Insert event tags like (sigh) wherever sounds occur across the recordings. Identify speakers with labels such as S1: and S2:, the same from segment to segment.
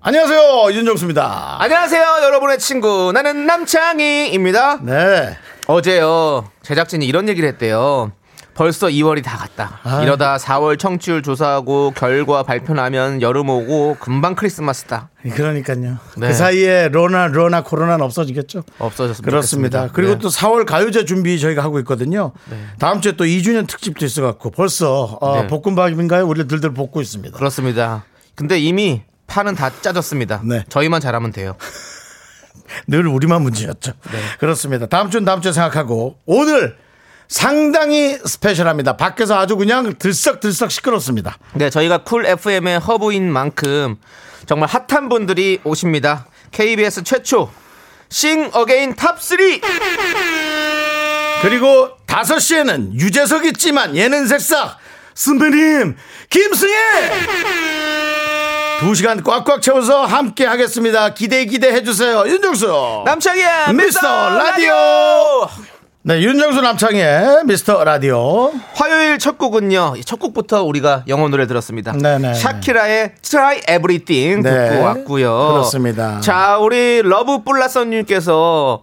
S1: 안녕하세요 윤정수입니다.
S2: 안녕하세요, 여러분의 친구. 나는 남창희입니다.
S1: 네.
S2: 어제요, 제작진이 이런 얘기를 했대요. 벌써 2월이 다 갔다. 이러다 4월 청취율 조사하고 결과 발표 나면 여름 오고 금방 크리스마스다.
S1: 그러니까요.
S2: 네.
S1: 그 사이에 로나 로나 코로나는 없어지겠죠.
S2: 없어졌습니다.
S1: 그렇습니다. 네. 그리고 또 4월 가요제 준비 저희가 하고 있거든요. 다음 주에 또 2주년 특집도 있어갖고 벌써 어,
S2: 네.
S1: 볶음밥인가요? 우리 들들 볶고 있습니다.
S2: 그렇습니다. 근데 이미 판은 다 짜졌습니다.
S1: 네.
S2: 저희만 잘하면 돼요.
S1: 늘 우리만 문제였죠. 그렇습니다. 다음 주는 다음 주에 생각하고 오늘 상당히 스페셜합니다. 밖에서 아주 그냥 들썩들썩 시끄럽습니다.
S2: 네, 저희가 쿨 FM의 허브인 만큼 정말 핫한 분들이 오십니다. KBS 최초 싱 어게인 탑3
S1: 그리고 5시에는 유재석 있지만 예능 색상 선배님 김승혜 2시간 꽉꽉 채워서 함께 하겠습니다. 기대 기대해 주세요. 윤정수
S2: 남창희의
S1: 미스터 라디오. 네, 윤정수 남창의 미스터 라디오.
S2: 화요일 첫 곡은요. 첫 곡부터 우리가 영어 노래 들었습니다.
S1: 네네.
S2: 샤키라의 Try Everything
S1: 네.
S2: 듣고 왔고요.
S1: 그렇습니다.
S2: 자, 우리 러브 뿔라선님께서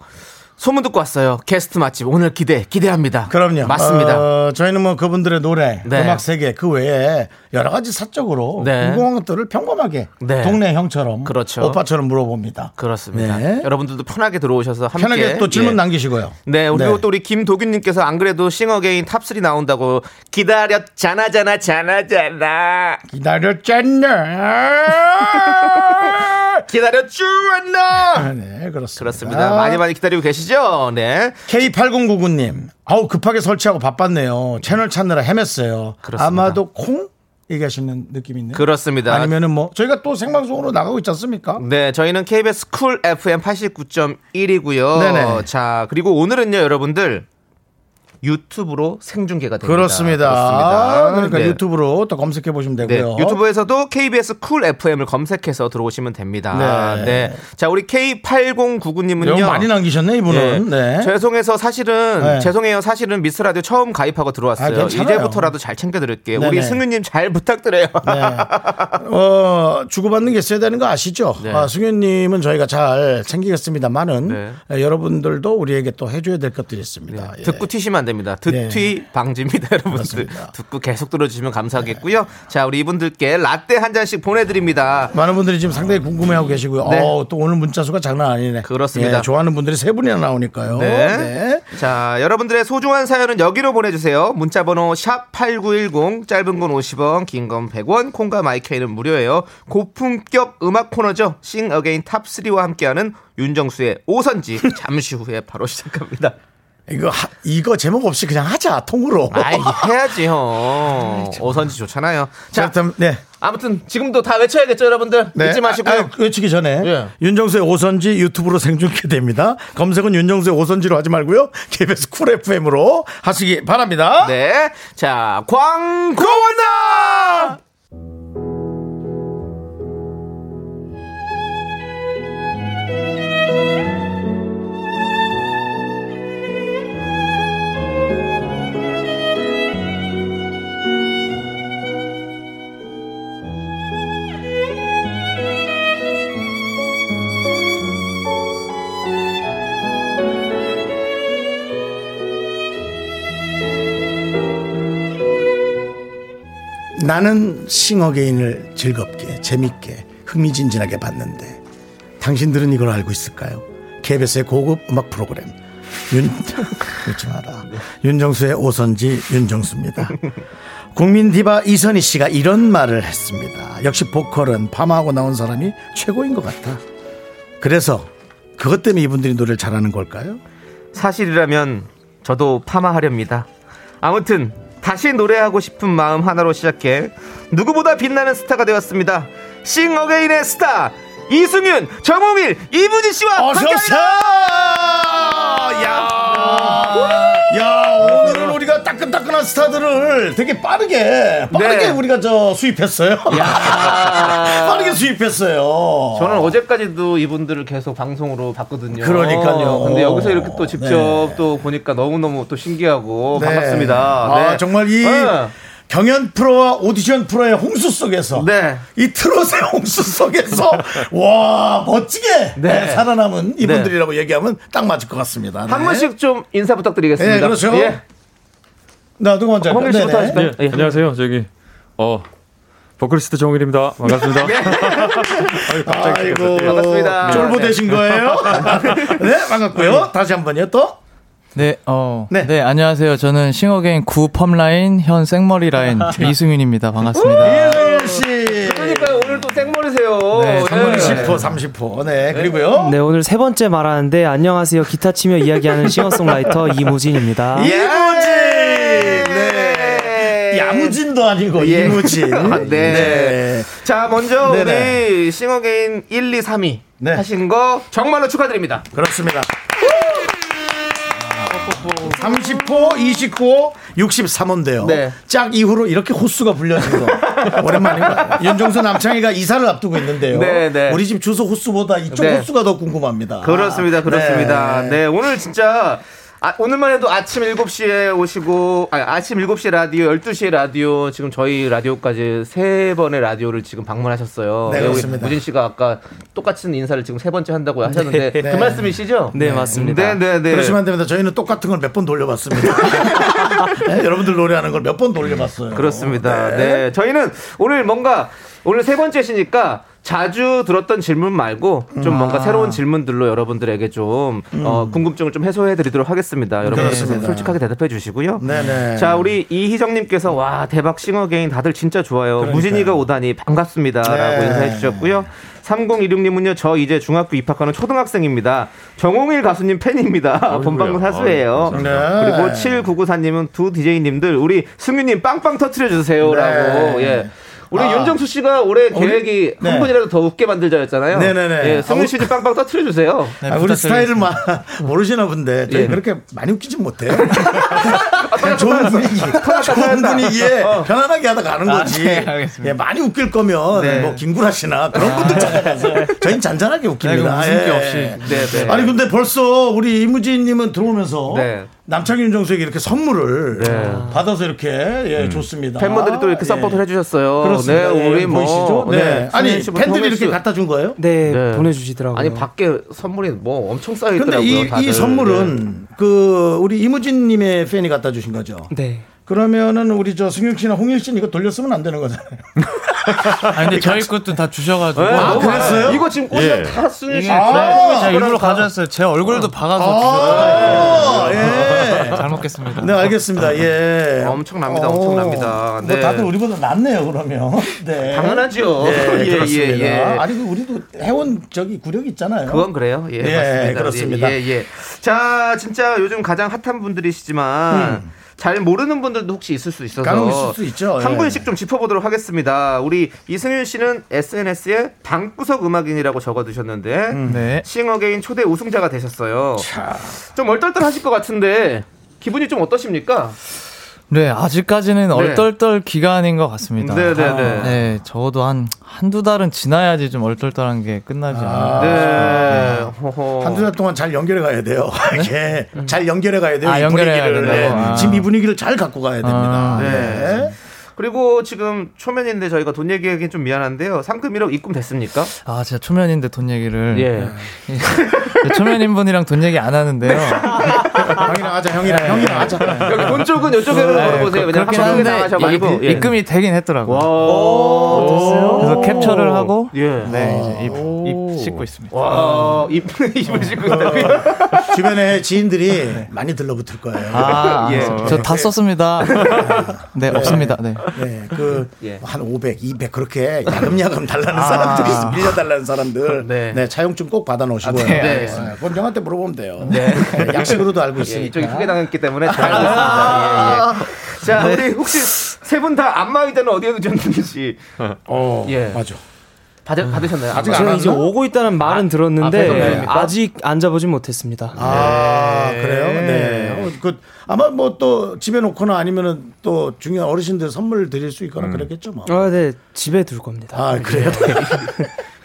S2: 소문 듣고 왔어요. 게스트 맛집 오늘 기대 기대합니다.
S1: 그럼요.
S2: 맞습니다.
S1: 어, 저희는 뭐 그분들의 노래,
S2: 네.
S1: 음악 세계 그 외에 여러 가지 사적으로
S2: 네.
S1: 궁금한 것들을 평범하게
S2: 네.
S1: 동네 형처럼,
S2: 그렇죠.
S1: 오빠처럼 물어봅니다.
S2: 그렇습니다.
S1: 네.
S2: 여러분들도 편하게 들어오셔서 함께
S1: 편하게 또 질문
S2: 예.
S1: 남기시고요.
S2: 네, 그리고 또 우리 김도균님께서 안 그래도 싱어게인 탑3 나온다고 기다렸잖아, 잖아, 잖아, 잖아. (laughs)
S1: 기다렸잖아.
S2: 기다렸잖아.
S1: 네, 그렇습니다.
S2: 그렇습니다. 많이 많이 기다리고 계시죠? 네.
S1: K8099님, 아우 급하게 설치하고 바빴네요. 채널 찾느라 헤맸어요.
S2: 그렇습니다.
S1: 아마도 콩 얘기하시는 느낌이 있네요.
S2: 그렇습니다.
S1: 아니면은 뭐 저희가 또 생방송으로 나가고 있지 않습니까?
S2: 네, 저희는 KBS 쿨 FM 89.1이고요.
S1: 네네.
S2: 자, 그리고 오늘은요, 여러분들 유튜브로 생중계가 됩니다.
S1: 그렇습니다. 그러니까
S2: 네.
S1: 유튜브로 또 검색해 보시면
S2: 네,
S1: 되고요.
S2: 유튜브에서도 KBS 쿨 FM을 검색해서 들어오시면 됩니다.
S1: 네.
S2: 네. 자, 우리 K8099님은요.
S1: 이거 많이 남기셨네 이분은. 네.
S2: 죄송해서 사실은
S1: 네.
S2: 죄송해요. 사실은 미스 라디오 처음 가입하고
S1: 아,
S2: 들어왔어요.
S1: 괜찮아요.
S2: 이제부터라도 잘 챙겨 드릴게요.
S1: 네네.
S2: 우리 승윤님 잘 부탁드려요.
S1: 네. 어, 주고받는 게 있어야 되는 거 아시죠?
S2: 네.
S1: 아, 승현님은 저희가 잘 챙기겠습니다만은 예, 여러분들도 우리에게 또 해줘야 될 것들이 있습니다. 예.
S2: 네.
S1: 네.
S2: 듣고 튀시면 안 됩니다. 듣튀 방지입니다, 여러분들.
S1: 그렇습니다.
S2: 듣고 계속 들어주시면 감사하겠고요. 자, 우리 이분들께 라떼 한 잔씩 보내드립니다.
S1: 많은 분들이 지금 상당히 궁금해하고 계시고요.
S2: 네.
S1: 어, 또 오늘 문자 수가 장난 아니네.
S2: 그렇습니다.
S1: 예, 좋아하는 분들이 세 분이나 나오니까요.
S2: 네.
S1: 네.
S2: 자, 여러분들의 소중한 사연은 여기로 보내주세요. 문자번호 샵8910, 짧은 건 50원, 긴 건 100원, 콩과 마이크는 무료예요. 고품격 음악 코너죠. 싱 어게인 탑3와 함께하는 윤정수의 오선지. 잠시 후에
S1: (laughs)
S2: 바로 시작합니다.
S1: 이거 하- 이거 제목 없이 그냥 하자 통으로. (laughs)
S2: 아이, 해야지, 형. 오선지 좋잖아요. 자,
S1: 그렇다면 네.
S2: 아무튼 지금도 다 외쳐야겠죠, 여러분들?
S1: 네.
S2: 잊지 마시고요.
S1: 아, 아, 외치기 전에
S2: 예.
S1: 윤정수의 오선지 유튜브로 생중계됩니다. 검색은 윤정수의 오선지로 하지 말고요. KBS 쿨 FM으로 하시기 바랍니다.
S2: 네. 자, 광고원다!
S1: 나는 싱어게인을 즐겁게 재밌게 흥미진진하게 봤는데 당신들은 이걸 알고 있을까요? KBS의 고급 음악 프로그램 윤 (laughs) 웃지 마라 윤정수의 오선지 윤정수입니다. 국민 디바 이선희 씨가 이런 말을 했습니다. 역시 보컬은 파마하고 나온 사람이 최고인 것 같아. 그래서 그것 때문에 이분들이 노래를 잘하는 걸까요?
S2: 사실이라면 저도 파마하렵니다. 아무튼 다시 노래하고 싶은 마음 하나로 시작해 누구보다 빛나는 스타가 되었습니다. 싱어게인의 스타 이승윤, 정홍일, 이부진 씨와
S1: 어서오세요!
S2: 함께합니다.
S1: 야! 야, 오늘은 우리가 따끈따끈한 스타들을 되게 빠르게, 빠르게
S2: 네.
S1: 우리가 저 수입했어요. (laughs) 빠르게 수입했어요.
S2: 저는 어제까지도 이분들을 계속 방송으로 봤거든요.
S1: 그러니까요.
S2: 근데 여기서 이렇게 또 직접
S1: 네.
S2: 또 보니까 너무너무 또 신기하고
S1: 네.
S2: 반갑습니다.
S1: 아,
S2: 네.
S1: 정말 이
S2: 네.
S1: 경연 프로와 오디션 프로의 홍수 속에서
S2: 네.
S1: 이 트롯의 홍수
S2: (laughs)
S1: 속에서 와 멋지게
S2: 네.
S1: 네, 살아남은 이분들이라고 얘기하면 딱 맞을 것 같습니다.
S2: 한
S1: 네.
S2: 분씩 좀 인사 부탁드리겠습니다.
S1: 네, 그렇죠.
S2: 예.
S1: 나 누구 먼저
S2: 홍일 씨부터
S1: 네네.
S2: 하실까요? 예.
S3: 안녕하세요 저기 어 보컬리스트 정일입니다
S1: (laughs)
S3: 반갑습니다
S1: 아이고
S2: 반갑습니다.
S1: 쫄보
S2: 네.
S1: 되신 거예요? 네 반갑고요. 다시 한 번요 또.
S4: 네, 어,
S1: 네.
S4: 네. 안녕하세요. 저는 싱어게인 구 펌라인 현 생머리
S2: (laughs)
S4: 라인 이승윤입니다. 반갑습니다.
S1: 이현일 씨.
S2: 그러니까 오늘 또 생머리세요.
S4: 네,
S2: 예.
S4: 생머리
S1: 30호 30호. 네 그리고요.
S5: 네 오늘 세 번째 말하는데 안녕하세요 기타 치며 (laughs) 이야기하는 싱어송라이터 이무진입니다.
S1: 이무진. 네. 야무진도 아니고
S2: 예.
S1: 이무진.
S2: 아, (laughs) 네. 자, 먼저
S1: 네네.
S2: 우리 싱어게인 1, 2, 3위
S1: 네.
S2: 하신 거 정말로 축하드립니다.
S1: 그렇습니다. 30호, 29호, 63호인데요.
S2: 네.
S1: 짝 이후로 이렇게 호수가 불려진 거.
S2: (laughs)
S1: 오랜만입니다. 윤종수 남창희가 이사를 앞두고 있는데요.
S2: 네, 네.
S1: 우리 집 주소 호수보다 이쪽
S2: 네.
S1: 호수가 더 궁금합니다.
S2: 그렇습니다. 그렇습니다.
S1: 네.
S2: 네, 오늘 진짜 아, 오늘만 해도 아침 7시에 오시고 아니, 아침 7시 라디오, 12시에 라디오, 지금 저희 라디오까지 세 번의 라디오를 지금 방문하셨어요.
S1: 네,
S2: 우리
S1: 그렇습니다.
S2: 무진 씨가 아까 똑같은 인사를 지금 세 번째 한다고 하셨는데 그 말씀이시죠?
S5: 네,
S2: 네,
S5: 맞습니다.
S2: 네, 네.
S1: 그러시면 안 됩니다. 저희는 똑같은 걸 몇 번
S2: (laughs)
S1: 돌려봤습니다. 네, 여러분들 노래하는 걸 몇 번 돌려봤어요.
S2: 그렇습니다. 네. 저희는 오늘 뭔가 오늘 세 번째시니까 자주 들었던 질문 말고
S1: 음.
S2: 좀
S1: 아.
S2: 뭔가 새로운 질문들로 여러분들에게 좀 어, 궁금증을 좀 해소해 드리도록 하겠습니다. 여러분들
S1: 그렇습니다.
S2: 솔직하게 대답해 주시고요.
S1: 네네.
S2: 자, 우리 이희정 님께서 와, 대박 싱어 게인 다들 진짜 좋아요. 무진이가 오다니 반갑습니다라고
S1: 네.
S2: 인사해 주셨고요. 3016님은요, 저 이제 중학교 입학하는 초등학생입니다. 정홍일 가수님 팬입니다. 본방구 사수예요.
S1: 네.
S2: 그리고 7994님은 두 DJ님들, 우리 승유님 빵빵 터트려주세요라고,
S1: 네.
S2: 예. 우리
S1: 아.
S2: 윤정수 씨가 올해 계획이
S1: 네.
S2: 한 분이라도 더 웃게 만들자였잖아요.
S1: 네네네.
S2: 예, 승윤 씨도 빵빵 터트려주세요.
S4: 네,
S1: 아, 우리
S4: 부탁드리겠습니다.
S1: 스타일을 마, (laughs) 모르시나 본데 저희
S2: 예.
S1: 그렇게 많이 웃기진
S2: (laughs)
S1: 못해요. 그냥
S2: 아,
S1: 좋은 분위기, 좋은
S2: 떠났다.
S1: 분위기에
S2: 어.
S1: 편안하게 하다 가는 거지.
S4: 네, 알겠습니다.
S1: 예, 많이 웃길 거면
S2: 아, 네.
S1: 뭐 김구라 씨나 그런 분들 찾아가서 저희는 잔잔하게 웃깁니다. 예.
S4: 네, 그럼 웃음기 없이.
S2: 네, 네.
S1: 아니 근데 벌써 우리 이무진님은 들어오면서
S2: 네.
S1: 남창희 윤정수에게 이렇게 선물을
S2: 네. 음.
S1: 받아서 이렇게 예, 줬습니다. 예.
S2: 팬분들이 또 이렇게 서포트를 해주셨어요.
S1: 아, 그렇습니다.
S2: 네, 우리
S1: 예,
S2: 뭐.
S1: 보이시죠? 네.
S2: 네,
S1: 아니
S2: 승윤 씨부터
S1: 팬들이
S2: 홍일
S1: 이렇게
S2: 씨.
S1: 갖다 준 거예요?
S5: 네,
S2: 네.
S5: 보내주시더라고요.
S2: 아니 밖에 선물이 뭐 엄청 쌓여
S1: 근데
S2: 있더라고요.
S1: 이, 이
S2: 다들. 네.
S1: 선물은 그 우리 이무진님의 팬이 갖다 주신 거죠.
S5: 네.
S1: 그러면은 우리 저 승윤 씨나 홍일 씨는 이거 돌렸으면 안 되는
S2: (laughs)
S1: 거잖아요.
S4: 아, 근데 저희 것도 다 주셔가지고.
S2: 네,
S4: 아,
S2: 너무
S1: 그랬어요?
S2: 많아요. 이거 지금 꽃이 다 쓰는 시
S1: 아,
S4: 제가 일부러 가져왔어요. 제 얼굴도 박아서
S1: 아, 예.
S2: (laughs)
S4: 주셔서. 잘 먹겠습니다.
S1: 네, 알겠습니다. 예.
S2: 엄청납니다,
S1: 어,
S2: 엄청납니다.
S1: 뭐
S2: 네.
S1: 다들 우리보다 낫네요, 그러면. (laughs) 네.
S2: 당연하죠.
S1: (laughs) 예,
S2: 예, 예,
S1: 그렇습니다.
S2: 예.
S1: 아니, 그 우리도 해온 저기 구력이 있잖아요.
S2: 그건 그래요. 예,
S1: 예,
S2: 맞습니다.
S1: 그렇습니다.
S2: 예, 예, 예. 자, 진짜 요즘 가장 핫한 분들이시지만 잘 모르는 분들도 혹시 있을 수 있어서
S1: 간혹 음. 있을 수 있죠.
S2: 한
S1: 예.
S2: 분씩 좀 짚어보도록 하겠습니다. 우리 이승윤 씨는 SNS에 방구석 음악인이라고 적어두셨는데
S4: 네.
S2: 싱어게인 초대 우승자가 되셨어요. 좀 얼떨떨하실 것 같은데 기분이 좀 어떠십니까?
S4: 네, 아직까지는 얼떨떨 기간인 것 같습니다.
S2: 네, 네, 네.
S4: 네. 적어도 한, 한두 달은 지나야지 좀 얼떨떨한 게 끝나지 않아요.
S2: 네. 호호.
S1: 한두 달 동안 잘 연결해 가야 돼요.
S2: 네?
S1: (laughs) 예. 잘 연결해 가야 돼요.
S4: 아,
S1: 이
S4: 연결해야
S1: 분위기를.
S4: 된다고.
S1: 예.
S4: 아.
S1: 지금 이 분위기를 잘 갖고 가야 됩니다.
S4: 아,
S1: 네.
S2: 그리고 지금 초면인데 저희가 돈 얘기하기엔 좀 미안한데요. 상금 1억 입금됐습니까?
S4: 아, 제가 초면인데 돈 얘기를. 네.
S2: 예.
S4: (laughs) 초면인 분이랑 돈 얘기 안 하는데요.
S2: 아.
S1: 형이랑 하자, 형이랑,
S2: 네. (laughs)
S1: 형이랑 하자.
S2: 여기 본 쪽은 이쪽으로 물어보세요. 왜냐면
S4: 그렇긴
S2: 네. 한국에
S4: 한데
S2: 나가셔가지고. 예. 어,
S4: 이- 입금이 되긴 했더라고요. 그래서 캡처를 하고
S2: 예.
S4: 네, 이제 입, 입 씻고 있습니다.
S2: 와, (laughs) 입, 입을 씻고 있다고요?
S1: 주변에 지인들이
S2: 네.
S1: 많이 들러붙을 거예요.
S4: 아,
S2: 예.
S4: 저 다 (laughs) 썼습니다. 네, 없습니다. 네.
S1: 네, 그,
S2: 예. 아.
S1: 한 500, 200, 그렇게 야금야금 달라는 사람들이 있어, 밀려달라는 사람들.
S2: 네.
S1: 네. 차용증 꼭 받아놓으시고요.
S4: 네,
S2: 알겠습니다.
S1: 네, 그건 형한테 물어보면 돼요. 네, 약식으로도 알고
S2: 예,
S1: 있으니까.
S2: 이쪽이 크게 당했기 때문에 잘 알고 있습니다. 예, 예. 자, 우리 혹시 세 분 다 안마 의자는 어디에 두셨는지.
S1: 어,
S2: 예.
S1: 맞아.
S2: 받, 받으셨나요? 아직
S1: 저는
S5: 저는 이제
S1: 왔나?
S5: 오고 있다는 말은
S2: 배송
S5: 들었는데
S2: 중입니까?
S5: 아, 직 앉아보진 못했습니다.
S1: 아 그래요? 네. 어, 그 아마 뭐 또 집에 놓거나 아니면은 또 중요한 어르신들 선물 드릴 수
S2: 음.
S1: 있거나 그랬겠죠 뭐.
S5: 아, 네 집에 둘 겁니다.
S1: 아 그래요?
S2: 네.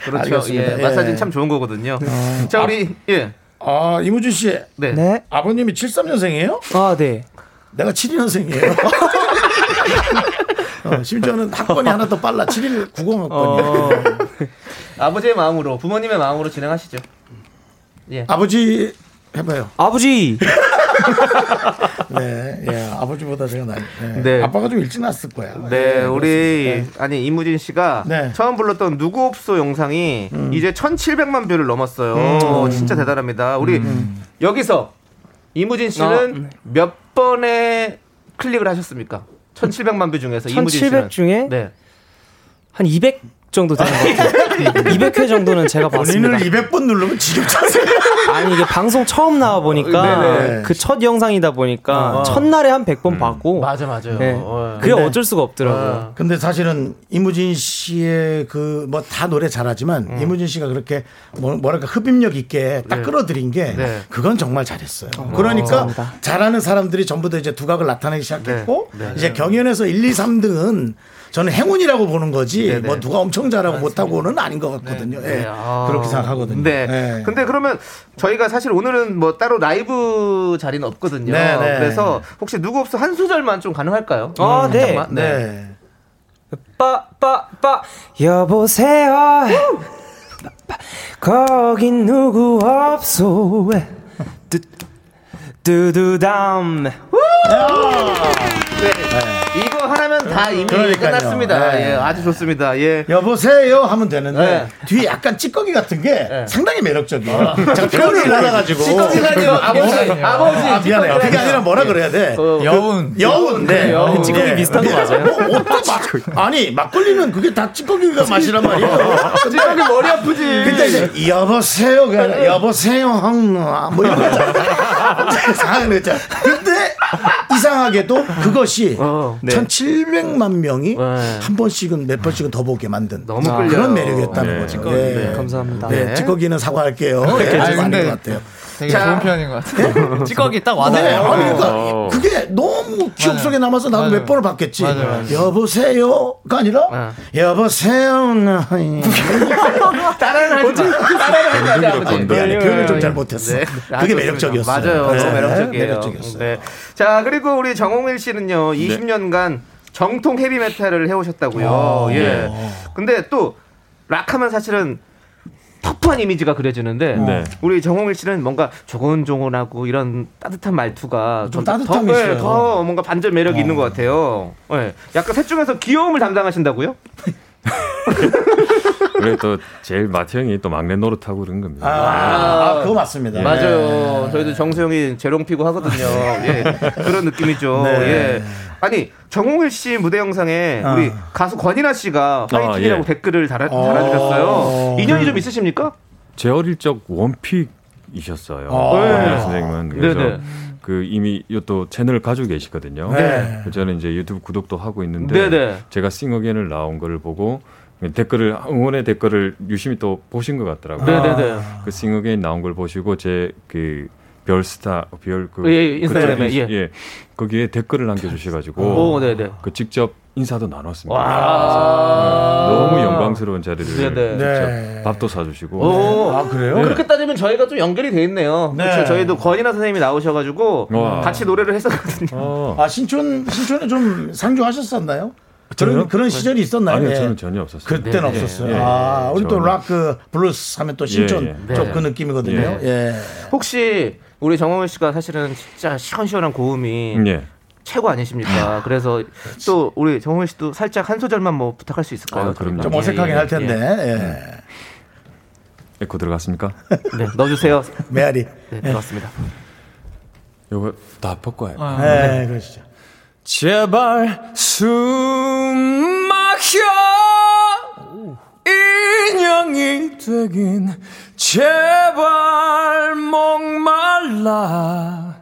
S2: 그렇죠.
S1: 알겠습니다.
S2: 예,
S1: 예.
S2: 마사지는 참 좋은 거거든요. 자, 우리, 예.
S1: (laughs) 아 이무준 씨
S2: 네.
S5: 네.
S1: 아버님이 73년생이에요?
S5: 아 네.
S1: 내가 72년생이에요. (laughs) 어, 심지어는 학번이 하나 더 빨라 71 90 학번이.
S5: 어,
S2: 아버지의 마음으로, 부모님의 마음으로 진행하시죠.
S1: 아버지 해봐요.
S5: 아버지
S1: 네, 예, 아버지보다 제가 나이. 네.
S2: 네.
S1: 아빠가 좀 일찍 났을 거야.
S2: 네,
S1: 예,
S2: 우리 아니 이무진 씨가
S1: 네. 음.
S2: 처음 불렀던 누구 없소 영상이 이제 1,700만 뷰를 넘었어요. 오, 진짜 대단합니다. 우리
S1: 음.
S2: 여기서 이무진 씨는
S1: 어.
S2: 몇 번의 클릭을 하셨습니까? 1,700만 뷰 중에서 이무진
S5: 1,700
S2: 씨는
S5: 중에?
S2: 네.
S5: 한 200 정도 되는 것 같아요. 200회 정도는 제가 봤습니다.
S1: 본인을 200번 누르면 지겹잖아요. (laughs)
S5: 아니 이게 방송 처음 나와 보니까
S1: 네네.
S5: 그 첫 영상이다 보니까 첫날에 한 100번 봤고
S2: 맞아 맞아요.
S5: 네.
S2: 어,
S5: 그게
S1: 근데- 아.
S5: 어쩔 수가 없더라고요.
S1: 근데 사실은 이무진 씨의 그 뭐 다 노래 잘하지만 이무진 씨가 그렇게 뭐- 뭐랄까 흡입력 있게 딱 끌어들인 게
S2: 네.
S1: 그건 정말 잘했어요. 그러니까
S5: 감사합니다.
S1: 잘하는 사람들이 전부 다 이제 두각을 나타내기 시작했고
S2: 네. 네.
S1: 이제 경연에서 1, 2, 3등은 저는 행운이라고 보는 거지 뭐 누가 엄청 잘하고 못하고는 아닌 것 같거든요. 예.
S2: 네. 아.
S1: 그렇게 생각하거든요.
S2: 네.
S1: 예.
S2: 근데 그러면 저희가 사실 오늘은 뭐 따로 라이브 자리는 없거든요.
S1: 네, 네.
S2: 그래서 혹시 누구 없어 한 소절만 좀 가능할까요?
S5: 아,
S2: 음,
S5: 네.
S2: 잠깐만. 네.
S1: 네.
S5: 빠빠빠 여보세요 빠- 거긴 누구 없소 뚜- 두두담
S2: 이거 하나면 다 이미
S1: 그러니까요.
S2: 끝났습니다.
S1: 네.
S2: 예, 아주 좋습니다. 예.
S1: 여보세요 하면 되는데
S2: 네.
S1: 뒤에 약간 찌꺼기 같은 게
S2: 네.
S1: 상당히 매력적이에요. 제가 표현을 몰라가지고
S2: 찌꺼기라니요. 아버지, 아버지.
S1: 예.
S2: 네.
S1: 아, 미안해요. 그게
S2: 찌꺼기라니요.
S1: 아니라 뭐라 그래야 돼.
S4: 여운.
S2: 예.
S1: 여운, 네. 어,
S2: 여운.
S1: 찌꺼기 비슷한 거 맞아요? 아니, 막걸리는 그게 다 찌꺼기가 맛이란 말이에요.
S2: 찌꺼기 머리 아프지.
S1: 근데 이제, 여보세요, 그 아니라 여보세요, 황누아. 뭐 이런 거 있잖아. 이상하게 했잖아. 근데 이상하게도 그것이 1700만 명이 한 번씩은 몇 번씩은 더 보게 만든
S2: 너무 끌려요.
S1: 그런 매력이었다는 거죠. 네.
S5: 감사합니다
S1: 네, 찌꺼기는 사과할게요. 네,
S4: 아,
S1: 아닌
S4: 근데-
S1: 것 같아요.
S4: 되게
S2: 자. 예? 어,
S4: 좋은 표현인 것 같아요. 찌꺼기 딱
S1: 네,
S4: 와닿아요.
S1: 아니
S6: 어.
S1: 그러니까 그게 너무 기억 속에 남아서 나도
S4: 맞아요.
S1: 몇 번을 봤겠지.
S4: 맞아요, 맞아요.
S1: 여보세요가 아니라 여보세요. 나
S2: 네. (laughs) 따라는 하지 마. 따라는 하지 마. 아버지.
S6: 네,
S1: 미안해, 네, 표현을 좀 잘 못했어.
S2: 네.
S1: 그게
S2: 아주 좋습니다.
S1: 매력적이었어요.
S2: 맞아요.
S1: 네,
S2: 너무 매력적이에요.
S1: 매력적이었어요. 네.
S2: 네. 자, 그리고 우리 정홍일 씨는요, 20년간 정통 헤비메탈을
S1: 어,
S2: 해오셨다고요.
S1: 네.
S2: 예. 근데 또, 락하면 사실은 터프한 이미지가 그려지는데,
S1: 음.
S7: 네.
S2: 우리 정홍일 씨는 뭔가 조곤조곤하고 이런 따뜻한 말투가
S1: 좀
S2: 더-
S1: 따뜻함이
S2: 더,
S1: 있어요. 어.
S2: 예, 더 뭔가 반전 매력이 있는 것 같아요. 예. 약간 셋 중에서 귀여움을 담당하신다고요?
S6: 그래 또 제일 마태형이 또 막내 노릇하고 그런 겁니다.
S1: 아, 아, 그거 맞습니다.
S2: 네. 맞아요. 저희도 정수영이 재롱 피고
S1: (laughs)
S2: 하거든요. 예. 그런 느낌이죠.
S1: 네.
S2: 예. 아니, 정홍일 씨 무대 영상에
S1: 아.
S2: 우리 가수 권인아 씨가 화이팅이라고
S6: 예.
S2: 댓글을 달아,
S1: 어.
S2: 주셨어요 인연이 좀 있으십니까?
S6: 제 어릴 적 원픽이셨어요.
S1: 아.
S6: 원희룡 선생님은 그래서
S2: 네. 네네.
S6: 그 이미 이또 채널을 가지고 계시거든요. 그
S1: 네.
S6: 저는 이제 유튜브 구독도 하고 있는데
S2: 네네.
S6: 제가 싱어게인을 나온 거를 보고 댓글을 응원의 댓글을 유심히 또 보신 것
S1: 아.
S6: 같더라고요.
S2: 아. 네네네.
S6: 그 싱어게인 나온 걸 보시고 제 그 별스타 별그
S2: 예, 인스타그램에, 예.
S6: 거기에 댓글을 남겨주셔가지고
S2: 오, 네네.
S6: 그 직접 인사도 나눴습니다. 네.
S2: 와.
S6: 너무 영광스러운 자리를
S2: 네네.
S6: 직접
S1: 네.
S6: 밥도 사주시고
S2: 오.
S1: 아, 그래요?
S2: 그렇게 따지면 저희가 좀 연결이 돼 있네요.
S1: 네.
S2: 그렇죠. 저희도 권인아 선생님이 나오셔가지고
S6: 와.
S2: 같이 노래를 했었거든요.
S6: 어.
S1: 아, 신촌 신촌에 좀 상주하셨었나요?
S6: 저요?
S1: 그런 그런 시절이 있었나요?
S6: 아니요
S2: 네.
S1: 예.
S6: 저는 전혀 없었어요.
S1: 그때는 없었어요.
S6: 예, 예.
S1: 아, 우리
S6: 저는-
S1: 또락그 블루스 하면 또 신촌
S6: 예,
S2: 예.
S1: 쪽
S2: 네.
S1: 그 느낌이거든요. 예.
S2: 혹시 우리 정홍일 씨가 사실은 진짜 시원시원한 고음이
S6: 예.
S2: 최고 아니십니까? 그래서 또 우리 정훈 씨도 살짝 한 소절만 뭐 부탁할 수 있을까요?
S6: 아, 그럼요.
S1: 좀
S2: 예,
S1: 어색하긴
S2: 예,
S1: 할 텐데.
S2: 예.
S1: 예.
S6: 에코 들어갔습니까?
S2: 네, 넣어주세요.
S1: 메아리.
S2: 네, 들어왔습니다.
S6: 요거 다 바꿔야 요
S2: 아.
S1: 네, 그러시죠.
S3: 제발 숨 막혀 인형이 되긴 제발 목말라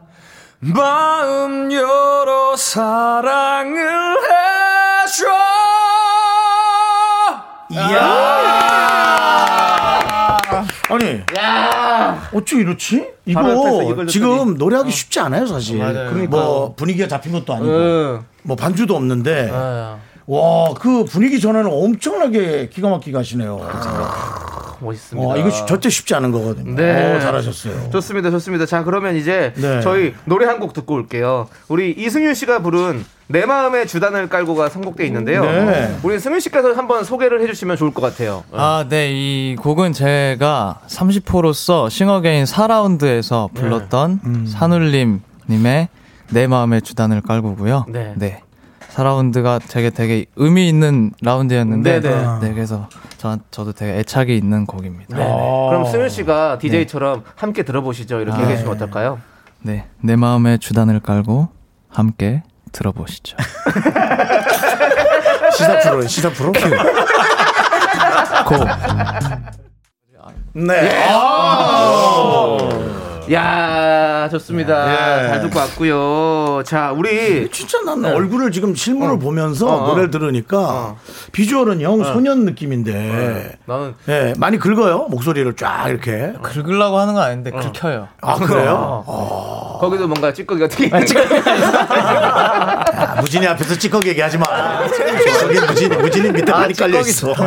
S3: 마음 열어 사랑을 해줘
S1: 이야! 아. 아니. 어찌 이렇지?
S2: 바로 옆에서
S1: 이거
S2: 이걸
S1: 지금 노래하기 쉽지 않아요, 사실. 뭐 분위기가 잡힌 것도 아니고
S2: 응.
S1: 뭐 반주도 없는데
S2: 아,
S1: 와 그 분위기 전에는 엄청나게 기가 막히게 하시네요. 와
S2: 멋있습니다.
S1: 이거 시- 절대 쉽지 않은 거거든요.
S2: 네.
S1: 어, 잘하셨어요.
S2: 좋습니다, 좋습니다. 자, 그러면 이제
S1: 네.
S2: 저희 노래 한 곡 듣고 올게요. 우리 이승윤 씨가 부른 내 마음의 주단을 깔고가 선곡돼 있는데요.
S1: 네.
S2: 우리 승윤 씨께서 한번 소개를 해주시면 좋을 것 같아요.
S4: 아, 네. 이 곡은 제가 30호로서 싱어게인 4라운드에서
S2: 네.
S4: 불렀던
S2: 음.
S4: 산울림 님의 내 마음의 주단을 깔고고요.
S2: 네.
S4: 4라운드가 되게 되게 의미 있는 라운드였는데
S2: 네, 네.
S4: 네, 그래서 저, 저도 되게 애착이 있는 곡입니다.
S2: 그럼 승윤 씨가 DJ처럼
S1: 네.
S2: 함께 들어보시죠.
S1: 아,
S2: 이렇게 얘기해 주시면 어떨까요?
S4: 네. 내 마음의 주단을 깔고 함께 들어보시죠.
S1: 시사 프로 시사 (laughs) 프로.
S4: 고.
S1: 네.
S2: 야 좋습니다.
S1: 예.
S2: 잘 듣고 왔고요. 자, 우리
S1: 진짜 난 얼굴을 지금 실물을 보면서
S2: 네. 어, 어.
S1: 노래를 들으니까 비주얼은 영 소년 느낌인데
S2: 나는 어.
S1: 예, 많이 긁어요 목소리를 쫙 이렇게
S4: 긁으려고 하는 건 아닌데 긁혀요.
S1: 아 그래요?
S2: 거기도 뭔가 찌꺼기가 튀긴
S1: 아, 무진이 앞에서 찌꺼기 얘기하지 마. 저기 무진이, 무진이 밑에
S2: 아,
S1: 많이 깔려 있어. (laughs)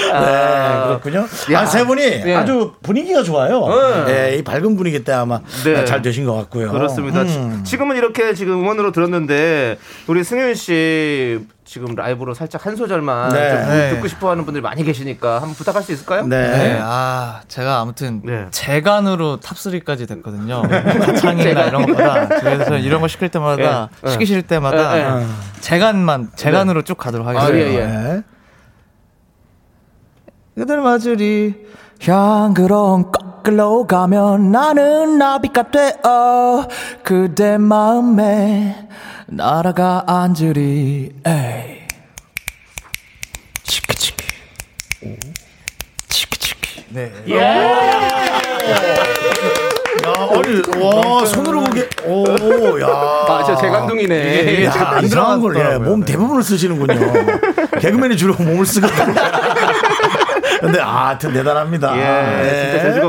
S1: 네, 그렇군요.
S2: 야.
S1: 아, 세 분이
S2: 예.
S1: 아주 분위기가 좋아요.
S2: 응.
S1: 예, 이 밝은 분위기 때 아마
S2: 네.
S1: 잘 되신 것 같고요. 음.
S2: 그렇습니다. 지- 지금은 이렇게 지금 응원으로 들었는데 우리 승윤 씨 지금 라이브로 살짝 한 소절만
S1: 네.
S2: 좀
S4: 네.
S2: 듣고 싶어하는 분들이 많이 계시니까 한번 부탁할 수 있을까요?
S1: 네.
S4: 네, 아, 제가 아무튼
S2: 네.
S4: 재간으로 탑3까지 됐거든요. 창이나 이런 것보다. 그래서 이런 거 시킬 때마다,
S2: 예, 예.
S4: 시키실 때마다
S2: 예,
S4: 재간만, 재간으로 쭉 가도록
S2: 아,
S4: 하겠습니다.
S2: 예, 예.
S1: 네.
S4: 그들 마주리 향그런 거꾸로 가면 나는 나비가 되어 그대 마음에 날아가 앉으리 에이. 치키치키 치키치키 네.
S1: 야, 아니, 와, 손으로 보게. 오, 야.
S2: 그렇죠. 아, 저 재간둥이네.
S1: 야, 이상한 걸, 예, 몸 대부분을 쓰시는군요. 개그맨이 주로 몸을 쓰거든요. 근데, 아, 하여튼 대단합니다.
S2: 예, 진짜 재주가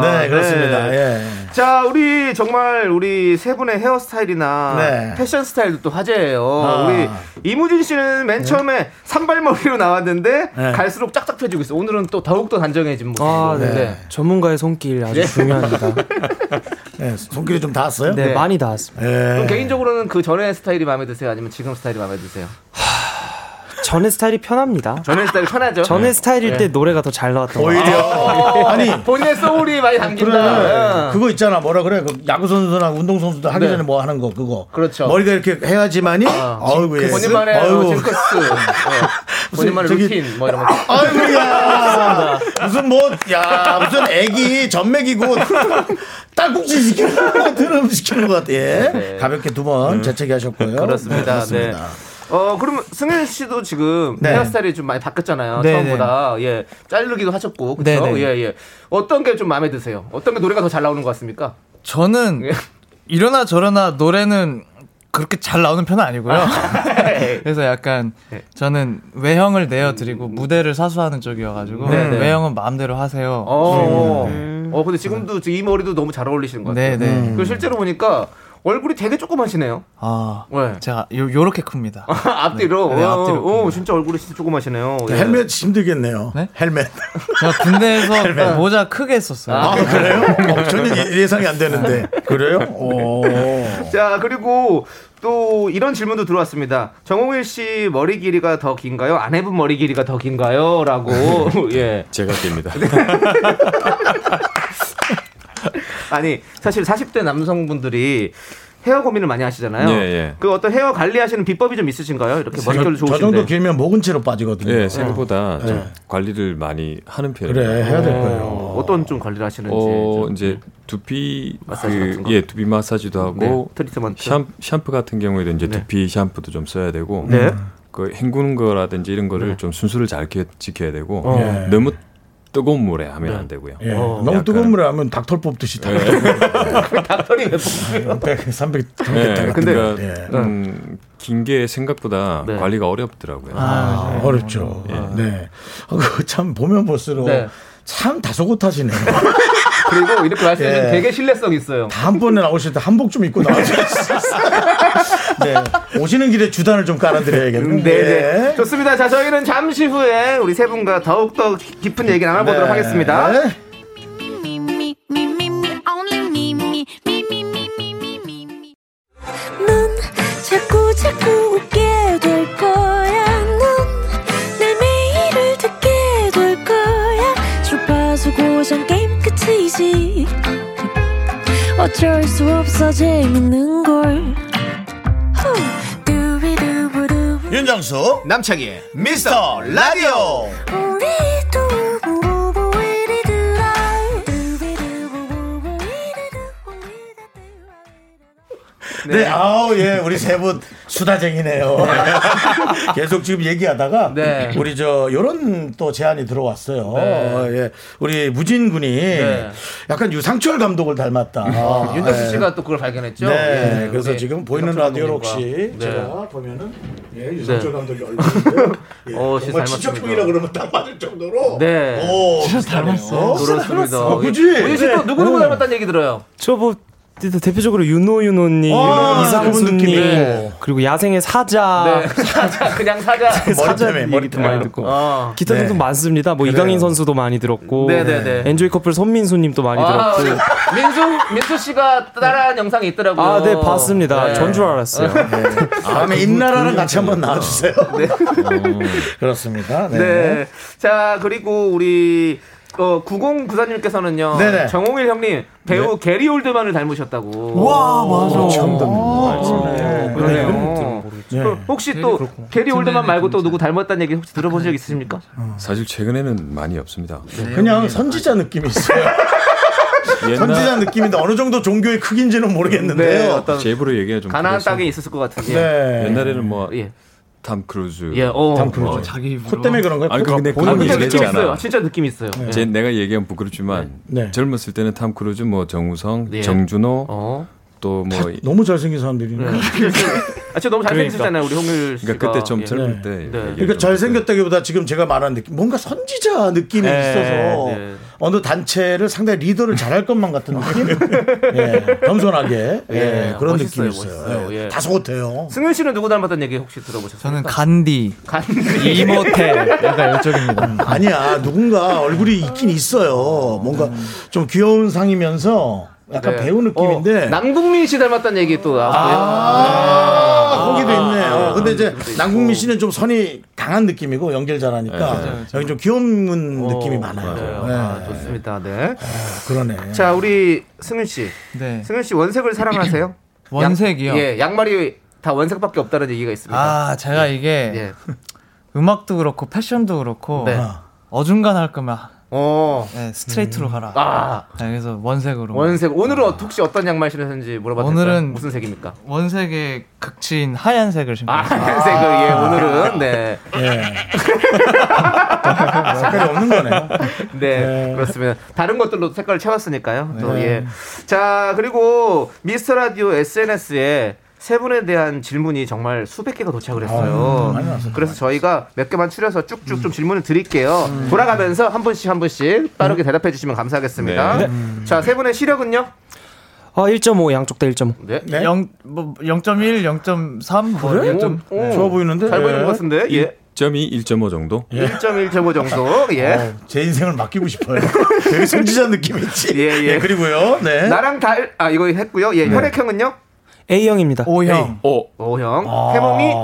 S1: 아, 네, 그렇습니다.
S2: 네.
S1: 예.
S2: 자, 우리 정말 우리 세 분의 헤어스타일이나
S1: 네.
S2: 패션 스타일도 또 화제예요.
S1: 아.
S2: 우리 이무진 씨는 맨 처음에 산발머리로 나왔는데
S1: 네.
S2: 갈수록 짝짝 펴지고 있어. 오늘은 또 더욱더 단정해진 모습.
S5: 아, 네. 전문가의 손길
S1: 네. (laughs)
S5: 아주 중요합니다.
S1: 예, 손길이 좀 닿았어요?
S5: 네, 많이 나왔습니다.
S2: 그럼
S1: 예.
S2: 개인적으로는 그 전에 스타일이 마음에 드세요? 아니면 지금 스타일이 마음에 드세요?
S5: 전의 스타일이 편합니다.
S2: 전에 스타일이 편하죠? 네.
S5: 전의
S1: 네.
S5: 스타일일 때 노래가 더 잘 나왔던 것 같아요.
S1: 오히려 아니
S2: 본인의 소울이 많이 담긴다.
S1: 그래
S2: 예.
S1: 그거 있잖아 뭐라 그래 그 야구 선수나 운동 선수들 하기
S2: 네.
S1: 전에 뭐 하는 거 그거
S2: 그렇죠.
S1: 머리가 이렇게 해야지만이 아이고 예.
S2: 네. 본인만의 뭐
S1: 아이고.
S2: 징크스, 예. 본인만의
S1: 저기-
S2: 루틴 뭐 이런 거.
S1: 아이고야 무슨 뭐 야 무슨 애기 전맥이고 (laughs) 딸꾹질 시키는 것 같아 드럼 시키는 것 같아 예.
S2: 네.
S1: 가볍게 두 번 재채기 하셨고요
S2: 그렇습니다.
S1: 네,
S2: 네. 어, 그러면 승현 씨도 지금
S1: 네.
S2: 헤어스타일이 좀 많이 바뀌었잖아요.
S4: 네,
S2: 처음보다. 예. 자르기도 하셨고. 그렇죠?
S4: 네, 네.
S2: 예, 예. 어떤 게 좀 마음에 드세요? 어떤 게 노래가 더 잘 나오는 것 같습니까? (laughs)
S4: 저는
S2: 예.
S4: 이러나 저러나 노래는 그렇게 잘 나오는 편은 아니고요. 그래서 약간
S2: 네.
S4: 저는 외형을 내어드리고 무대를 사수하는 쪽이어가지고
S2: 네, 네.
S4: 외형은 마음대로 하세요.
S2: 어. 어, 근데 지금도 이 머리도 너무 잘 어울리시는 것 같아요.
S4: 네, 네.
S2: 그리고 실제로 보니까 얼굴이 되게 조그마시네요.
S4: 아,
S2: 네.
S4: 제가 요, 요렇게 큽니다.
S2: (laughs) 앞뒤로.
S4: 네, 네,
S2: 어,
S4: 앞뒤로.
S2: 어, 진짜 얼굴이 진짜 조그마시네요. 예.
S1: 헬멧 힘들겠네요
S4: 네?
S1: 헬멧 (laughs)
S4: 제가
S2: (laughs)
S4: 군대에서 모자 크게 썼어요. 네.
S1: 아 그래요 어, 전혀 예- 예상이 안 되는데
S2: 네. (laughs)
S1: 그래요 오.
S2: 자, 그리고 또 이런 질문도 들어왔습니다. 정홍일 씨 머리 길이가 더 긴가요? 아내분 머리 길이가 더 긴가요? (laughs) 라고. 예.
S6: 제가
S2: (laughs)
S6: 깁니다.
S2: 아니, 사실 40대 남성분들이 헤어 고민을 많이 하시잖아요.
S6: 예, 예.
S2: 그 어떤 헤어 관리하시는 비법이 좀 있으신가요? 이렇게 머릿결
S1: 저, 저 정도
S2: 좋으신데.
S1: 길면 목은 채로 빠지거든요
S6: 예,
S2: 아.
S6: 생각보다
S2: 네.
S6: 좀 관리를 많이 하는 편이에요.
S1: 그래 해야 될 거예요
S2: 어, 어떤 좀 관리를 하시는지.
S6: 어,
S2: 좀. 네.
S6: 이제 두피
S2: 마사지
S6: 그,
S2: 같은 거?
S6: 예, 두피 마사지도
S2: 네,
S6: 하고
S2: 트리트먼트.
S6: 샴, 샴푸 같은 경우에도 이제
S2: 네.
S6: 두피 샴푸도 좀 써야 되고
S2: 네.
S6: 그 헹구는 거라든지 이런 거를 좀 순수를 잘 기- 지켜야 되고
S2: 네.
S1: 예.
S6: 너무 뜨거운 물에 하면 안 되고요.
S1: 예.
S2: 어, 예.
S1: 너무
S6: 약간-
S1: 뜨거운 물에 하면 닭털 뽑듯이 닭 (laughs)
S2: 닥터리 왜 뽑으세요?
S1: 300, 300,
S6: 예,
S1: 300
S6: 근데
S1: 근데
S6: 음, 긴 게 생각보다
S2: 네.
S6: 관리가 어렵더라고요.
S1: 아, 어렵죠. 네. 아, 그거 아, 참 보면 볼수록
S2: 예. 네.
S1: 참 다소곳하시네요.
S2: (laughs)
S1: (laughs)
S2: 그리고 이렇게 말씀하시면
S1: 예.
S2: 되게 신뢰성 있어요.
S1: 다음번에 나오실 때 한복 좀 입고 나와주세요. (laughs) 네. 오시는 길에 주단을 좀
S2: 음,
S1: 깔아드려야겠네요. 예.
S2: 네, 네. 좋습니다. 자, 저희는 잠시 후에 우리 세 분과 더욱더 깊- 깊은 얘기 나눠보도록 하겠습니다.
S1: 네.
S8: me, me, me, me, me, only me, me, me, me, me, me, me, me, me. 넌 자꾸 자꾸 웃게 될 거야. 넌내 매일을 듣게 될 거야. 주파수 고정 게임 끝이지. 어쩔 수 없어 재밌는 걸. 후. 두비두부두.
S1: 윤정수
S2: 남창희의 미스터 라디오.
S8: 우리 두부부부 우리 두라. 두비두부부부 우리 두, 우리 두, 우리 두.
S1: 네. 아우 예 우리 세 분 수다쟁이네요. (laughs) 계속 지금 얘기하다가
S2: 네.
S1: 우리 저 요런 또 제안이 들어왔어요. 어, 예. 우리 무진 군이 약간 유상철 감독을 닮았다.
S2: 네. 아, 윤정수
S1: 예.
S2: 씨가 또 그걸 발견했죠.
S1: 네,
S2: 예,
S1: 그래서
S2: 우리
S1: 지금 보이는
S2: 윤정수
S1: 라디오
S2: 감독님과.
S1: 혹시 어?
S2: 네.
S1: 제가 보면은 예, 유상철 감독이
S2: (laughs)
S1: 얼굴인데 예,
S2: 어,
S1: 정말
S2: 진짜 닮았습니다.
S1: 친척형이라 그러면 딱 맞을 정도로
S2: 네.
S1: 오, 닮았어.
S2: 그렇습니다.
S1: 어, 그지? 음.
S2: 우리 씨또 누구 누구 닮았다는 얘기 들어요.
S5: 저뭐 대표적으로 윤호 윤호님,
S1: 아, 그분
S5: 이상순님,
S1: 느낌이.
S5: 그리고 야생의
S1: 아.
S5: 사자,
S2: 네. (laughs) 사자
S1: (laughs)
S2: 그냥 사자.
S1: 머리 때문에 머리
S5: 얘기도 많이
S1: 때문에.
S5: 듣고
S2: 어.
S5: 기타
S1: 네.
S5: 등등 많습니다. 뭐 이강인 선수도 많이 들었고,
S2: 네네네.
S5: 엔조이 커플 손민수님도 많이
S2: 아,
S5: 들었고.
S2: 민수 민수 씨가 따라한 영상이 있더라고요.
S5: 아, 네 봤습니다. 전 줄 알았어요.
S1: 다음에 임나라랑 아, 같이 한번 나와주세요. (laughs) 그렇습니다. 네.
S2: 네. 자, 그리고 우리 어, 9094님께서는요.
S1: 네네. 네.
S2: 정홍일 형님 배우 게리 올드만을 닮으셨다고.
S1: 와, 맞아. 어, 아, 처음
S2: 어,
S1: 듣는
S2: 그러네요. 그 혹시 또 게리
S4: 아,
S2: 올드만 말고 또 누구 닮았다는 얘기 혹시 들어본 적 있으십니까?
S6: 사실 최근에는 많이 없습니다.
S1: 그냥 선지자 느낌이 있어요. 네. 선지자
S6: 옛날
S1: 느낌인데 어느 정도 종교의 크기인지는
S4: 네,
S1: 모르겠는데요.
S2: 네, 어떤
S6: 제 입으로 얘기가 좀
S2: 가나안
S6: 그래서
S2: 땅에 있었을 것 같은. 예.
S1: 네.
S6: 옛날에는 뭐 탐
S2: 예.
S6: 크루즈
S2: 예. 어.
S1: 어, 자기 코 때문에 그런 거예요?
S6: 아니
S1: 코-
S6: 근데
S2: 아,
S6: 그런
S2: 근데
S6: 얘기
S2: 느낌
S6: 있잖아.
S2: 있어요. 진짜 느낌 있어요. 예.
S6: 제 내가 얘기하면 부끄럽지만
S1: 네.
S6: 젊었을 때는 탐 크루즈, 뭐 정우성,
S2: 예.
S6: 정준호
S2: 어.
S6: 또 뭐
S1: 너무 잘생긴 사람들이네.
S2: 아, 진짜 너무 잘생기셨잖아요, 우리 홍일 씨가.
S6: 그러니까 그때 좀
S2: 예.
S6: 젊을 때 얘기를 좀
S1: 그러니까 잘생겼다기보다 지금 제가 말한 느낌 뭔가 선지자 느낌이 있어서
S2: 네.
S1: 어느 단체를 상당히 리더를 잘할 것만 같은 느낌 예, 겸손하게 예,
S2: 예,
S1: 그런 느낌이
S2: 멋있어요,
S1: 있어요
S2: 멋있어요. 예.
S1: 다소곳해요
S2: 승윤 씨는 누구 닮았다는 얘기 혹시 들어보셨어요? 네.
S4: 저는 간디,
S2: 간지.
S4: 이모텔 약간 이쪽입니다.
S1: 아니야 누군가 얼굴이 있긴 있어요 뭔가 좀 귀여운 상이면서 약간
S2: 음. 네.
S1: 배우 느낌인데
S2: 어, 남궁민 씨 닮았다는 얘기 또 나왔고요. 네.
S1: 아, 거기도 있네. 요 근데 이제
S2: 그것도 있고. 네,
S1: 남궁민 씨는 좀 선이 강한 느낌이고 연결 잘하니까 여기 좀 귀여운 느낌이 많아요.
S2: 어, 맞아요.
S1: 네.
S2: 아, 좋습니다. 네.
S1: 그러네.
S2: 자, 우리 승윤 씨.
S4: 네.
S2: 승윤 씨 원색을 사랑하세요?
S4: (clears throat) 원색이요?
S2: 양, 예, 양말이 다 원색밖에 없다는 얘기가 있습니다.
S4: 아 제가 이게
S2: 예.
S4: 음악도 그렇고 패션도 그렇고
S2: 네.
S4: 어중간할 거면
S2: (laughs) 어.
S4: 네, 스트레이트로 가라.
S2: 아.
S4: 네, 그래서 원색으로.
S2: 원색 오늘은 어- 혹시 어떤 양말 신으셨는지 물어봐도 될까요?
S4: 오늘은-
S2: 무슨 색입니까?
S4: 원색의 극치인 하얀색을 신고
S2: 아,
S4: 있어요.
S2: 색을 예, 오늘은 네.
S1: 색깔이 예. 없는 거네요.
S2: 네, 그렇습니다. 다른 것들로 색깔을 채웠으니까요. 또 예. 자, 그리고 미스터 라디오 SNS에 세 분에 대한 질문이 정말 수백 개가 도착을 했어요. 음. 그래서 저희가 몇 개만 추려서 쭉쭉 좀 질문을 드릴게요. 돌아가면서 한 분씩 한 분씩 빠르게 대답해 주시면 감사하겠습니다.
S6: 네.
S2: 자, 세 분의 시력은요?
S5: 아 1.5 양쪽 다 1.5.
S2: 네.
S1: 네?
S4: 영, 뭐, 0.1, 0.3, 뭐 그래?
S2: 오, 오.
S1: 좋아 보이는데?
S2: 잘 보이는
S1: 예.
S2: 것 같은데? 예.
S6: 1.2, 1.5 정도.
S2: 1.1 제모 정도. 예.
S1: 어, 제 인생을 맡기고 싶어요. 되게 성지자 느낌 있지.
S2: 예, 예.
S1: 그리고요. 네.
S2: 나랑 달, 아, 이거 했고요. 예. 혈액형은요?
S5: A형입니다.
S4: O형.
S6: 오,
S2: O형. 태몽이?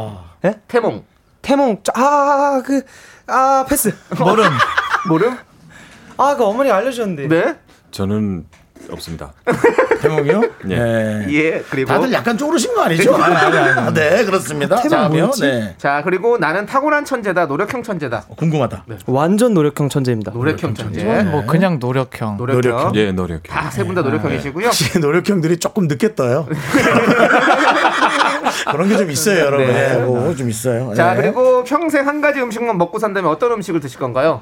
S5: 예?
S2: 태몽.
S5: 태몽 아그 아 패스.
S4: 모름.
S2: 모름?
S5: 아 그 어머니 가 알려주셨는데.
S2: 네.
S6: 저는 없습니다.
S1: 대목이요?
S6: 예.
S1: 네.
S2: 예, 그리고
S1: 다들 약간 쪼그르신 거 아니죠? 아니,
S2: 그러니까.
S1: 아니, 아니. (laughs) 네, 그렇습니다. 자, 네.
S2: 자 그리고 나는 탁월한 천재다 노력형 천재다
S1: 궁금하다.
S2: 네.
S5: 완전 노력형 천재입니다.
S2: 노력형 천재
S4: 뭐 그냥 노력형.
S2: 노력형,
S1: 노력형.
S6: 예, 노력.
S2: 다 세 분 다
S1: (laughs)
S2: 노력형이시고요
S1: 혹시 노력형들이 조금 늦게
S2: (laughs)
S1: 떠요. 그런 게 좀 있어요, 여러분.
S2: 네.
S1: 예, 뭐좀 있어요.
S2: 자
S1: 예.
S2: 그리고 평생 한 가지 음식만 먹고 산다면 어떤 음식을 드실 건가요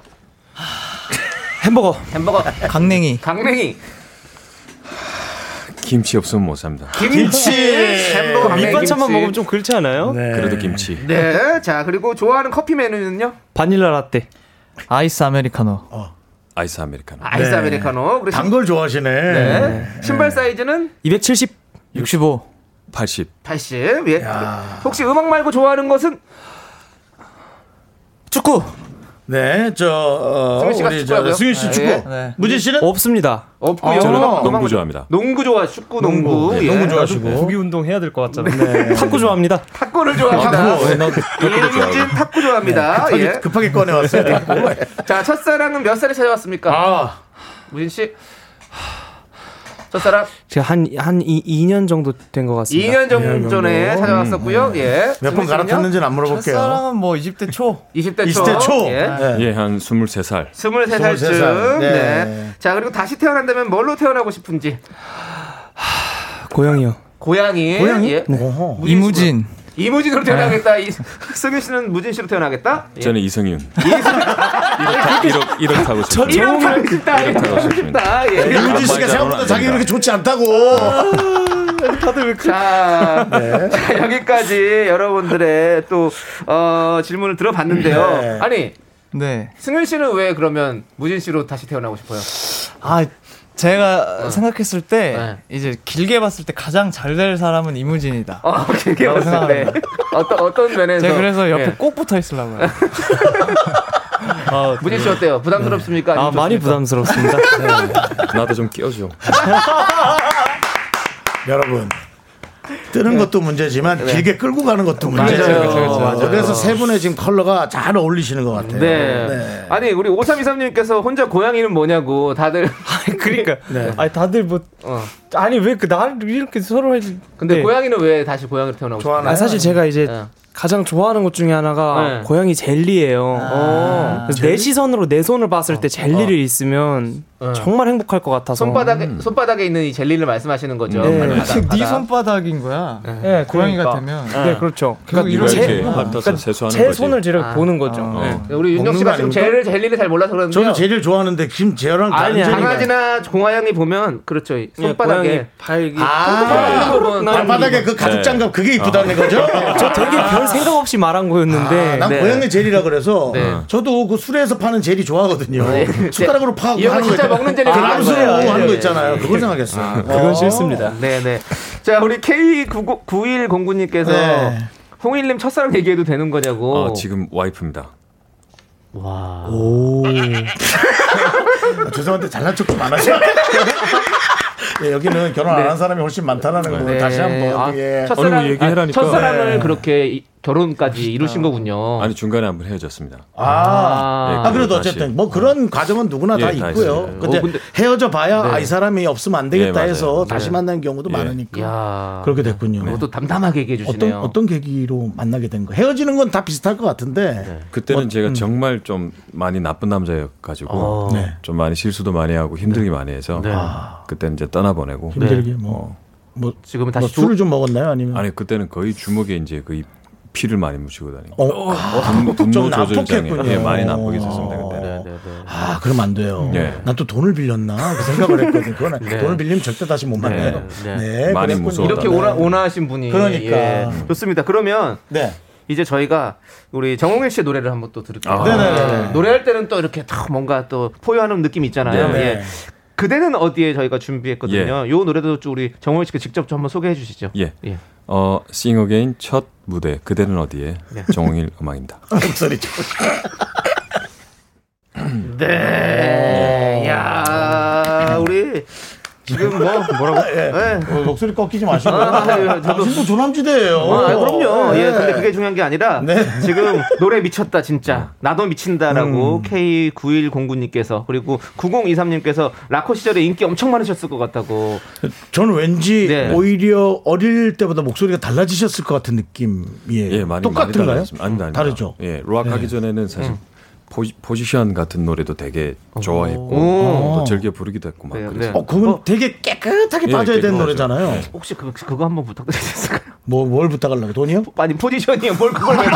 S5: 햄버거.
S2: 햄버거
S4: 강냉이.
S2: 강냉이
S6: 김치 없으면 못 삽니다.
S2: 김치 햄버거 강냉이
S5: 밑반찬만
S2: 김치.
S5: 먹으면 좀 그렇지 않아요?
S1: 네.
S6: 그래도 김치.
S2: 네, 자 그리고 좋아하는 커피 메뉴는요?
S5: 바닐라 라떼.
S4: 그 아이스 아메리카노.
S6: 아이스 아메리카노.
S2: 아이스
S1: 네.
S2: 아메리카노. 그리고
S1: 단 걸 좋아하시네.
S2: 네. 신발 사이즈는
S5: 270
S4: 65.
S6: 80.
S2: 80. 예. 혹시 음악 말고 좋아하는 것은 축구.
S1: 네, 저 어,
S2: 승윤 씨가
S1: 우리
S2: 축구하고요?
S1: 저 승윤 씨
S2: 아,
S1: 축구.
S2: 예.
S4: 네.
S1: 무진 씨는
S5: 없습니다.
S2: 없고요.
S6: 아, 저는
S2: 음악
S6: 농구
S2: 말고-
S6: 좋아합니다.
S2: 농구 좋아. 축구 농구.
S1: 네,
S2: 예.
S1: 농구 좋아하시고. 네.
S5: 운동 해야 될 것 같잖아요. 탁구 좋아합니다.
S2: 탁구를 네. 좋아합니다. 예진 탁구 좋아합니다.
S1: 어, 네, 급하게,
S2: 예.
S1: 급하게 꺼내왔어요.
S2: 자, 첫사랑은 몇 살에 찾아왔습니까?
S1: 아,
S2: 무진 씨. 첫사랑
S5: 제가 한한 2년 정도 된 것 같습니다.
S2: 2년
S1: 정도.
S2: 전에 찾아왔었고요. 예.
S1: 몇 번 갈아탔는지는 안 물어볼게요.
S4: 첫사랑은 뭐 20대 초.
S2: 20대 초.
S1: 20대 초.
S2: 예.
S1: 네.
S6: 예, 한 23살.
S2: 23살쯤.
S1: 23살.
S2: 네.
S1: 네.
S2: 자, 그리고 다시 태어난다면 뭘로 태어나고 싶은지.
S5: 고양이요.
S2: 고양이.
S5: 고양이?
S2: 예.
S1: 어허.
S2: 무진 씨로-
S4: 이무진.
S2: 이무진으로 태어나겠다. 이- 승윤 씨는 무진 씨로 태어나겠다. 예.
S6: 저는 이승윤. 이렇게 아, 이렇게 타고 싶어요.
S2: 이름 타고 싶다. 이름
S6: 타고
S2: 타고
S6: 싶습니다.
S2: 싶다. 예.
S1: 유진 씨가 생각보다 자기
S2: 아.
S1: 그렇게 좋지 않다고.
S2: 자, 자, 여기까지 여러분들의 또 어, 질문을 들어봤는데요.
S1: 네.
S2: 아니
S4: 네.
S2: 승윤 씨는 왜 그러면 무진 씨로 다시 태어나고 싶어요?
S4: 아 제가 생각했을 때
S2: 네.
S4: 이제 길게 봤을 때 가장 잘 될 사람은 이무진이다.
S2: 어, 길게
S4: 라고
S2: 봤을 때 어떤 어떤 면에서
S4: 제가 그래서 옆에
S2: 예.
S4: 꼭 붙어 있으려고요.
S2: 무진 씨 어때요? 부담스럽습니까?
S4: 네.
S5: 아
S2: 아니면
S5: 많이
S2: 좋습니까?
S5: 부담스럽습니다.
S6: 나도 좀 끼워줘.
S1: 여러분. 뜨는 것도 문제지만 길게 끌고 가는 것도 문제죠.
S2: 네. 맞아요. 그렇죠, 그렇죠,
S1: 맞아요. 그래서 세 분의 지금 컬러가 잘 어울리시는 것 같아요.
S2: 네. 아니 우리 5323님께서 혼자 고양이는 뭐냐고 다들
S5: 그러니까
S1: 네.
S5: 아니 다들 뭐
S2: 어.
S5: 아니 왜 그 나를 이렇게 서로 해
S2: 근데
S5: 네.
S2: 고양이는 왜 다시 고양이로 태어나고 싶어요?
S1: 좋아하나요?
S5: 아, 사실 제가 이제
S2: 네.
S5: 가장 좋아하는 것 중에 하나가
S2: 네.
S5: 고양이 젤리예요. 어. 그래서 내 시선으로 내 손을 봤을 때 젤리를 있으면
S2: 어.
S5: 정말 행복할 것 같아서
S2: 손바닥에 손바닥에 있는 이 젤리를 말씀하시는 거죠.
S5: 네.
S2: 바닥,
S4: 사실 네
S2: 바닥.
S4: 손바닥인 거야.
S5: 네,
S4: 고양이가
S5: 그러니까.
S4: 되면.
S5: 네 그렇죠.
S4: 계속
S6: 이거
S4: 이런
S5: 제-
S6: 이렇게 핥아서
S1: 그러니까
S6: 세수하는
S5: 제
S6: 거지. 어.
S5: 손을 저렇게
S2: 아.
S5: 보는 거죠.
S4: 아.
S5: 네.
S2: 우리 윤정
S1: 먹는
S2: 씨가
S1: 거
S2: 지금
S1: 아닙니까?
S2: 젤 젤리를 잘 몰라서 그런데
S1: 저는 제일 좋아하는데 지금 제어랑
S5: 아니,
S1: 완전히
S5: 강아지
S2: 강아지나 고양이 보면 그렇죠 이
S5: 예, 고양이
S2: 손바닥에
S5: 발기
S1: 아, 발바닥에 그 가죽
S6: 네.
S1: 장갑 그게 이쁘다는 거죠?
S5: 아. (laughs) 저 되게
S2: 아.
S5: 별 생각 없이 말한
S1: 아,
S5: 거였는데
S1: 난
S2: 네.
S1: 고양이 젤이라 그래서
S2: 네.
S1: 저도 그 술에서 파는 젤이 좋아하거든요.
S2: 네.
S1: (laughs) 숟가락으로 파고
S2: 이 형은 진짜 먹는 젤이
S1: 그
S2: 좋아하는
S1: 람수로
S2: 거예요.
S1: 하는
S2: 예,
S1: 거
S2: 예,
S1: 있잖아요.
S2: 예.
S1: 그건 생각했어요.
S5: 그건 싫습니다.
S2: 네네 자 우리 K9109님께서
S1: 네.
S2: 홍일님 첫사랑 얘기해도 되는 거냐고
S1: 어.
S6: 아, 지금 와이프입니다.
S1: 아, 죄송한데 잘난 척 좀 안
S2: (laughs)
S1: 하세요. 예, 여기는 결혼 안 한 사람이 훨씬 많다라는 거
S2: 네.
S1: 오늘 다시 한번
S2: 아,
S1: 예.
S2: 첫사랑,
S6: 어느 얘기해라니까.
S2: 아, 첫사랑을
S1: 네.
S2: 그렇게 이- 결혼까지 이루신
S1: 어.
S2: 거군요
S6: 아니 중간에 한번 헤어졌습니다.
S1: 아,
S2: 아,
S1: 아, 그래도
S6: 다시.
S1: 어쨌든 뭐 그런 과정은 누구나
S6: 예,
S1: 다
S6: 다
S1: 있고요.
S6: 있습니다.
S1: 근데,
S2: 어, 근데-
S1: 헤어져 봐야 아, 이 사람이 없으면 안 되겠다
S6: 예, 맞아요.
S1: 해서 다시
S2: 네.
S1: 만나는 경우도
S6: 예.
S1: 많으니까
S2: 야 네.
S1: 그렇게 됐군요.
S2: 또 담담하게 얘기해
S1: 어떤
S2: 주시네요
S1: 어떤 계기로 만나게 된 거? 헤어지는 건 다 비슷할 것 같은데.
S6: 그때는
S1: 음.
S6: 제가 정말 좀 많이 나쁜 남자여가지고
S2: 어.
S1: 네.
S6: 좀 많이 실수도 많이 하고 힘들게 많이 해서 아, 그때는 이제 떠나보내고
S1: 힘들게 뭐. 뭐,
S2: 네. 지금은
S1: 뭐
S2: 다시 조-
S1: 술을 좀 먹었나요? 아니면
S6: 네. 아니 그때는 거의 주먹에 이제 거의 피를 많이 묻히고 다니고
S1: 어,
S6: 분노,
S1: 좀
S6: 분노 조절장애
S1: 난폭했군요. 어,
S6: 예, 많이 난폭이 있었습니다 그때는
S2: 네, 네.
S1: 아, 그럼 안 돼요.
S6: 네.
S1: 난 또 돈을 빌렸나 그 생각을 했거든.
S2: (laughs)
S1: 그건 돈을 빌리면 절대 다시 못 만나요.
S2: 네.
S1: 네,
S6: 많이
S1: 그랬군요.
S6: 무서워.
S2: 이렇게
S6: 네.
S2: 오나, 오나하신 분이
S1: 그러니까.
S2: 예. 좋습니다 그러면
S1: 네,
S2: 이제 저희가 우리 정홍일 씨의 노래를 한번 또 들을게요.
S6: 아.
S1: 네네네.
S2: 네. 노래할 때는 또 이렇게 딱 뭔가 또 포효하는 느낌 있잖아요.
S6: 네.
S2: 예. 그대는 어디에 저희가 준비했거든요. 이 노래도 좀 우리 정홍일 씨가 직접 좀 한번 소개해 주시죠.
S1: 네.
S6: 예.
S2: 예.
S6: 어, 싱 어게인 첫 무대 그대는 어디에
S1: 네.
S6: 정홍일 음악입니다
S1: 아, 목소리 좋
S2: 네. 야 우리 지금 뭐 뭐라고? 예.
S1: 어, 목소리 꺾이지 마시고.
S2: 아, 예, 저도-
S1: 당신도 조남지대예요.
S2: 아, 아이, 그럼요.
S1: 네.
S2: 예, 근데 그게 중요한 게 아니라
S1: 네.
S2: 지금 노래 미쳤다 진짜. 나도
S1: 음.
S2: 미친다라고 K9109님께서 그리고 9023님께서 라코 시절에 인기 엄청 많으셨을 것 같다고.
S1: 저는 왠지
S2: 네.
S1: 오히려 어릴 때보다 목소리가 달라지셨을 것 같은 느낌이에요.
S6: 예 많이 많이
S1: 똑같은가요?
S6: 달라졌습니다. 아닙니다, 아닙니다.
S1: 다르죠.
S6: 예 락 하기 전에는 사실 포지, 포지션 같은 노래도 되게 좋아했고
S2: 오.
S6: 또 즐겨 부르기도 했고 막
S2: 네,
S6: 그래서
S2: 네.
S1: 어, 그건 되게 깨끗하게
S6: 예,
S1: 빠져야 되는
S6: 깨끗하죠.
S1: 노래잖아요.
S6: 네.
S2: 혹시 그, 그거 한번 부탁드리겠을까요? (laughs)
S1: 뭐, 뭘 부탁하려고? 돈이요?
S2: 아니 포지션이요 뭘 그걸 왜 네,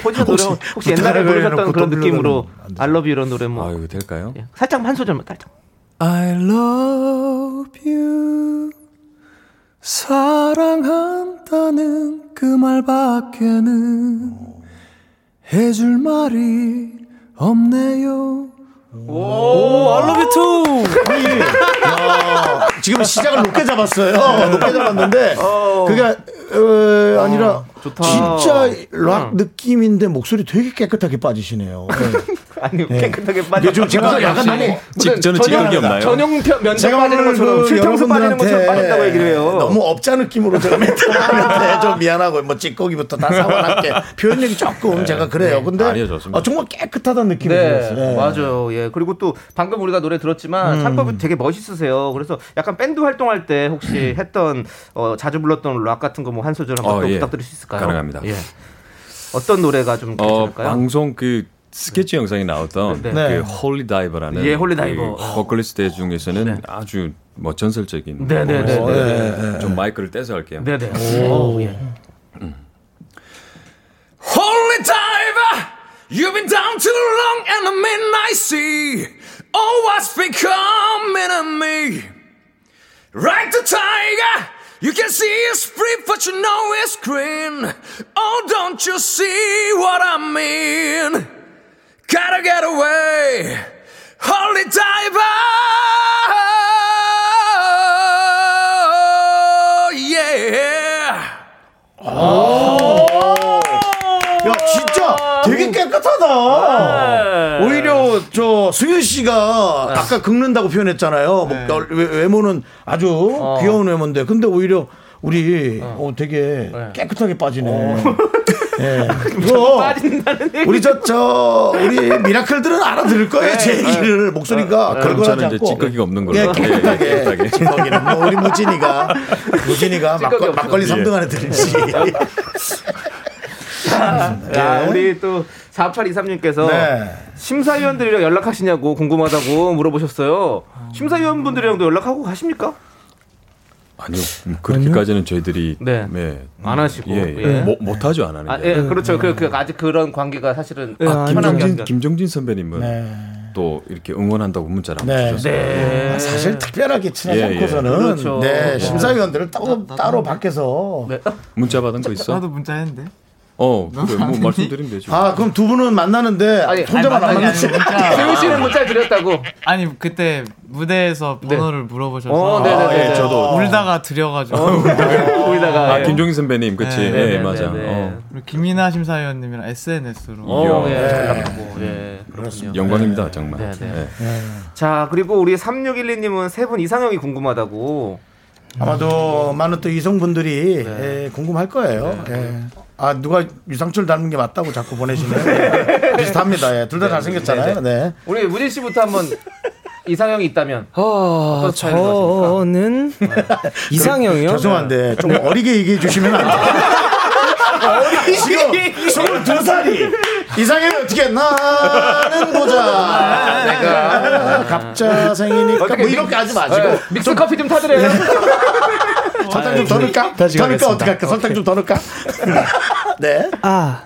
S2: 포지션 노래
S1: 혹시
S2: 혹시 옛날에
S1: 부탁을
S2: 부르셨던
S1: 해놓고
S2: 그런
S1: 또
S2: 느낌으로
S1: 불러달라면 뭐 안 되죠.
S2: 알러뷰 이런 노래 뭐
S6: 아 이거 될까요?
S2: 예, 살짝만 한 소절만 살짝 (laughs)
S6: I love you 사랑한다는 그 말밖에는 해줄 말이 없네요
S5: 오, 알러뷰 투.
S1: 아니, 야, 지금 시작을 높게 잡았어요. 높게 잡았는데 그게 어, 아니라 진짜 락 느낌인데 목소리 되게 깨끗하게 빠지시네요. 예.
S2: 아니 깨끗하게 빠져.
S1: 요즘 제가 약간 너무
S2: 무슨
S6: 저는 지각이 없나요?
S2: 전용 편- 면접 빠지는 것처럼
S1: 그
S2: 실평수 빠지는 것처럼
S1: 여러분들한테
S2: 빠졌다고 얘기를 해요.
S1: 너무 업자 느낌으로 제가 멘트를
S2: (laughs)
S1: 하는데 좀 미안하고 뭐 찌꺼기부터 다 사과할게 표현력이 조금 제가 그래요. 근데
S6: 아니요, 좋습니다.
S1: 어, 정말 깨끗하다는 느낌이
S2: 네,
S1: 들었어요. 예.
S2: 맞아요. 예. 그리고 또 방금 우리가 노래 들었지만
S6: 음.
S2: 창법이 되게 멋있으세요. 그래서 약간 밴드 활동할 때 혹시 했던 어, 자주 불렀던 락 같은 거 뭐 한 소절
S6: 음.
S2: 한번
S6: 어,
S2: 또
S6: 예.
S2: 부탁드릴 수 있을까요?
S6: 가능합니다.
S2: 예. 어떤 노래가 좀
S6: 어,
S2: 괜찮을까요?
S6: 방송 그 스케치 영상에 나왔던
S2: 네.
S1: 네.
S6: 그 홀리 다이버라는
S2: 예, 홀리 다이버.
S6: 그 보컬리스트 중에서는 아주 뭐 전설적인
S2: 네, 네, 네,
S6: 보컬리스트인데
S1: 네, 네,
S6: 좀 마이크를 떼서 할게요.
S2: 네네.
S6: Holy diver, uh, you've been down too long in the midnight sea. Oh, what's becoming of me? Like the tiger, you can see it's free, but you know it's green. Oh, don't you see what I mean? Gotta get away, holy diver. Yeah.
S1: 야 진짜 되게 깨끗하다. 오히려 저 승윤 씨가 아까 긁는다고 표현했잖아요. 뭐 외- 외모는 아주 귀여운 외모인데 근데 오히려 우리 어, 되게 깨끗하게 빠지네. 예. 이거 우리 저, 저 우리 미라클들은 알아들을 거예요. 제 얘기를 목소리가 걸걸하지
S6: 저는 이제
S1: 않고
S6: 찌꺼기가 없는 걸로.
S1: 예,
S6: 예, 예,
S1: 깨끗하게.
S6: 깨끗하게.
S1: 찌꺼기는 뭐 우리 무진이가 무진이가 막걸-
S2: 없어요.
S1: 막걸리 3등 안에 들지.
S6: 네.
S2: 야, 아, 우리 또 4823님께서
S1: 네.
S2: 심사위원들이랑 연락하시냐고 궁금하다고 물어보셨어요. 심사위원분들이랑도 연락하고 가십니까?
S6: 아니요. 음, 그렇게까지는 저희들이
S2: 네. 안 하시고.
S6: 예, 예.
S2: 예.
S6: 못, 못하죠 안 하는
S2: 아,
S6: 게.
S2: 예, 그렇죠. 그, 그 아직 그런 관계가 사실은
S5: 아,
S2: 편한
S6: 김정진
S2: 관계가.
S6: 김정진 선배님은 또 이렇게 응원한다고 문자를 한번
S1: 네.
S6: 주셨어요. 아,
S2: 네.
S1: 사실 특별하게 친하지
S6: 예, 예.
S1: 않고서는
S2: 그렇죠.
S1: 네, 심사위원들을 따로 따로 밖에서
S2: 네.
S6: 문자 받은 거 있어?
S4: 나도 문자 했는데.
S6: 어, 그래, 뭐 말씀드리면 되죠.
S1: 아 그럼 두 분은 만나는데
S2: 아니,
S1: 혼자만 안
S4: 아니,
S1: 만나지
S4: 아니,
S1: (laughs)
S4: 문자.
S2: 세훈 씨는 문자 드렸다고.
S4: 아니 그때 무대에서 번호를 물어보셔서
S2: 네. 어, 네네네. 어, 아, 예,
S6: 저도.
S4: 울다가 드려가지고
S2: 거기다가
S6: 아,
S2: 예.
S6: 김종인 선배님, 그치?
S4: 네,
S6: 예,
S4: 네,
S6: 맞아. 어.
S4: 우리 김이나 심사위원님이랑 SNS로
S2: 어, 예,
S6: 이야,
S1: 네.
S2: 연락하고, 예. 그렇군요.
S6: 영광입니다, 정말.
S2: 네, 네.
S6: 예.
S2: 자, 그리고 우리 3612님은 세 분 이상형이 궁금하다고.
S1: 아마도 많은 또 이성분들이
S2: 네.
S1: 예, 궁금할 거예요. 예. 아 누가 유상철 닮은 게 맞다고 자꾸 보내시네요. 예. 비슷합니다. 둘 다 잘생겼잖아요. 네.
S2: 우리 무진
S1: (laughs)
S2: 씨부터 한번 이상형이 있다면.
S1: 어,
S5: 아,
S2: 스타일인 것 어.
S5: 저는 (laughs) 이상형이요.
S1: 죄송한데 좀 어리게 얘기해 주시면 안 돼요. 지금 스물두 살이 이상형이 어떻게 나는
S2: 네,
S1: 보자 내가 갑자생이니까 뭐 이렇게 하지 마시고
S2: 믹스 커피 좀 타드려요.
S1: 설탕 어, 좀 더 넣을까? 더 넣을까? 어떻게 할까? 설탕 좀 더 넣을까? 네.
S5: 아,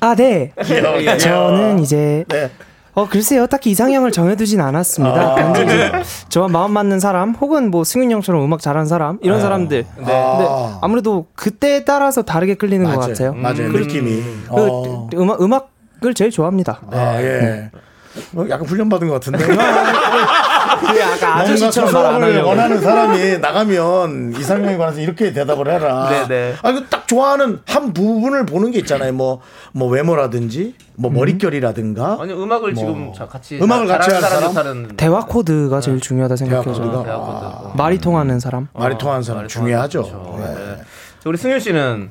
S5: 아, 네.
S1: 예,
S5: 저는 이제
S1: 네.
S5: 어 글쎄요 딱히 이상형을 정해두진
S1: 아.
S5: 않았습니다. 단지
S1: 네.
S5: 이제 저와 마음 맞는 사람 혹은 뭐 승윤 형처럼 음악 잘하는 사람 이런 사람들. 네. 근데
S1: 네. 아.
S5: 아무래도 그때에 따라서 다르게 끌리는
S1: 맞아요.
S5: 것 같아요.
S1: 음. 맞아요. 느낌이.
S5: 그
S1: 어.
S5: 음악 음악을 제일 좋아합니다.
S1: 아, 예. 어, 약간 훈련받은 것 같은데.
S5: 아까
S1: 뭔가
S5: 아저씨처럼 말 안
S1: 소설을
S5: 하려고.
S1: 원하는 사람이 나가면 이상형에 관해서 이렇게 대답을 해라.
S2: 네네.
S1: 아, 이거 딱 좋아하는 한 부분을 보는 게 있잖아요. 뭐, 뭐 외모라든지, 뭐 머릿결이라든가.
S2: 아니, 음악을
S1: 뭐.
S2: 지금 자- 같이.
S1: 음악을 같이
S2: 잘하는
S1: 하는
S2: 사람.
S5: 대화 코드가 제일 중요하다 생각해서
S1: 네. 대화코드가 음.
S2: 대화코드.
S5: 말이 통하는 사람.
S1: 말이 통하는 아, 사람
S2: 말이
S1: 중요하죠.
S2: 통하는
S1: 네.
S2: 거죠. 네. 자, 우리 승윤 씨는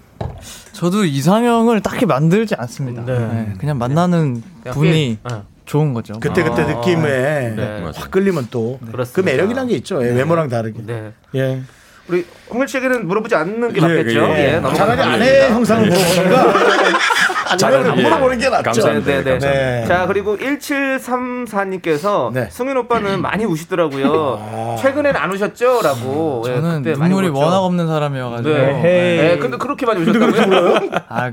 S4: 저도 이상형을 딱히 만들지 않습니다. 네, 그냥 만나는
S2: 그냥
S4: 분이
S2: 필- 어,
S4: 좋은 거죠.
S1: 그때 그때 느낌에 확 끌리면 또 그
S2: 그렇습니다.
S1: 매력이란 게 있죠. 예, 외모랑 다르게.
S2: 네.
S1: 예.
S2: 우리 홍일 씨에게는 물어보지 않는 게
S6: 예,
S2: 맞겠죠.
S6: 예, 예.
S2: 예, 넘어가도록
S1: 차라리
S2: 하겠습니다.
S1: 아내 형상을 물어보는가? 아니면
S6: 예.
S1: 물어보는 게 낫죠.
S6: 감사합니다.
S2: 네, 네, 네.
S1: 네.
S2: 자, 그리고 1734님께서
S1: 네.
S2: 승윤 오빠는 많이 우시더라고요. 최근엔 안 우셨죠? 라고. 예,
S4: 음, 저는
S2: 그때 많이
S4: 눈물이
S2: 울었죠.
S4: 워낙 없는 사람이어가지고.
S2: 네.
S4: 네.
S2: 예, 근데 그렇게 많이 우셨다고요?
S4: 아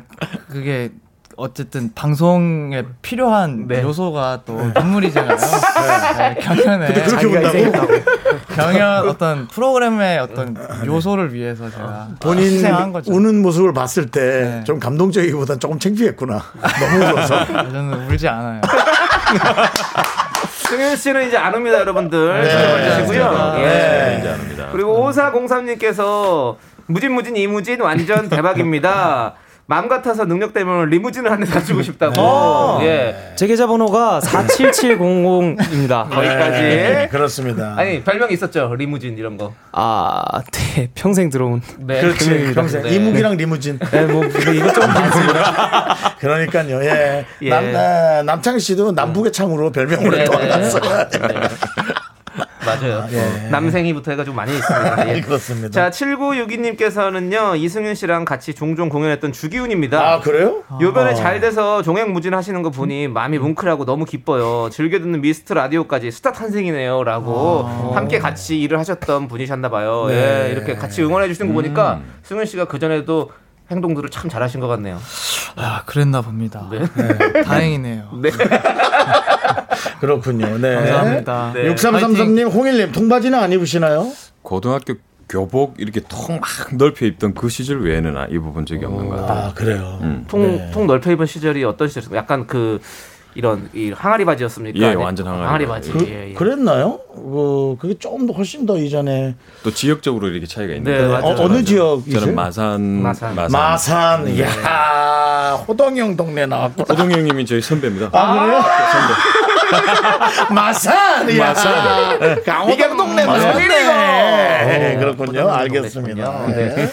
S4: 그게 어쨌든 방송에 필요한
S2: 네.
S4: 요소가 또 눈물이잖아요. 네, 경연에
S1: 근데 그렇게
S4: 자기가
S1: 운다고?
S4: 이제 경연 어떤 프로그램의 어떤
S2: 네.
S4: 요소를 위해서 제가
S1: 본인
S4: 희생한 거죠.
S1: 우는 모습을 봤을 때 (laughs)
S4: 네.
S1: 좀 감동적이기보단 조금 창피했구나. 너무 울어서.
S4: 저는 울지 않아요.
S2: (laughs) 승윤 씨는 이제 안 옵니다, 여러분들.
S4: 맞습니다.
S2: 찾아봐주시고요.
S1: 네.
S2: 예.
S7: 이제 아닙니다.
S2: 그리고 5403님께서 무진무진 이무진 완전 대박입니다. (laughs) 맘 같아서 능력 되면 리무진을 한 대 사주고 싶다고.
S1: 네.
S2: 예.
S5: 제 계좌번호가 47700입니다.
S2: 거기까지.
S1: 네, 그렇습니다.
S2: 예. 아니, 별명이 있었죠. 리무진 이런 거.
S5: 아, 네, 평생 들어온.
S2: 네.
S1: 그렇지. 평생
S2: 네.
S1: 이무기랑 리무진.
S5: 네, 뭐, 근데 이것 좀
S1: 그러니까요. 예.
S2: 예.
S1: 남, 아, 남창희 씨도 남북의 창으로 별명을
S2: 네,
S1: 또
S2: 네.
S1: 알았어요.
S2: 네. 맞아요. 어.
S1: 예.
S2: 남생이부터 해가 좀 많이
S1: 아,
S2: 있습니다.
S1: (laughs)
S2: 예.
S1: 그렇습니다.
S2: 자, 7962님께서는요, 이승윤 씨랑 같이 종종 공연했던 주기훈입니다.
S1: 아, 그래요?
S2: 요번에 잘 돼서 종횡무진 하시는 거 보니 마음이 뭉클하고 너무 기뻐요. 즐겨 듣는 미스트 라디오까지 스타 탄생이네요. 라고 함께 같이 일을 하셨던 분이셨나봐요.
S1: 아. 네. 음.
S2: 예, 이렇게 같이 응원해 주시는 거 보니까 승윤 씨가 그전에도 행동들을 참 잘하신 것 같네요.
S4: 아, 그랬나 봅니다. 네. 다행이네요.
S2: 네.
S1: 그렇군요. 네.
S4: 감사합니다.
S2: 네.
S1: 6333님, 홍일님, 통바지는 안 입으시나요?
S9: 고등학교 교복 이렇게 통 막 넓혀 입던 그 시절 외에는 아, 입어본 적이 없는 것 같아요.
S1: 아, 그래요.
S2: 통, 통 넓혀 입은 시절이 어떤 시절이었습니까? 약간 그, 이런, 이 항아리 바지였습니까?
S9: 예,
S2: 아니면-
S9: 완전 항아리 바지.
S2: 바지.
S1: 그,
S2: 예, 예.
S1: 그랬나요? 어, 그게 조금 더 훨씬 더 이전에
S9: 또 지역적으로 이렇게 차이가 있는데
S2: 네, 맞아요.
S1: 어, 어느 지역이세요?
S9: 저는 마산
S2: 마산. 네.
S1: 마산, 이야, 호동형 동네 나왔구나.
S9: 호동 형님이 저희 선배입니다.
S1: 아, 그래요? 마산, 이야. (laughs)
S2: 네.
S1: 마산. 강호동 동네 맞네.
S2: 어,
S1: 네, 그렇군요. 알겠습니다. 네.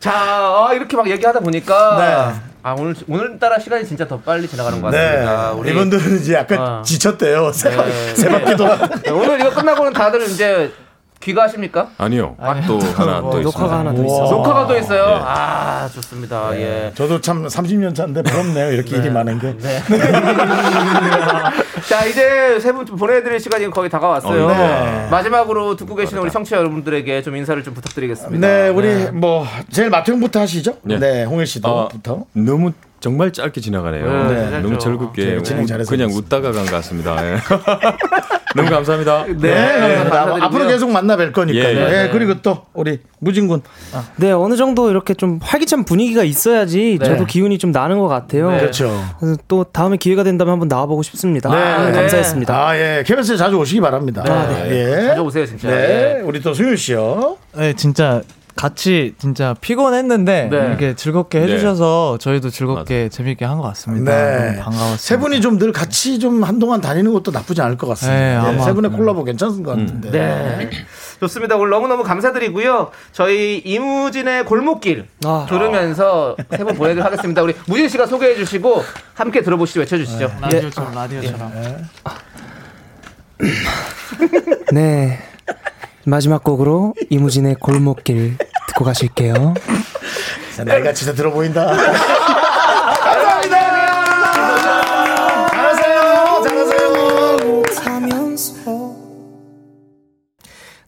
S2: 자, 아, 이렇게 막 얘기하다 보니까
S1: 네.
S2: 아, 오늘 오늘따라 시간이 진짜 더 빨리 지나가는 것
S1: 네.
S2: 같습니다. 아, 우리
S1: 이분들은 이제 약간
S2: 어.
S1: 지쳤대요. 세 바-
S2: 네.
S1: 세 바퀴 돌아.
S2: 네, (laughs) 오늘 이거 끝나고는 다들 이제 귀가하십니까?
S9: 아니요. 또 하나 또
S5: 녹화가 하나 더 있어.
S2: 녹화가 또 있어요.
S1: 예.
S2: 아, 좋습니다.
S1: 네.
S2: 예.
S1: 저도 참 30년 차인데 부럽네요. 이렇게 일이 많은 게.
S2: 자, 이제 세 분 보내드릴 시간이 거의 다가왔어요.
S9: 어,
S1: 네.
S2: 마지막으로 듣고 계시는 우리 청취자 여러분들에게 좀 인사를 좀 부탁드리겠습니다.
S1: 네, 우리 뭐 제일 마통부터 하시죠.
S9: 네.
S1: 네, 홍일
S2: 어.
S1: 씨도부터.
S9: 너무 정말 짧게 지나가네요.
S2: 네, 네.
S9: 너무
S2: 잘죠.
S9: 즐겁게
S1: 네, 진행
S9: 웃-
S1: 잘해서
S9: 그냥
S1: 그렇습니다.
S9: 웃다가 간 것 같습니다. 예. (laughs) 너무 감사합니다.
S2: 네, 감사드리고요.
S1: 앞으로 계속 만나 뵐 거니까요.
S9: 예, 예.
S1: 예, 그리고 또 우리 무진군.
S5: 네, 어느 정도 이렇게 좀 활기찬 분위기가 있어야지 저도 기운이 좀 나는 것 같아요.
S1: 네. 그렇죠.
S5: 그래서 또 다음에 기회가 된다면 한번 나와보고 싶습니다. 아,
S2: 네.
S5: 감사했습니다.
S1: 아, 예. KBS에 자주 오시기 바랍니다. 예.
S2: 자주 오세요, 진짜.
S1: 네,
S2: 예.
S1: 우리 또 수윤 씨요.
S4: 네, 진짜 같이 진짜 피곤했는데
S2: 네.
S4: 이렇게 즐겁게 해주셔서 저희도 즐겁게 재밌게 한 것 같습니다.
S1: 네.
S4: 너무 반가웠습니다.
S1: 세 분이 좀 늘 같이 좀 한동안 다니는 것도 나쁘지 않을 것 같습니다.
S4: 네,
S1: 예,
S4: 아마.
S1: 세 분의 콜라보 괜찮은 것 같은데.
S2: 네. 좋습니다. 오늘 너무너무 감사드리고요. 저희 이무진의 골목길
S5: 아.
S2: 들으면서 세 분 보내드리도록 하겠습니다. 우리 무진 씨가 소개해 주시고 함께 들어보시죠. 외쳐주시죠.
S1: 네. 예.
S4: 라디오처럼 라디오처럼.
S5: 네. 마지막 곡으로 이무진의 골목길 듣고 가실게요.
S2: 네.
S1: 자, 나이가 진짜 들어 보인다. 감사합니다. 잘하세요. 잘하세요.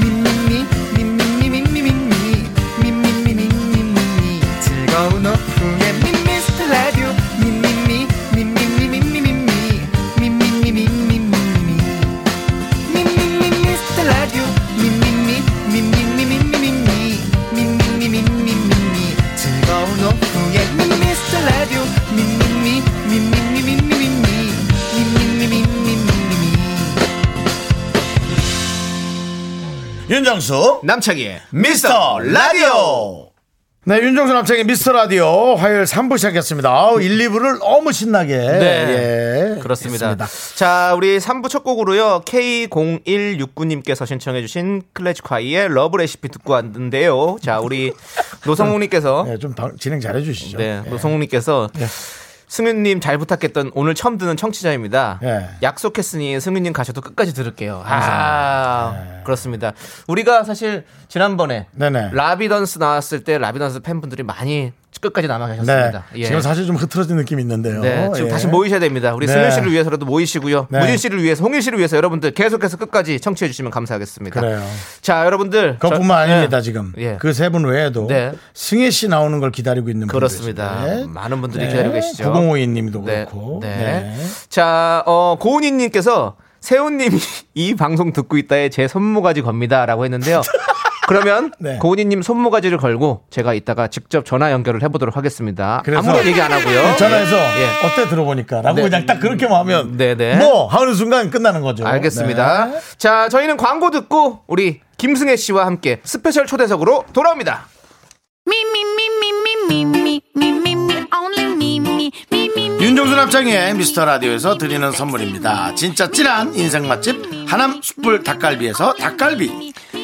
S10: 미미미 미미미미미미 미미미미미미 즐거운 오후에 미스터 라디오 미미미 미미미미미미 미미미미미미 미미미 미스터 라디오 미미미 미미미미미미 미미미미미미 즐거운 오후에 미스터 라디오 미미미 미미미미미미 미미미미미미
S1: 윤정수
S2: 남창희의
S1: 미스터 라디오. 네, 윤정수 남창의 미스터 라디오 화요일 3부 시작했습니다. 아우, 1, 2부를 너무 신나게. 네. 예.
S2: 그렇습니다.
S1: 했습니다.
S2: 자, 우리 3부 첫 곡으로요. K0169님께서 신청해주신 클래식콰이의 러브 레시피 듣고 왔는데요. 자, 우리 노성욱님께서
S1: 네, 그렇죠. 좀 방- 진행 잘해 주시죠.
S2: 어?
S1: 예.
S2: 네, 노성욱님께서 승윤님 잘 부탁했던 오늘 처음 듣는 청취자입니다.
S1: 예.
S2: 약속했으니 승윤님 가셔도 끝까지 들을게요. 아, 그렇습니다. 우리가 사실 지난번에
S1: 네. 네네.
S2: 라비던스 나왔을 때 라비던스 팬분들이 많이 끝까지 남아
S1: 네.
S2: 계셨습니다. 예.
S1: 지금 사실 좀 흐트러진 느낌이 있는데요.
S2: 네, 지금
S1: 예.
S2: 다시 모이셔야 됩니다. 우리
S1: 네.
S2: 승윤 씨를 위해서라도 모이시고요.
S1: 네.
S2: 무진 씨를 위해서, 홍일 씨를 위해서 여러분들 계속해서 끝까지 청취해 주시면 감사하겠습니다.
S1: 그래요.
S2: 자, 여러분들.
S1: 그것뿐만
S2: 저-
S1: 아닙니다
S2: 네.
S1: 지금
S2: 예.
S1: 그 세 분 외에도
S2: 네.
S1: 승혜 씨 나오는 걸 기다리고 있는 분들
S2: 그렇습니다.
S1: 계신데.
S2: 많은 분들이 기다리고 계시죠.
S1: 9052님도
S2: 네.
S1: 그렇고
S2: 네.
S1: 네.
S2: 자, 어, 고은희 님께서 세훈님이 (laughs) 이 방송 듣고 있다에 제 손모가지 겁니다. 라고
S1: (laughs)
S2: 했는데요. 그러면
S1: 네.
S2: 고은희 님 손모가지를 걸고 제가 이따가 직접 전화 연결을 해보도록 하겠습니다.
S1: 그래서
S2: 아무런 얘기 안 하고요.
S1: 전화해서
S2: 예.
S1: 어때 들어보니까라고
S2: 네.
S1: 그냥 딱 그렇게만 하면
S2: 네, 네.
S1: 뭐 하는 순간 끝나는 거죠.
S2: 알겠습니다.
S1: 네.
S2: 자, 저희는 광고 듣고 우리 김승혜 씨와 함께 스페셜 초대석으로 돌아옵니다.
S1: 윤종수 남창의 미스터 라디오에서 드리는 선물입니다. 진짜 찐한 인생 맛집 하남 숯불 닭갈비에서 닭갈비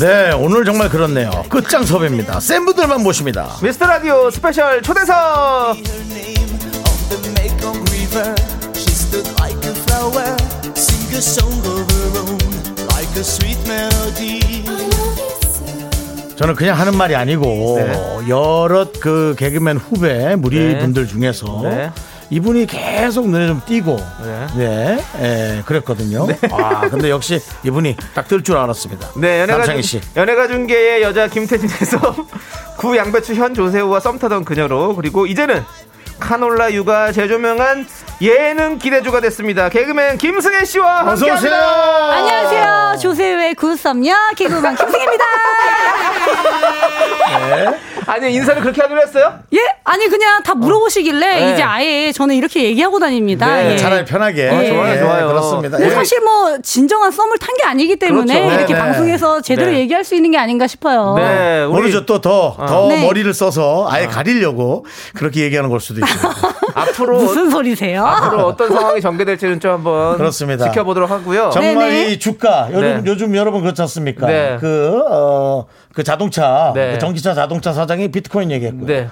S1: 네 오늘 정말 그렇네요 끝장 섭입니다 센 분들만 모십니다
S2: 미스터 라디오 스페셜 초대석!
S1: 저는 그냥 하는 말이 아니고
S2: 네.
S1: 여러 그 개그맨 후배 무리분들 중에서
S2: 네.
S1: 이분이 계속 눈에 좀 띄고 네, 예, 그랬거든요. 아 근데 역시 이분이 딱 뜰 줄 알았습니다.
S2: 네, 연예가,
S1: 남창희 씨.
S2: 연예가 중계의 여자 김태진에서 (laughs) 구 양배추 현 조세호와 썸타던 그녀로 그리고 이제는 카놀라 육아 재조명한 예능 기대주가 됐습니다. 개그맨 김승혜 씨와
S1: 어서 오세요.
S2: 함께합니다.
S11: 안녕하세요. 조세우의 구썸녀 개그우먼 김승입니다.
S2: 아니 인사를 그렇게 하기로 했어요?
S11: 예? 아니 그냥 다 물어보시길래
S2: 네.
S11: 이제 아예 저는 이렇게 얘기하고 다닙니다.
S2: 네,
S11: 예.
S1: 차라리 편하게. 네,
S11: 좋아요,
S2: 좋아요. 네,
S1: 그렇습니다.
S11: 근데
S1: 예.
S11: 사실 뭐 진정한 썸을 탄 게 아니기 때문에
S2: 그렇죠.
S11: 이렇게
S1: 네, 네.
S11: 방송에서 제대로
S2: 네.
S11: 얘기할 수 있는 게 아닌가 싶어요.
S2: 네, 우리
S1: 모르죠 또 더 더
S11: 네.
S1: 머리를 써서 아예 가리려고 그렇게 얘기하는 걸 수도 있어요. 아,
S2: 앞으로
S11: 무슨 소리세요?
S2: 앞으로 어떤 상황이 전개될지는 좀 한번
S1: 그렇습니다.
S2: 지켜보도록 하고요.
S1: 정말
S11: 네네.
S1: 이 주가 요즘
S2: 어. 네.
S1: 요즘 여러분 그렇지 않습니까?
S2: 네.
S1: 그 어, 그 자동차
S2: 네.
S1: 그 전기차 자동차 사장이 비트코인 얘기했고요.
S2: 네.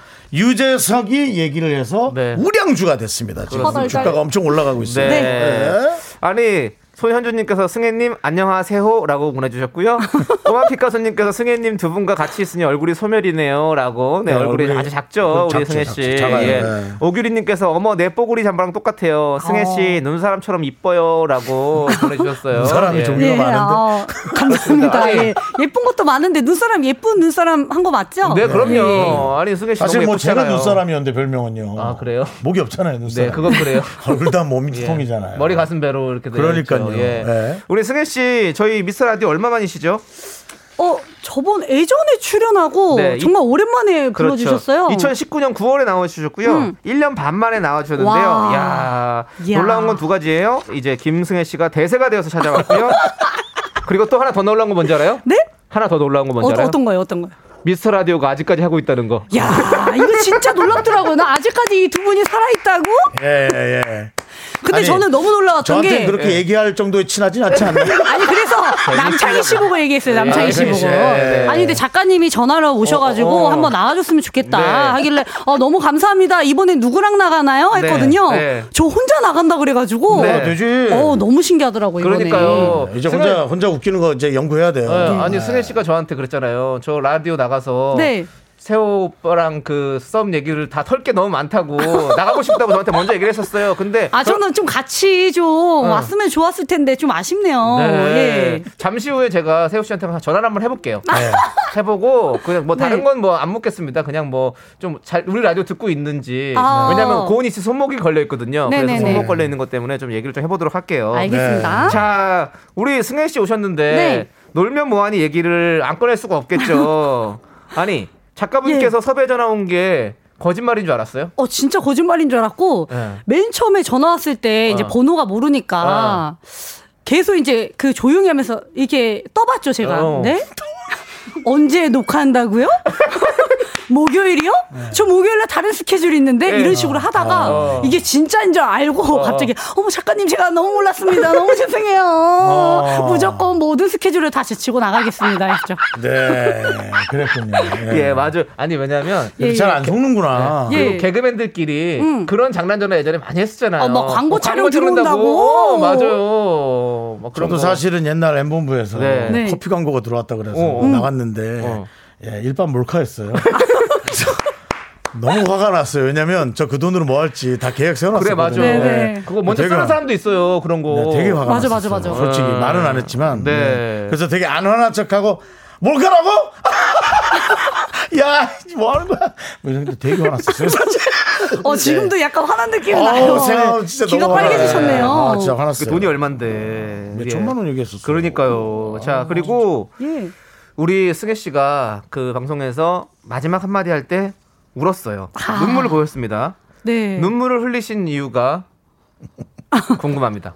S1: 유재석이 얘기를 해서
S2: 네.
S1: 우량주가 됐습니다. 지금
S11: 그렇습니다.
S1: 주가가 엄청 올라가고 있어요.
S2: 네.
S1: 네.
S2: 아니 손현주님께서 승혜님 안녕하세요라고 보내주셨고요. 꼬마 피카소님께서 승혜님 두 분과 같이 있으니 얼굴이 소멸이네요라고. 네,
S1: 네,
S2: 얼굴이
S1: 얼굴이
S2: 아주 작죠 우리
S1: 작죠,
S2: 승혜
S1: 작죠.
S2: 씨. 예.
S1: 작아요. 네.
S2: 오규리님께서 어머 내 뽀글이 잠바랑 똑같아요. 승혜 씨 눈사람처럼
S1: (laughs)
S2: 이뻐요라고 보내주셨어요.
S1: 사람이
S2: 예.
S1: 좀
S11: 예,
S1: 많은데. 아, 네.
S11: 어,
S2: 그렇습니다.
S11: 감사합니다. 예. 예쁜 것도 많은데 눈사람 예쁜 눈사람 한 거 맞죠?
S2: 네, 그럼요. 아니 승혜 씨
S1: 사실
S2: 너무
S1: 뭐 제가
S2: 예쁘잖아요.
S1: 눈사람이었는데 별명은요.
S2: 아, 그래요?
S1: 목이 없잖아요 눈사람.
S2: 네, 그건 그래요.
S1: (laughs) 얼굴 다
S2: 예.
S1: 몸통이잖아요.
S2: 머리 가슴 배로 이렇게 되어
S1: 네. 그러니까요.
S2: 있죠. 예.
S1: 예.
S2: 우리 승혜 씨 저희 미스터 라디오 얼마 만이시죠?
S11: 어, 저번 예전에 출연하고
S2: 네, 이-
S11: 어,
S2: 그렇죠.
S11: 정말 오랜만에 불러주셨어요.
S2: 2019년 9월에 나와주셨고요.
S11: 음.
S2: 1년 반 만에 나와주셨는데요.
S11: 와.
S2: 야
S11: 이야.
S2: 놀라운 건 두 가지예요. 이제 김승혜 씨가 대세가
S11: (laughs)
S2: 되어서 찾아왔고요. 그리고 또 하나 더 놀라운 건 뭔지 알아요?
S11: 네?
S2: 하나 더 놀라운 건
S11: 어,
S2: 뭔지 알아요?
S11: 어떤 거예요? 어떤 거예요?
S2: 미스터 라디오가 아직까지 하고 있다는 거.
S11: 야, 이거 진짜 놀랍더라고요. 나 아직까지 이 두 분이 살아있다고?
S1: 예, 예.
S11: 근데
S1: 아니,
S11: 저는 너무 놀라웠던
S1: 저한테
S11: 게.
S2: 예.
S1: 그렇게 얘기할 정도의 친하진 않지
S2: (laughs)
S1: 않나요?
S11: 아니 그래서
S2: 네,
S11: 남창희 씨 보고 얘기했어요. 남창희 씨
S1: 남창희
S11: 보고.
S1: 씨, 예.
S11: 아니 근데 작가님이 전화로 오셔가지고
S2: 어, 어.
S11: 한번 나와줬으면 좋겠다
S2: 네.
S11: 하길래 어, 너무 감사합니다. 이번에 누구랑 나가나요? 했거든요.
S2: 네, 네.
S11: 저 혼자 나간다 그래가지고.
S2: 네.
S1: 되지.
S11: 어 너무 신기하더라고요. 이번에.
S2: 그러니까요.
S1: 음, 네. 이제
S2: 어, 승혜-
S1: 혼자 혼자 웃기는 거 이제 연구해야 돼요.
S2: 예, 아니 승혜 씨가 저한테 그랬잖아요. 저 라디오 나가서
S11: 네.
S2: 세호 오빠랑 그 썸 얘기를 다 털 게 너무 많다고 나가고 싶다고 저한테 먼저 얘기를 했었어요. 근데
S11: 아 저는 좀 같이 좀
S2: 어.
S11: 왔으면 좋았을 텐데 좀 아쉽네요.
S2: 네.
S11: 예. 아.
S2: 잠시 후에 제가 세호 씨한테 전화를 한번 해볼게요.
S1: 네.
S2: 해보고 그냥 뭐 다른
S11: 네.
S2: 건 뭐 안 묻겠습니다. 그냥 뭐 좀 잘 우리 라디오 듣고 있는지
S11: 아.
S2: 왜냐면 고은이 씨 손목이 걸려 있거든요. 그래서
S11: 네네네.
S2: 손목 어, 네. 걸려 있는 것 때문에 좀 얘기를 좀 해보도록 할게요.
S11: 알겠습니다.
S2: 자 우리 승혜 씨 오셨는데
S11: 네.
S2: 놀면 뭐하니 얘기를 안 꺼낼
S11: (laughs)
S2: 수가 없겠죠. 아니
S11: 예.
S2: 작가분께서 섭외 전화 온 게 거짓말인 줄 알았어요?
S11: 어 진짜 거짓말인 줄 알았고
S2: 예.
S11: 맨 처음에 전화 왔을 때 이제
S2: 어.
S11: 번호가
S1: 어.
S11: 모르니까 계속 이제 그 조용히 하면서 이렇게 떠봤죠 제가.
S10: 어.
S11: 네? (laughs) 언제 녹화한다고요? (laughs) 목요일이요?
S1: 네.
S11: 저 목요일날 다른 스케줄이 있는데
S10: 예.
S11: 이런 식으로 하다가
S10: 어.
S11: 이게 진짜인 줄 알고
S10: 어.
S11: 갑자기 어머 작가님 제가 너무 몰랐습니다
S1: (laughs)
S11: 너무 죄송해요
S1: 어.
S11: 무조건 모든 스케줄을 다 제치고 나가겠습니다 했죠
S1: 네, 그랬군요.
S2: 예, 맞아요. 아니 왜냐면
S11: 예,
S1: 잘안 속는구나.
S2: 예. 그리고 개그맨들끼리
S11: 음.
S2: 그런 장난 전화 예전에 많이 했었잖아요.
S11: 어, 막 광고
S2: 어,
S11: 촬영
S2: 찍는다고.
S11: 들어온다고.
S2: 어, 맞아요. 막 그런
S1: 저도
S2: 거.
S1: 사실은 옛날 엠본부에서
S2: 네. 네.
S1: 커피 광고가 들어왔다 그래서 뭐
S2: 어, 어.
S1: 나갔는데 예, 일반 몰카였어요. (laughs) 그래서 너무 화가 났어요. 왜냐면 저 그 돈으로 뭐 할지 다 계획
S2: 그래
S1: 세워놨어요.
S2: 맞아.
S11: 네,
S2: 그거 먼저 쓰는 사람도 있어요. 그런 거.
S1: 네, 되게 화가
S11: 맞아,
S1: 났었어요.
S11: 맞아, 맞아.
S1: 솔직히
S2: 네.
S1: 말은 안 했지만
S2: 네.
S1: 네. 그래서 되게 안 화난 척하고 몰카라고? (laughs) 야, 뭐 하는 거야? 뭐 이런 데 되게 화났었어요. 사실.
S11: 어 지금도 약간 화난 느낌이
S1: 그 네.
S11: 나요
S1: 어우,
S11: 네.
S1: 제가 진짜
S11: 귀가
S1: 너무
S11: 빨개지셨네요
S1: 화나요. 아, 진짜 화났어요. 네,
S2: 그 돈이 얼만데. 예.
S1: 천만 원 얘기했었어요. 아,
S2: 그러니까요. 자, 그리고
S11: 예.
S2: 우리 승혜 씨가 그 방송에서 마지막 한마디 할 때 울었어요.
S11: 아.
S2: 눈물을 보였습니다.
S11: 네.
S2: 눈물을 흘리신
S11: (laughs)
S2: 이유가 궁금합니다.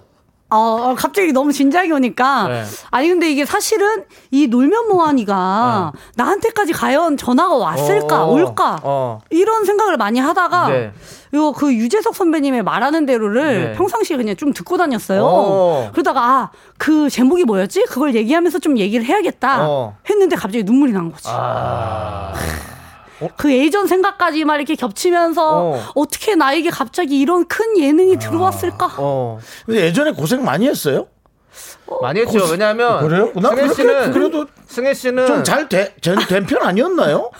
S11: 어, 어, 갑자기 너무 진지하게 오니까.
S2: 네.
S11: 아니, 근데 이게 사실은 이 놀면 뭐하니가 나한테까지 과연 전화가 왔을까,
S2: 어,
S11: 올까.
S2: 어.
S11: 이런 생각을 많이 하다가
S2: 네.
S11: 이거 그 유재석 선배님의 말하는 대로를
S2: 네.
S11: 평상시에 그냥 좀 듣고 다녔어요.
S2: 어.
S11: 그러다가 아 그 제목이 뭐였지? 그걸 얘기하면서 좀 얘기를 해야겠다
S2: 어. 아.
S11: 했는데 갑자기 눈물이 난 거지. 그 예전 생각까지 막 이렇게 겹치면서
S1: 어.
S11: 어. 떻게 나에게 갑자기 이런 큰 예능이 들어왔을까?
S2: 아.
S1: 근데 예전에 고생 많이 했어요?
S2: 많이 했죠.
S1: 고스-
S2: 왜냐하면
S1: 어, 그래요? 나
S2: 승혜
S1: 그렇게-
S2: 씨는
S1: 그래도
S2: 승혜 씨는
S1: 좀 잘된편 아니었나요?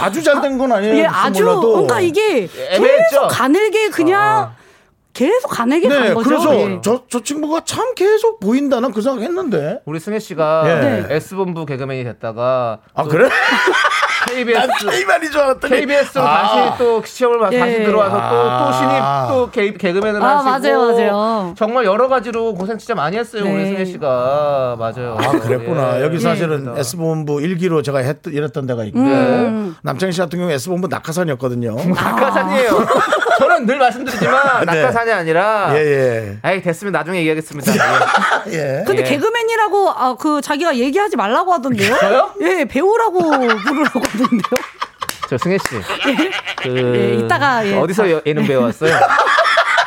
S1: 아주 잘 된 건 아니에요.
S11: 예,
S1: 무슨
S11: 아주
S1: 몰라도.
S11: 뭔가 이게
S1: 애매했죠?
S11: 계속 가늘게 그냥 계속 가늘게 간
S1: 네,
S11: 거죠.
S1: 그래서
S11: 예.
S1: 저, 저 친구가 참 계속 보인다는 그 생각 했는데.
S2: 우리 승혜 씨가
S1: 예. 네.
S2: S본부 개그맨이 됐다가
S1: 아, (laughs) 그래?
S2: KBS
S1: KBS인 줄 알았더니.
S2: KBS로
S1: 아.
S2: 다시 또 시험을 봐-
S11: 예.
S2: 다시 들어와서 또 또
S1: 아.
S2: 신입 또 개, 개그맨을
S11: 아,
S2: 하시고
S11: 맞아요, 맞아요.
S2: 정말 여러 가지로 고생 진짜 많이 했어요
S11: 네.
S2: 우리 승혜 씨가 맞아요
S1: 아, 그랬구나.
S2: 예.
S1: 여기 사실은 S본부 일기로 제가 했, 일했던 데가 있고,
S2: 음.
S1: 남창희 씨 같은 경우 S본부 낙하산이었거든요.
S2: 낙하산이에요 저는 늘 말씀드리지만
S1: 아. (laughs) 네.
S2: 낙하산이 아니라
S1: 예, 예.
S2: 에이 됐으면 나중에 얘기하겠습니다 예.
S11: 근데
S2: 예.
S11: 개그맨이라고 아, 그 자기가 얘기하지 말라고 하던데요?
S2: 저요?
S11: 예, (laughs) 배우라고 부르라고 하던데요.
S2: 저 승혜 씨. 그
S11: 예, 이따가, 예.
S2: 어디서 여- 예능 배웠어요?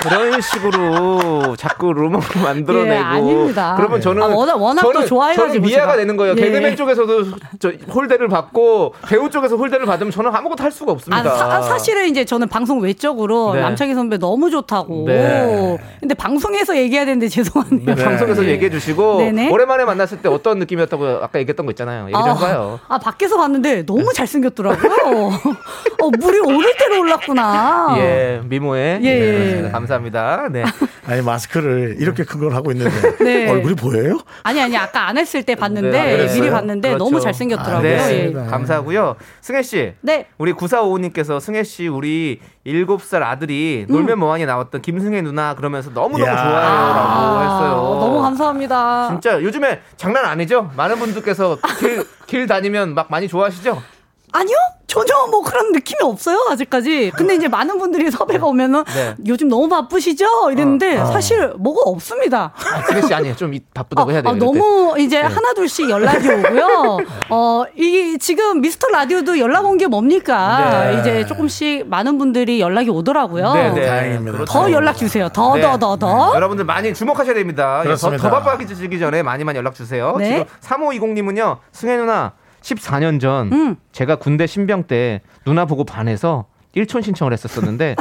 S2: 그런 식으로 자꾸 루머를 (laughs) 만들어내고.
S11: 예, 아닙니다.
S2: 그러면
S11: 예.
S2: 저는
S11: 아, 워낙- 워낙 또
S2: 저는,
S11: 좋아해가지고
S2: 저는 미아가
S11: 제가.
S2: 되는 거예요.
S11: 예.
S2: 개그맨 쪽에서도 저 홀대를 받고 배우 쪽에서 홀대를 받으면 저는 아무것도 할 수가 없습니다.
S11: 아, 사, 아, 사실은 이제 저는 방송 외적으로
S2: 네.
S11: 남창희 선배 너무 좋다고.
S2: 네.
S11: 근데 방송에서 얘기해야 되는데 (laughs) 죄송하네요.
S2: 네, 방송에서 얘기해 주시고
S11: 네네.
S2: 오랜만에 만났을 때 어떤 느낌이었다고 아까 얘기했던 거 있잖아요. 얘기 좀 해봐요.
S11: 아, 밖에서 봤는데 너무 잘생겼더라고요. (laughs) 어, 물이 오를 대로 올랐구나.
S2: 예, 미모에
S11: 아. 예,
S2: 예,
S11: 예.
S2: 그렇습니다. 감사합니다. 네.
S1: 아니, 마스크를 이렇게 큰 걸 하고 있는데.
S11: (laughs) 네.
S1: 얼굴이 보여요?
S11: 아니 아니 아까 안 했을 때 봤는데
S2: 네, 아, 그랬어요?
S11: 미리 봤는데 너무
S2: 그렇죠.
S11: 잘생겼더라고요.
S2: 네,
S11: 예.
S2: 감사하고요. 승혜 씨.
S11: 네.
S2: 우리 9455님께서 승혜 씨 우리 7살 아들이 놀면 뭐하니 나왔던 김승혜 누나 그러면서 너무너무
S1: 야.
S2: 좋아요라고 했어요.
S11: 너무 감사합니다.
S2: 진짜 요즘에 장난 아니죠? 많은 분들께서 길, 길 다니면 막 많이 좋아하시죠?
S11: 아니요? 전혀 뭐 그런 느낌이 없어요, 아직까지. 근데 이제 많은 분들이 섭외가 오면은
S2: 네. 어,
S11: 요즘 너무 바쁘시죠? 이랬는데 사실 뭐가 없습니다.
S2: 아, 승혜 씨 아니에요. 좀 이- 바쁘다고 해야 돼요.
S11: 아,
S2: 이럴 때. 네.
S11: 너무 이제 하나둘씩 연락이
S2: (laughs)
S11: 오고요. 어, 이 지금 미스터 라디오도 연락 온 게 뭡니까?
S2: 네.
S11: 이제 조금씩 많은 분들이 연락이 오더라고요.
S2: 네, 네.
S1: 다행입니다.
S11: 더 어? 연락 주세요. 더,
S2: 네.
S11: 더, 더, 더.
S2: 여러분들 많이 주목하셔야 됩니다. 예, 더,
S1: 그렇습니다.
S2: 더 바빠지기 전에 많이 많이 연락 주세요.
S11: 네.
S2: 지금 3520님은요, 승혜 누나 14년 전
S11: 음.
S2: 제가 군대 신병 때 누나 보고 반해서 일촌 신청을 했었었는데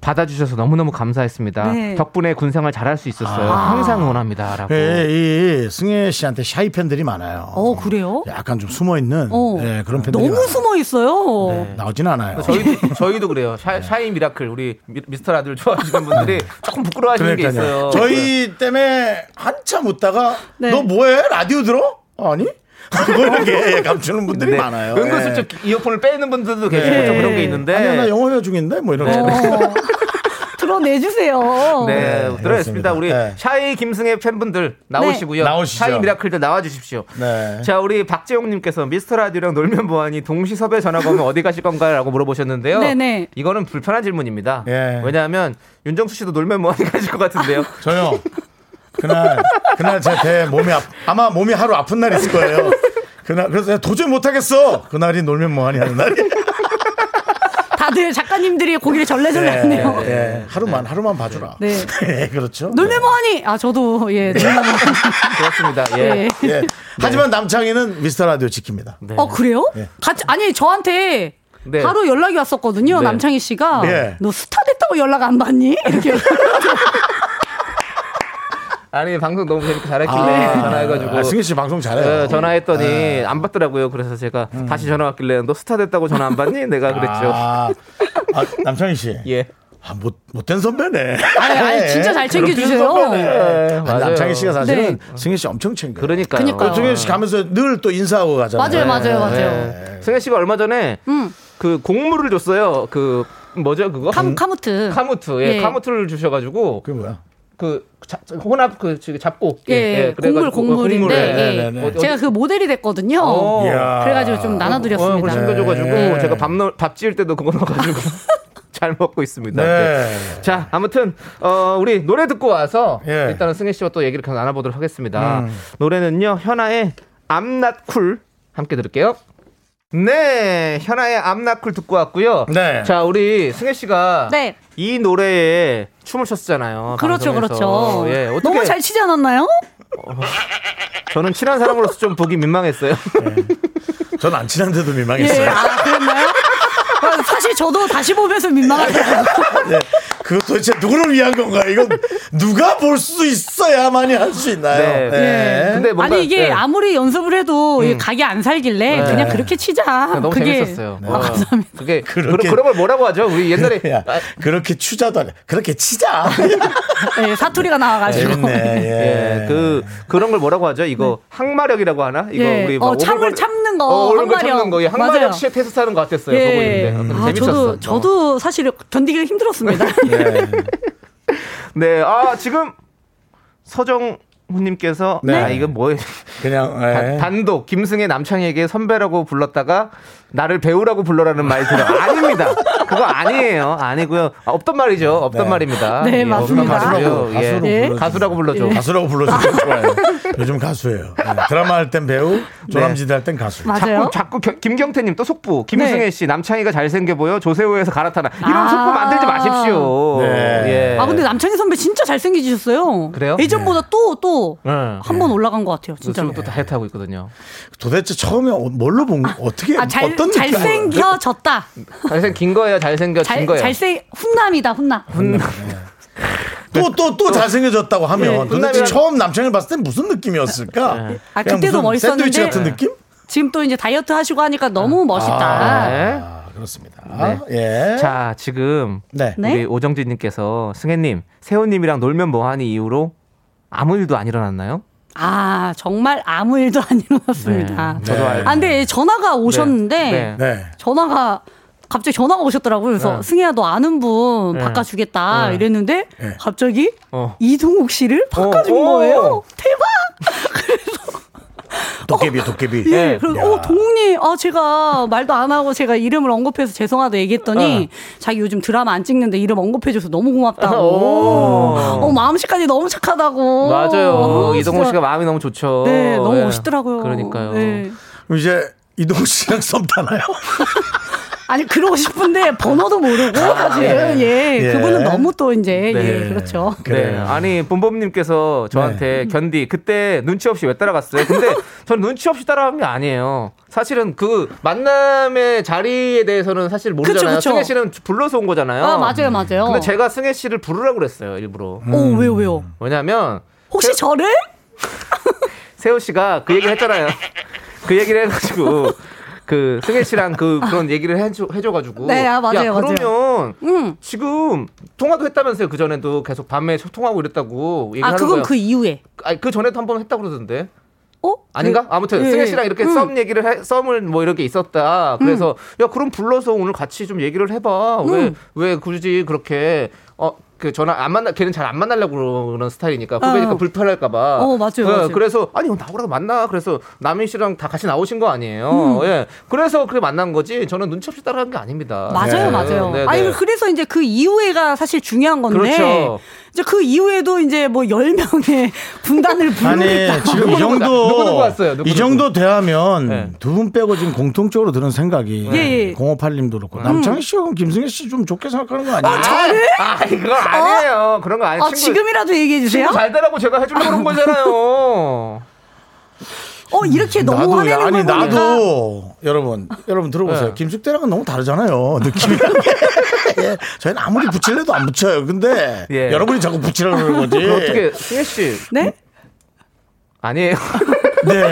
S2: 받아주셔서 너무너무 감사했습니다.
S11: 네.
S2: 덕분에 군생활 잘할 수 있었어요.
S1: 아.
S2: 항상 원합니다라고.
S1: 예, 이 승혜 씨한테 샤이 팬들이 많아요.
S11: 어, 그래요?
S1: 약간 좀 숨어 있는
S11: 어.
S2: 네,
S1: 예, 그런 팬들이
S11: 너무
S1: 많아요.
S11: 숨어 있어요.
S1: 나오진 않아요.
S2: (laughs) 저희도, 저희도 그래요. 샤, 샤이 미라클 우리 미- 미스터 라디오 좋아하시는 분들이 조금 부끄러워하시는 게 있어요. 네.
S1: 저희 때문에 한참 웃다가
S11: 네.
S1: 너 뭐해? 라디오 들어? 아니? 뭐 이렇게 감추는 분들이
S2: 네.
S1: 많아요. 예.
S2: 은근슬쩍 이어폰을 빼는 분들도 계시고
S1: 네.
S2: 좀 그런 게
S1: 예.
S11: (laughs)
S2: 있는데
S1: 아니야 나 영어 회화 중인데 뭐 이런 거.
S11: 들어 더 내주세요.
S2: 네,
S1: 네,
S2: 들어있습니다.
S1: 그렇습니다.
S2: 우리
S1: 네.
S2: 샤이 김승혜 팬분들 나오시고요.
S1: 네. 나오시죠.
S2: 샤이 미라클들 나와주십시오.
S1: 네.
S2: 자, 우리 박재용님께서 미스터 라디오랑 놀면 뭐하니 동시섭외 전화가 오면 어디 가실 건가라고 물어보셨는데요.
S11: 네네.
S2: 이거는 불편한 질문입니다.
S1: 예.
S2: 왜냐하면 윤정수 씨도 놀면 뭐하니 가실 것 (laughs) 같은데요.
S1: 저요. 그날 그날 제 배 몸이 아, 아마 몸이 하루 아픈 날 있을 거예요. 그날 그래서 내가 도저히 못 하겠어. 그날이 놀면 뭐하니 하는 날이.
S11: 다들 작가님들이 고기를 절레절레
S1: 예,
S11: 하네요.
S1: 예, 하루만 하루만 봐주라.
S11: 네.
S1: 예, 그렇죠.
S11: 놀면 뭐하니? 아 저도 예.
S2: 네.
S11: 놀면 뭐하니.
S2: 그렇습니다. 예.
S11: 예.
S1: 예. 하지만 남창희는 미스터 라디오 지킵니다.
S2: 네.
S11: 어 그래요?
S1: 예.
S11: 같이 아니 저한테
S2: 네.
S11: 바로 연락이 왔었거든요.
S2: 네. 음.
S11: 남창희 씨가
S1: 예.
S11: 너 스타 됐다고 연락 안 받니? 이렇게
S2: 아니 방송 너무 재밌게
S11: 네.
S2: 잘했길래 전화해가지고.
S1: 아, 승희 씨 네. 방송 잘해요.
S2: 예, 전화했더니 안 받더라고요. 그래서 제가 다시 전화 왔길래 너 스타 됐다고 전화 안 받니? 내가 그랬죠.
S1: 음. 아, 아, 남창희 씨.
S2: 예.
S1: 아, 못, 못된 선배네.
S11: 아니, 아니, 진짜 잘 챙겨주세요. 네.
S1: 괴롭히는 선배네.
S2: 예,
S1: 아니,
S2: 맞아요.
S1: 남창희 씨가 사실은 승희 씨 엄청 챙겨요.
S2: 그러니까요.
S11: 그러니까요.
S1: 승희 씨 가면서 늘 또 인사하고 가잖아요.
S11: 맞아요, 맞아요, 맞아요.
S2: 네. 승혜 씨가 얼마 전에
S11: 음.
S2: 그 곡물을 줬어요. 그 뭐죠 그거? 음,
S11: 카, 카무트.
S2: 카무트. 예,
S11: 예.
S2: 카무트를 주셔가지고
S1: 그게 뭐야?
S2: 그 자- 혼합 그 저기 잡곡.
S11: 예, 곡물
S2: 그래가지고 어,
S11: 곡물인데
S2: 곡물을.
S11: 예.
S1: 네, 네, 네.
S11: 제가 그 모델이 됐거든요. 예.
S2: 어.
S1: 이야.
S11: 그래가지고 좀
S2: 어, 그걸
S11: 나눠드렸습니다. 예.
S2: 챙겨줘가지고
S1: 네.
S2: 제가 밥, 넣, 밥 지을 때도 그거 넣어가지고 (laughs) 잘 먹고 있습니다.
S1: 네.
S2: 네. 자, 아무튼 어, 우리 노래 듣고 와서
S1: 예. 음.
S2: 일단은 승혜 씨와 또 얘기를 계속 나눠보도록 하겠습니다. 노래는요, 현아의 암낫쿨 함께 들을게요. 네, 현아의 암낫쿨 듣고 왔고요.
S1: 네.
S2: 자, 우리 승혜 씨가
S11: 네.
S2: 이 노래에 춤을 췄잖아요.
S11: 그렇죠,
S2: 방송에서.
S11: 그렇죠.
S2: 예, 어떻게
S11: 너무 잘 치지 않았나요?
S2: 저는 친한 사람으로서 좀
S1: (laughs)
S2: 보기 민망했어요.
S1: 전 안 친한데도
S11: 예,
S1: 민망했어요.
S11: 아, 그랬나요? 아, 사실 저도 다시 보면서 민망하더라고요.
S1: 네. 그거 도대체 누구를 위한 건가요? 이건 누가 볼 수 있어야만이 할 수 있나요?
S2: 네. 근데 뭔가
S11: 아니 이게
S2: 예.
S11: 아무리 연습을 해도 이 각이 안 살길래 그냥 그렇게 치자.
S2: 네, 너무
S11: 그게
S2: 재밌었어요.
S4: 네.
S11: 아, 감사합니다.
S2: 그게 그런
S1: 그렇게-
S2: 그런 걸 뭐라고 하죠? 우리 옛날에
S11: 예.
S1: 야,
S2: 아,
S1: 그렇게 추자도 아니
S11: (laughs)
S1: 그렇게 치자.
S11: 네, 사투리가 나와가지고.
S1: 재밌네. 예.
S2: 예, 그 그런 걸 뭐라고 하죠? 이거 항마력이라고 하나? 이거
S11: 네. 예.
S2: 우리
S11: 어, 참을
S2: 오글거리-
S11: 참는 거,
S2: 어, 오른 거
S11: 항마력.
S2: 참는 거. 예,
S11: 맞아요.
S2: 항마력 시 테스트 하는 것 같았어요.
S11: 예.
S2: 그거 보는데.
S11: 아,
S2: 재밌었어.
S11: 저도 저도 사실 견디기가
S2: (laughs)
S11: 힘들었습니다.
S2: 네. 아, 지금 서정 후님께서
S1: 네.
S2: 아, 이거 뭐
S1: 그냥
S2: 단-
S1: 예.
S2: 단독 김승혜 남창에게 선배라고 불렀다가 나를 배우라고 불러라는 말 들어 아닙니다. 그거 아니에요. 아니고요. 아, 없던 말이죠. 없던
S1: 네.
S2: 말입니다.
S11: 네,
S2: 예, 없던
S11: 맞습니다.
S2: 말이고요. 예.
S1: 어, 가수로
S11: 예.
S1: 불러주세요.
S2: 가수라고 불러줘.
S1: 가수라고 불러주는 거 좋아요. 네. 요즘 가수예요. 네. 드라마 할 땐 배우, 조남지대 할 땐 가수.
S11: 맞아요.
S2: 자꾸 자꾸 겨- 김경태님 또 속보 김승혜
S11: 네.
S2: 씨 남창희가 잘생겨 보여 조세호에서 갈아타나 이런
S11: 아.
S2: 속보 만들지 마십시오.
S1: 네.
S2: 예.
S11: 아 근데 남창희 선배 진짜 잘생기셨어요.
S2: 그래요?
S11: 예전보다 또 또 한 번
S2: 네.
S11: 올라간 것 같아요,
S2: 진짜
S11: 진짜로.
S2: 또 다이어트 하고 있거든요.
S1: 도대체 처음에 어- 뭘로 본 거? 어떻게
S11: 아, 잘,
S1: 어떤 느낌으로?
S11: 잘생겨졌다.
S2: 잘생긴 거예요. 잘생겨진
S11: 잘,
S2: 거예요.
S11: 잘생, 훈남이다, 훈남.
S1: 네. 또 또 또 네. 잘생겨졌다고 하면 도대체 네.
S2: 훈남이랑-
S1: 처음 남창을 봤을 땐 무슨 느낌이었을까?
S11: 아,
S1: 그냥
S11: 그때도
S1: 무슨 샌드위치
S11: 멋있었는데.
S1: 같은 느낌?
S11: 지금 또 이제 다이어트 하시고 하니까 너무 멋있다.
S2: 네.
S1: 아, 그렇습니다. 예.
S2: 자 지금
S1: 네.
S11: 네?
S2: 우리 오정진님께서 승혜님 세호님이랑 놀면 뭐하니 이후로 아무 일도 안 일어났나요? 네.
S11: 아, 정말 아무 일도 안 일어났습니다.
S1: 저도 네. 알고
S11: 아, 근데 전화가 오셨는데,
S2: 네.
S1: 네.
S11: 전화가, 갑자기 전화가 오셨더라고요. 그래서 승혜야, 너 아는 분 바꿔주겠다. 이랬는데,
S1: 네.
S11: 갑자기
S2: 어.
S11: 이동욱 씨를 바꿔준
S2: 어, 어.
S11: 거예요. 대박!
S1: 도깨비 도깨비.
S11: 예, 그리고
S1: 야.
S11: 어 동님, 아 제가 말도 안 하고 제가 이름을 언급해서 죄송하다
S2: 어.
S11: 얘기했더니 자기 요즘 드라마 안 찍는데 이름 언급해줘서 너무 고맙다고. 어 마음씨까지 너무 착하다고.
S2: 맞아요.
S11: 어,
S2: 이동호
S11: 진짜.
S2: 씨가 마음이 너무 좋죠.
S11: 네, 너무
S2: 예.
S11: 멋있더라고요.
S2: 그러니까요.
S11: 예.
S1: 그럼 이제 이동욱 씨랑 (laughs) 썸 타나요?
S11: 아니 그러고 싶은데 번호도 모르고 사실은 예.
S1: 예.
S11: 그분은 너무 또 이제
S2: 아, 네.
S11: 예 그렇죠.
S2: 네.
S1: 그래요. 네.
S2: 아니 본범님께서 저한테 견디 그때 눈치 없이 왜
S1: (laughs)
S2: 따라갔어요? 근데 저는 눈치 없이 따라간 게 아니에요. 사실은 그 만남의 자리에 대해서는 사실 모르잖아요.
S11: 그쵸, 그쵸.
S2: 승혜 씨는 불러서 온 거잖아요.
S11: 아 맞아요 맞아요.
S2: 어. 근데 제가 음. 승혜 씨를 부르라고 그랬어요 일부러.
S11: 오 왜요 왜요?
S2: 왜냐하면
S11: 혹시 저를?
S2: 세호 씨가 그 얘기를 했잖아요. 그 얘기를 해가지고 그 승혜 씨랑 그 그런 얘기를 해줘, 해줘가지고.
S11: 네, 아, 맞아요,
S2: 야,
S11: 맞아요.
S2: 그러면
S11: 응.
S2: 지금 통화도 했다면서요. 그 전에도 계속 밤에 소통하고 이랬다고 얘기하는
S11: 아
S2: 거예요.
S11: 그건 그 이후에.
S2: 아니 그 전에도 한 번 했다고 그러던데
S11: 어?
S2: 아닌가? 아무튼
S11: 예.
S2: 승혜 씨랑 이렇게
S11: 음.
S2: 썸 얘기를 해, 썸을 뭐 이렇게 있었다.
S11: 음.
S2: 그래서 야 그럼 불러서 오늘 같이 좀 얘기를 해봐. 왜 왜 굳이 그렇게 어 그 저는 안 만나 걔는 잘 안 만나려고 그러는 스타일이니까 후배니까
S11: 어.
S2: 불편할까봐.
S11: 어, 맞아요,
S2: 예,
S11: 맞아요.
S2: 그래서 아니 나오라고 만나. 그래서 남인 씨랑 다 같이 나오신 거 아니에요.
S11: 음.
S2: 예. 그래서 그래 만난 거지. 저는 눈치 없이 따라간 게 아닙니다.
S11: 맞아요,
S2: 네.
S11: 맞아요.
S2: 네, 네.
S11: 아니 그래서 이제 그 이후에가 사실 중요한 건데.
S2: 그렇죠.
S11: 이제 그 이후에도 이제 뭐 10명의 (laughs) 군단을
S1: 아니
S11: 부르겠다.
S1: 지금 이 정도 이 정도 대하면
S2: 네.
S1: 두 분 빼고 지금 공통적으로 드는 생각이
S11: 예, 예.
S1: 0582님도 그렇고 남창희 씨하고 김승희 씨 좀 좋게 생각하는 거 아니에요?
S11: 잘해?
S2: 음. 아, 그건 아니에요. 그런 거 아니에요.
S11: 아, 지금이라도 얘기해 주세요.
S2: 친구 잘 되라고 제가
S11: (laughs)
S2: 해주려고 그런 거잖아요.
S11: 어 이렇게 너무 화내는
S1: 아니
S11: 걸 보니까
S1: 나도 여러분 여러분
S2: 네.
S1: 들어보세요. 김숙대랑은 너무 다르잖아요.
S2: (laughs)
S1: 느낌이. 예, 저희는 아무리 붙일래도 안 붙여요. 근데
S2: 예.
S1: 여러분이 자꾸 붙이라고 그러는 거지.
S2: 그럼 어떻게 승혜 씨?
S11: 네? (laughs)
S2: 아니에요.
S1: 네.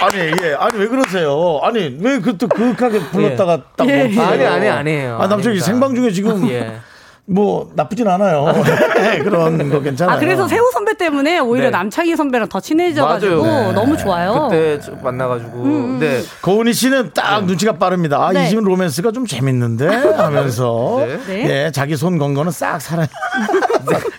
S1: 아니, 예. 아니, 왜 그러세요? 아니, 왜 그것도 그윽하게 불렀다가 딱
S2: 예.
S1: 멈춰요?
S2: 아니, 아니, 아니에요.
S1: 아, 남자기
S2: 아닙니다.
S1: 생방 중에 지금
S2: 예.
S1: 뭐 나쁘진 (laughs) 않아요. 네, 그런 거 괜찮아요.
S11: 아 그래서 세호 선배 때문에 오히려
S2: 네.
S11: 남창희 선배랑 더 친해져가지고
S2: 맞아요. 네.
S11: 너무 좋아요.
S2: (laughs) 그때 좀 만나가지고. 네.
S1: 고은희 씨는 딱 눈치가 빠릅니다. 아,
S11: 네.
S1: 이 집은 로맨스가
S11: (laughs)
S1: 좀 재밌는데 하면서
S11: 네.
S1: 예, 자기 손 건 거는 싹
S11: (laughs)
S1: 살아.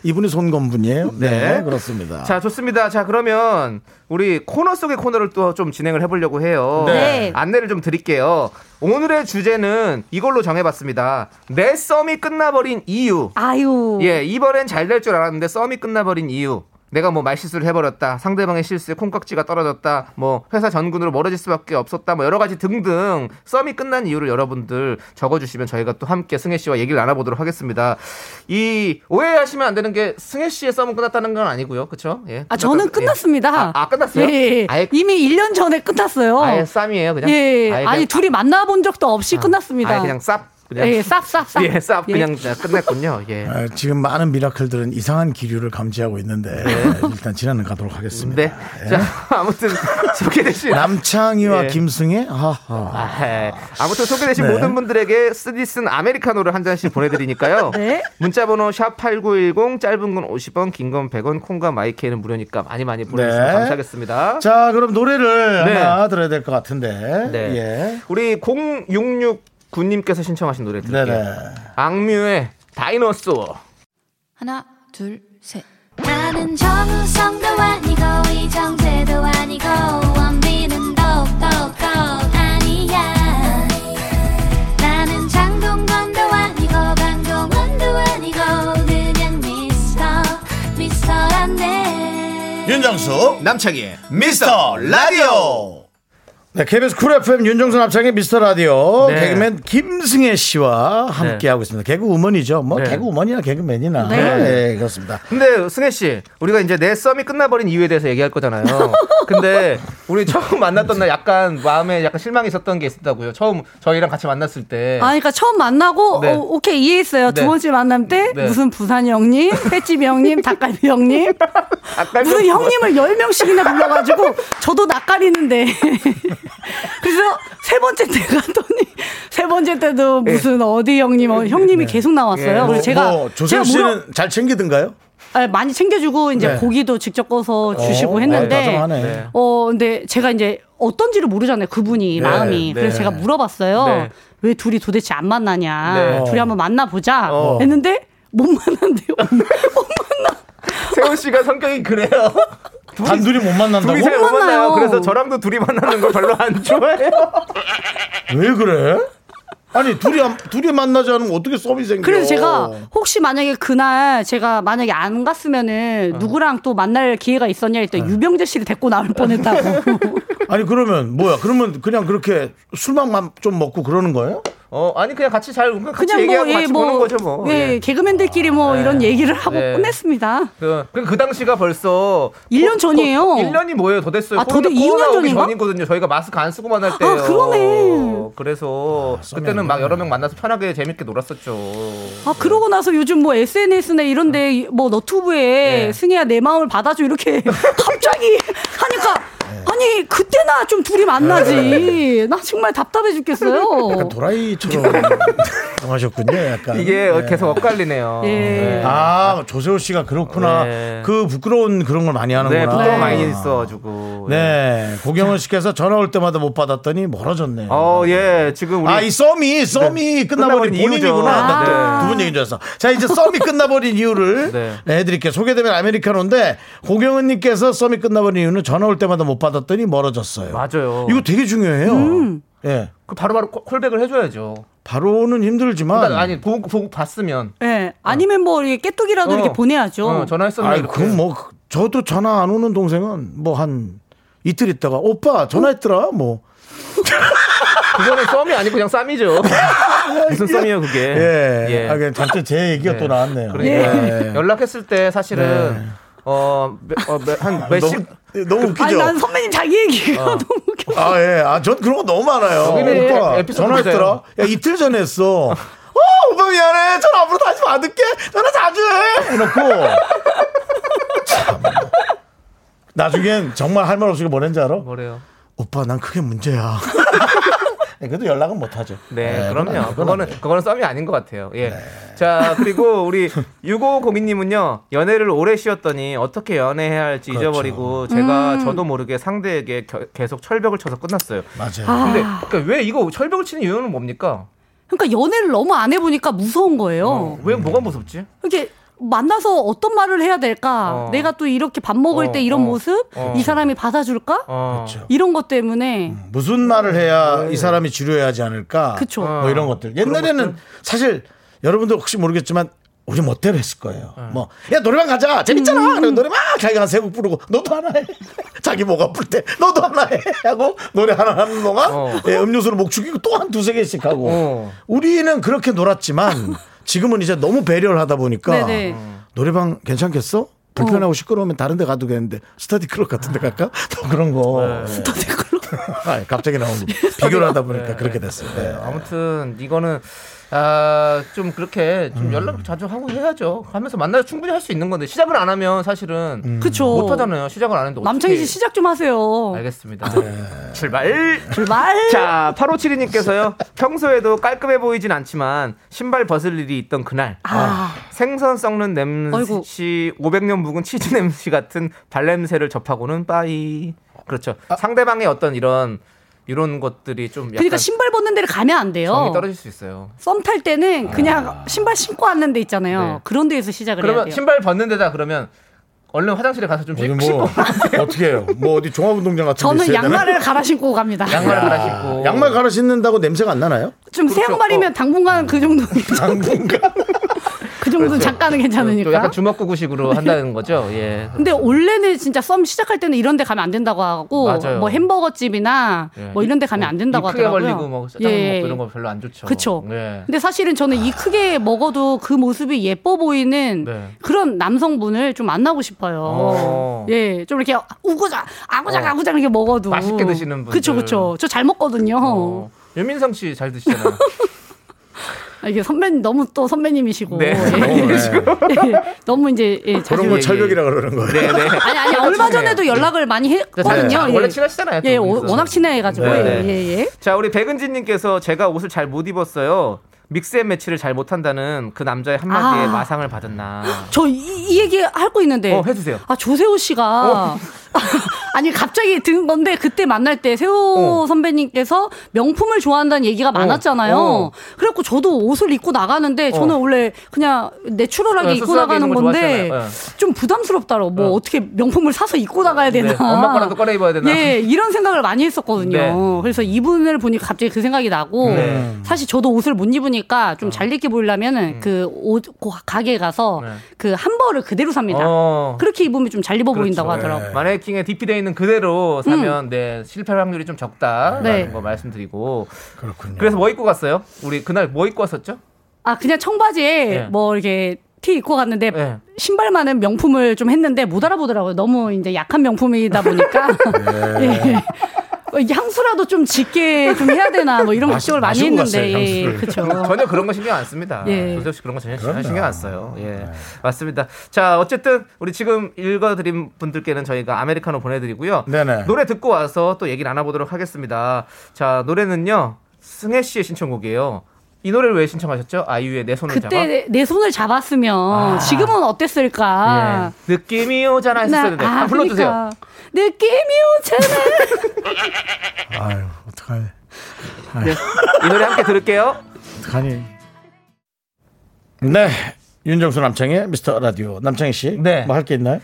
S1: 이분이 손 건 분이에요. 네,
S2: 네.
S1: 그렇습니다.
S2: 자, 좋습니다. 자, 그러면 우리 코너 속의 코너를 또 좀 진행을 해보려고 해요.
S11: 네.
S2: 안내를 좀 드릴게요. 오늘의 주제는 이걸로 정해봤습니다. 내 썸이 끝나버린 이유.
S11: 아유.
S2: 예, 이번엔 잘 될 줄 알았는데 썸이 끝나버린 이유. 내가 뭐 말실수를 해버렸다. 상대방의 실수에 콩깍지가 떨어졌다. 뭐 회사 전군으로 멀어질 수밖에 없었다. 뭐 여러 가지 등등 썸이 끝난 이유를 여러분들 적어주시면 저희가 또 함께 승혜 씨와 얘기를 나눠보도록 하겠습니다. 이 오해하시면 안 되는 게 승혜 씨의 썸은 끝났다는 건 아니고요, 그렇죠? 예.
S11: 아 저는
S2: 끝났다- 예.
S11: 끝났습니다.
S2: 아, 아, 끝났어요?
S11: 예, 예.
S2: 아예-
S11: 이미 1년 전에 끝났어요.
S2: 아예 쌈이에요, 그냥.
S11: 예,
S2: 아예
S11: 아니
S2: 그냥-
S11: 둘이 만나본 적도 없이 끝났습니다.
S2: 아예 그냥 쌉. 그냥
S11: 예, 쌉, 쌉, 쌉.
S2: (laughs) 예, 쌉 그냥 끝냈군요. 예.
S1: 아, 지금 많은 미라클들은 이상한 기류를 감지하고 있는데 네, 일단 지나는 가도록 하겠습니다.
S2: 네. 자, 아무튼 소개되신
S1: 남창희와
S2: 예.
S1: 김승혜 하하.
S2: 아, 예. 아무튼 소개되신
S1: 네.
S2: 모든 분들에게 쓰디쓴 아메리카노를 한 잔씩 보내드리니까요.
S11: (laughs) 네.
S2: 문자번호 샵 #8910 짧은 건 50원, 긴 건 100원, 콩과 마이크는 무료니까 많이 많이 보내주시면
S1: 네.
S2: 감사하겠습니다.
S1: 자, 그럼 노래를
S2: 네.
S1: 하나 들어야 될 것 같은데.
S2: 네.
S1: 예.
S2: 우리 066 군님께서 신청하신 노래 들을게요.
S1: 네네.
S2: 악뮤의 다이너소어.
S10: 하나 둘셋
S8: 나는 정우성도 아니고 이정재도 아니고 원빈은 더욱더 아니야 나는 장동건도 아니고 강동원도 아니고 그냥 미스터 미스터란데
S4: 예.
S1: 윤정수 남창희 미스터 라디오 네, KBS 쿨 FM 윤정수 남창희 미스터 라디오
S2: 네.
S1: 개그맨 김승혜 씨와 함께 하고 있습니다. 개그 우먼이죠. 뭐 개그 우먼이나 개그맨이나 네. 그렇습니다.
S2: 근데 승혜 씨, 우리가 이제 내 썸이 끝나버린 이유에 대해서 얘기할 거잖아요.
S11: (laughs)
S2: 근데 우리 처음 만났던 날 약간 마음에 약간 실망이 있었던 게 있었다고요. 처음 저희랑 같이 만났을 때.
S1: 네.
S11: 아, 그러니까 처음 만나고
S2: 네.
S11: 어, 오케이 이해했어요.
S2: 네.
S11: 두 번째 만남 때
S2: 네.
S11: 무슨 부산 형님, 횟집 형님, 닭갈비
S1: (laughs)
S11: 형님, 무슨 형님을 열 명씩이나 불러가지고 저도 낯가리는데 (laughs) 그래서 세 번째 때 갔더니 세 번째 때도 무슨 어디 형님, 어, 형님이 계속 나왔어요.
S2: 예.
S11: 그래서 제가
S1: 예. 네. 뭐
S11: 제가
S1: 조세호 씨는
S11: 물어
S1: 잘 챙기든가요?
S11: 아, 많이 챙겨주고 이제
S1: 네.
S11: 고기도 직접 꺼서 주시고
S1: 어,
S11: 했는데
S1: 네, 다정하네.
S2: 네.
S11: 어, 근데 제가 이제 어떤지를 모르잖아요. 그분이 마음이.
S2: 네.
S11: 그래서 제가 물어봤어요.
S2: 네.
S11: 왜 둘이 도대체 안 만나냐.
S2: 네.
S11: 둘이 한번 만나보자.
S2: 어. 네.
S11: 했는데 못
S2: (laughs)
S11: 만난대요. (laughs) 못 만나.
S2: 세훈 씨가 성격이 그래요.
S11: (laughs)
S1: 단둘이 못 만난다고?
S2: 둘이 잘 못
S11: 만나요. 예?
S2: 만나요. 그래서 저랑도 둘이 만나는 걸 별로 안 좋아해요.
S1: 왜 그래? 아니 둘이 안- 둘이 만나지 않으면 어떻게 썸이 생겨?
S11: 그래서 제가 혹시 만약에 그날 제가 만약에 안 갔으면은
S2: 어.
S11: 누구랑 또 만날 기회가 있었냐 했더니 유병재 씨를 데리고 나올 뻔했다고.
S1: 아니 그러면 뭐야? 그러면 그냥 그렇게 술만 좀 먹고 그러는 거예요?
S2: 어, 아니 (laughs) 그냥 같이 잘 같이
S11: 그냥 뭐,
S2: 얘기하고
S11: 예,
S2: 같이 보는
S11: 뭐,
S2: 거죠 뭐.
S11: 예,
S2: 예.
S11: 개그맨들끼리 뭐 이런 얘기를 하고
S2: 예.
S11: 끝냈습니다.
S2: 그, 그럼 그 당시가 벌써
S11: 일년 전이에요.
S2: 1년이 뭐예요? 더 됐어요.
S11: 아, 더 돼-
S2: 코로나-
S11: 이년
S2: 코로나 오기
S11: 전인가? 아,
S2: 전이거든요. 저희가 마스크 안 쓰고 만날 때요.
S11: 그러네.
S2: 그래서 그때는 막 여러 명 만나서 편하게 재밌게 놀았었죠.
S11: 아 그러고 나서 요즘 뭐 SNS나 이런데 뭐 너튜브에
S2: 음. 네.
S11: 승희야 내 마음을 받아줘
S2: (laughs)
S11: 이렇게 갑자기 하니까
S2: 네.
S11: 아니 그때나 좀 둘이 만나지 나 정말 답답해 죽겠어요. (laughs)
S1: 도라이처럼 하셨군요. 약간
S2: 이게
S1: 네.
S2: 계속 엇갈리네요.
S11: 예.
S1: 아 조세호 씨가 그렇구나.
S2: 네.
S1: 그 부끄러운 그런 걸 많이 하는구나.
S2: 네, 부끄러움 많이 있어가지고.
S1: 네, 고경원 씨께서 전화 올 때마다 못 받았더니 멀어졌네요.
S2: 어, 예. 지금 우리 네.
S1: 아, 이 썸이 썸이 끝나버린
S2: 끝나버린 이유죠.
S1: 본인이구나.
S2: 아.
S1: 두 분 얘기 해줘서. 자, 이제
S2: (laughs)
S1: 썸이 끝나버린 이유를 네, 해드릴게요. 소개되면 아메리카노인데, 고경은님께서 썸이 끝나버린 이유는 전화 올 때마다 못 받았더니 멀어졌어요.
S2: 맞아요.
S1: 이거 되게 중요해요. 예.
S2: 그 바로바로 콜- 콜백을 해줘야죠.
S1: 바로는 힘들지만.
S2: 그러니까 아니 보고, 보고 봤으면
S11: 예. 아니면 뭐 이렇게 깨뚝이라도
S2: 네. 어.
S11: 이렇게 보내야죠.
S2: 어, 전화했었나
S1: 아이,
S2: 이렇게.
S1: 그럼 뭐, 그- 저도 전화 안 오는 동생은 뭐 한 이틀 있다가, 오빠, 전화했더라? 뭐.
S2: 그거는 썸이 아니고 그냥
S11: (laughs)
S2: 쌈이죠. 무슨 썸이에요 그게?
S1: 예. 아, 그냥 잠깐 제 얘기가 또 나왔네요.
S2: 그러니까
S1: 예.
S2: (laughs) 연락했을 때 사실은 어,
S1: 네. (laughs)
S2: 어한몇십
S1: 너무, 너무 웃기죠?
S11: 아니 난 선배님 자기 얘기가
S2: 어.
S11: 너무 웃겨.
S1: 아, 예. 아, 전 그런 거 너무 많아요.
S2: 거기는
S1: 오빠,
S2: 에피소드
S1: 전화했더라?
S2: 주세요.
S1: 야, 이틀 전에 했어. 어, 오빠 미안해. 전화 앞으로 다시 받을게. 전화 자주 해. 해놓고. 참. 나중엔 정말 할 말 없이 뭐랬는지 알아?
S2: 뭐래요?
S1: 오빠, 난 크게 문제야. (laughs) 예, 그래도 연락은 못하죠.
S2: 네,
S1: 예, 그건 네.
S2: 그럼요.
S1: 아니에요. 그건
S2: 그거는
S1: 아니에요.
S2: 그거는 썸이 아닌 것 같아요. 예. 자 그리고 우리 6502님은요 연애를 오래 쉬었더니 어떻게 연애해야 할지
S1: 그렇죠.
S2: 잊어버리고 제가 저도 모르게 상대에게 겨- 계속 철벽을 쳐서 끝났어요.
S1: 맞아요.
S11: 아,
S2: 근데 그러니까 왜 이거 철벽을 치는 이유는 뭡니까?
S11: 그러니까 연애를 너무 안 해보니까 무서운 거예요.
S2: 어, 왜 뭐가
S1: 음.
S2: 무섭지?
S11: 이렇게 만나서 어떤 말을 해야 될까?
S2: 어.
S11: 내가 또 이렇게 밥 먹을
S2: 어,
S11: 때 이런
S2: 어,
S11: 모습?
S2: 어.
S11: 이 사람이 받아줄까?
S2: 어. 음.
S1: 그렇죠.
S11: 이런 것 때문에.
S1: 무슨 말을 해야 이 사람이 주려야 하지 않을까?
S11: 그쵸.
S2: 어.
S1: 뭐 이런 것들. 옛날에는 사실 여러분들 혹시 모르겠지만 우리 멋대로 했을 거예요. 뭐, 야, 노래방 가자. 재밌잖아. 그래, 노래방. 자기가 한 세 곡 부르고, 너도 하나 해. (laughs) 자기 목 아플 때, 너도 하나 해. 하고, 노래 하나 하는 동안,
S2: 어.
S1: 예, 음료수로 목 죽이고 또 한 두세 개씩 하고.
S2: 어.
S1: 우리는 그렇게 놀았지만, 지금은 이제 너무 배려를 하다 보니까,
S11: 네네.
S1: 어. 노래방 괜찮겠어? 불편하고 시끄러우면 다른 데 가도 되는데, 스터디 클럽 같은 데 갈까? (laughs) 또 그런 거. 스터디 클럽? (laughs) 아 갑자기 나온 거. 비교를 하다 보니까 그렇게 됐어요. 네.
S2: 아무튼 이거는 아, 좀 그렇게 좀 연락 자주 하고 해야죠. 하면서 만나서 충분히 할 수 있는 건데 시작을 안 하면 사실은
S11: 그쵸.
S2: 못 하잖아요. 시작을 안 했는데
S11: 남창희 씨
S2: 어떻게-
S11: 시작 좀 하세요.
S2: 알겠습니다. 출발. (laughs)
S11: 출발!
S2: 자, 8572님께서요. 평소에도 깔끔해 보이진 않지만 신발 벗을 일이 있던 그날.
S11: 아,
S2: 생선 썩는
S11: 아이고.
S2: 냄새, 500년 묵은 치즈 냄새 같은 발냄새를 접하고는 빠이. 그렇죠. 상대방의 어떤 이런 이런 것들이 좀 약간
S11: 그러니까 신발 벗는 데를 가면 안 돼요.
S2: 정이 떨어질 수 있어요.
S11: 썸 탈 때는 그냥 신발 신고 왔는 데 있잖아요.
S2: 네.
S11: 그런 데에서 시작을 해야
S2: 그러면
S11: 돼요.
S2: 신발 벗는 데다 그러면 얼른 화장실에 가서 좀
S1: 오늘
S2: 씻- 씻고
S1: 뭐 (laughs) 어떻게 해요? 뭐 어디 종합운동장 같은 데
S11: 저는
S1: 있어야 되나? 어.
S11: 양말을 갈아 신고 갑니다.
S2: 양말 갈아 신고
S1: 양말 갈아 신는다고 냄새가 안
S11: (laughs)
S1: 나나요?
S11: 좀 새
S2: 그렇죠.
S11: 양말이면 당분간 그 정도 (laughs)
S1: 당분간
S11: 그 정도는 잠깐은
S2: 그렇죠. 또
S11: 괜찮으니까.
S2: 약간 주먹구구식으로 한다는 거죠. 예.
S11: 근데 원래는 진짜 썸 시작할 때는 이런 데 가면 안 된다고 하고
S2: 맞아요.
S11: 뭐 햄버거 집이나
S2: 예.
S11: 뭐 이런 데 가면 안 된다고
S2: 이 크게
S11: 하더라고요. 예,
S2: 걸리고 뭐 짜장 먹고 이런 거 별로 안 좋죠.
S11: 그쵸.
S2: 예.
S11: 근데 사실은 저는 이 크게 먹어도 그 모습이 예뻐 보이는
S2: 네.
S11: 그런 남성분을 좀 만나고 싶어요.
S2: 어.
S11: 예, 좀 이렇게 우고자, 아구작,
S2: 어.
S11: 아구작 이렇게 먹어도.
S2: 맛있게 드시는 분들.
S11: 그쵸, 그쵸. 저 잘 먹거든요.
S2: 어. 유민상 씨
S11: (laughs)
S2: 잘 드시잖아요.
S11: 아, 이게 선배님, 너무 또 선배님이시고. 예.
S2: 네.
S11: 예. 너무 이제, 예, 자주.
S1: 그런
S2: 예,
S1: 걸 (laughs)
S2: 예.
S1: 철벽이라 그러는 거예요.
S11: (laughs)
S2: 네, 네.
S11: 아니, 아니, 얼마 전에도 연락을 많이 했거든요.
S2: 네. 원래 친하시잖아요, 또
S11: 예,
S2: 거기서.
S11: 오- 워낙 친해가지고.
S2: 네.
S11: 예, 예, 예.
S2: 자, 우리 백은진님께서 제가 옷을 잘 못 입었어요. 믹스 앤 매치를 잘 못한다는 그 남자의 한마디에
S11: 아.
S2: 마상을 받았나.
S11: 저 이, 이 얘기 할 거 있는데.
S2: 어, 해주세요. 어.
S11: 아, 조세호 씨가. (laughs) 아니, 갑자기 든 건데, 그때 만날 때 세호
S2: 어.
S11: 선배님께서 명품을 좋아한다는 얘기가 많았잖아요.
S2: 어.
S11: 그래갖고 저도 옷을 입고 나가는데, 저는
S2: 어.
S11: 원래 그냥 내추럴하게
S2: 어,
S11: 입고
S2: 수수하게
S11: 나가는
S2: 입는 거
S11: 건데,
S2: 좋아하시잖아요. 어.
S11: 좀 부담스럽다라고. 뭐, 어. 떻게 명품을 사서 입고 나가야 되나.
S2: 네, 엄마 거라도 꺼내 입어야 되나?
S11: 네. 예, 이런 생각을 많이 했었거든요.
S2: 네.
S11: 그래서 이분을 보니 갑자기 그 생각이 나고,
S2: 네.
S11: 사실 저도 옷을 못 입으니까 좀 잘 입게 보이려면은 그 옷, 고- 가게에 가서
S2: 음. 네.
S11: 그 한 벌을 그대로 삽니다.
S2: 어. 그렇죠.
S11: 그렇게 입으면 좀 잘 입어 보인다고 하더라고요.
S2: 예.
S11: 음.
S2: 마네킹에 디피되어 있는 그대로 사면 네, 실패 확률이 좀 적다라는
S11: 네.
S2: 거 말씀드리고
S1: 그렇군요.
S2: 그래서 뭐 입고 갔어요? 우리 그날 뭐 입고 왔었죠?
S11: 아, 그냥 청바지에
S2: 네.
S11: 뭐 이렇게 티 입고 갔는데
S2: 네.
S11: 신발만은 명품을 좀 했는데 못 알아보더라고요. 너무 이제 약한 명품이다 보니까.
S2: (laughs) 네.
S11: 예. 뭐 이게 향수라도 좀 짙게 좀 해야 되나 뭐 이런
S1: 마시-
S11: 걱정을 많이
S1: 마시고
S11: 했는데
S1: 갔어요,
S11: 예,
S1: 향수를.
S11: 그렇죠.
S2: (laughs) 전혀 그런 거 신경 안 씁니다.
S11: 예.
S2: 조세호 씨 그런 거 전혀 신경 안 써요. 예.
S1: 네.
S2: 맞습니다. 자, 어쨌든 우리 지금 읽어드린 분들께는 저희가 아메리카노 보내드리고요.
S1: 네네.
S2: 노래 듣고 와서 또 얘기를 나눠보도록 하겠습니다. 자, 노래는요. 승혜 씨의 신청곡이에요. 이 노래를 왜 신청하셨죠? 아이유의 내 손을
S11: 그때
S2: 잡아.
S11: 내- 내 손을 잡았으면
S2: 아.
S11: 지금은 어땠을까?
S2: 예. 느낌이 오잖아 했었는데
S11: 아. 나-
S2: 아, 불러주세요.
S11: 그러니까. 느낌이 오잖아.
S1: 아유, 어떡하니.
S2: 네. 이 노래 함께 들을게요.
S1: 어떡하니. 네. 윤정수 남창의 미스터 라디오. 남창희 씨. 네. 뭐 할 게 있나요?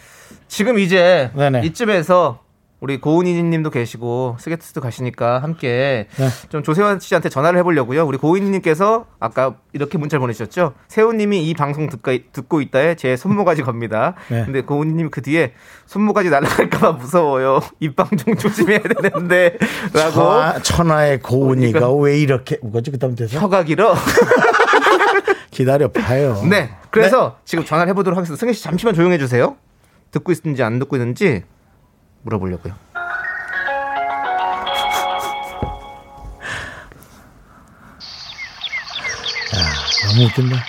S2: 지금 이제
S1: 네네.
S2: 이쯤에서 우리 고은이님도 계시고 스게트스도 가시니까 함께
S1: 네.
S2: 좀 조세환 씨한테 전화를 해보려고요. 우리 고은이님께서 아까 이렇게 문자 를 보내셨죠. 세훈님이 이 방송 듣가, 듣고 있다에 제 손모가지 겁니다.
S1: 네.
S2: 근데 고은이님 그 뒤에 손모가지 날아갈까봐 무서워요. 입방종 조심해야 되는데라고 그러니까.
S1: 천하, 천하의 고은이가 왜 이렇게 뭐지 그다음 대사?
S2: 혀가
S1: (laughs)
S2: 길어.
S1: 기다려 봐요.
S2: 네. 그래서 지금 전화를 해보도록 하겠습니다. 승희 씨 잠시만 조용해 주세요. 듣고 있는지 안 듣고 있는지 물어보려고요.
S1: 너무 웃긴다.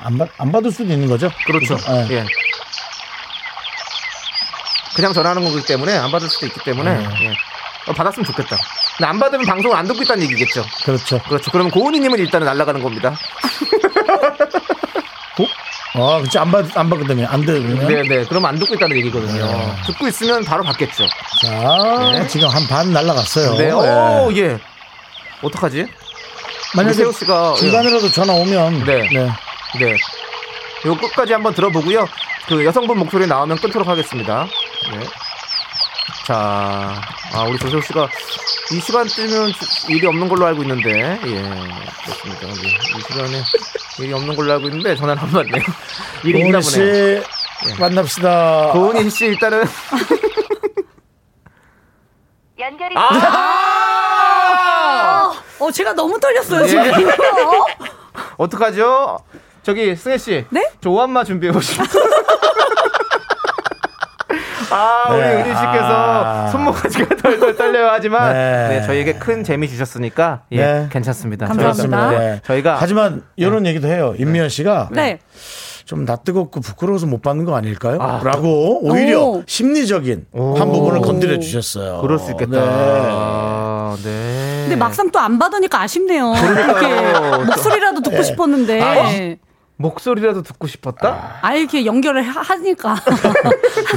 S1: 안, 받, 안 받을 수도 있는 거죠?
S2: 그렇죠.
S1: 그죠? 예.
S2: 예. 그냥 전화하는 거기 때문에 안 받을 수도 있기 때문에
S1: 네.
S2: 예. 어, 받았으면 좋겠다. 근데 안 받으면 방송을 안 듣고 있다는 얘기겠죠.
S1: 그렇죠.
S2: 그렇죠. 그러면 고은이님은 일단은 날아가는 겁니다.
S1: 아, 그치. 안 받, 안 받거든요. 안 들으면.
S2: 네, 네. 그러면 안 듣고 있다는 얘기거든요.
S1: 네.
S2: 듣고 있으면 바로 받겠죠.
S1: 자,
S2: 네.
S1: 지금 한 반 날라갔어요.
S2: 네.
S1: 예.
S2: 오, 예. 어떡하지?
S1: 만약에
S2: 세호 씨가 예.
S1: 중간으로도 전화 오면.
S2: 어, 네. 네. 요 끝까지 한번 들어보고요. 그 여성분 목소리 나오면 끊도록 하겠습니다. 네. 자, 아, 우리 조세호 씨가 이 시간쯤은 일이 없는 걸로 알고 있는데, 예, 그렇습니다. 네. 이 시간에 일이 없는 걸로 알고 있는데, 전화를 안 받네요. (laughs) 일이 있나
S1: 고은희 씨,
S2: 보네요.
S1: 만납시다.
S2: 고은희 씨, 일단은.
S8: 연결이
S11: 아, 어, 제가 너무 떨렸어요,
S2: (laughs)
S11: 지금.
S2: 예.
S11: 어?
S2: 어떡하죠? 저기, 승혜 씨.
S11: 네? (laughs)
S2: 조한마 준비해보시죠. 아, 우리
S1: 네.
S2: 은희 씨께서
S1: 아.
S2: 손목까지가 덜덜 떨려요 하지만
S1: 네.
S2: 네, 저희에게 큰 재미 주셨으니까 예,
S1: 네.
S2: 괜찮습니다.
S11: 감사합니다.
S2: 저희가,
S1: 네.
S2: 저희가
S1: 하지만 이런 얘기도 해요. 임미연 씨가
S11: 네.
S1: 좀 나 뜨겁고 부끄러워서 못 받는 거 아닐까요? 라고 오히려
S11: 오.
S1: 심리적인 한 부분을 건드려 주셨어요.
S2: 그럴 수 있겠다.
S1: 네.
S2: 아, 네.
S11: 근데 막상 또 안 받으니까 아쉽네요. 이렇게 목소리라도
S2: 예.
S11: 듣고 싶었는데.
S2: 아.
S11: 예.
S2: 목소리라도 듣고 싶었다?
S11: 아예 이렇게 연결을 하-
S2: (laughs)
S11: 하니까.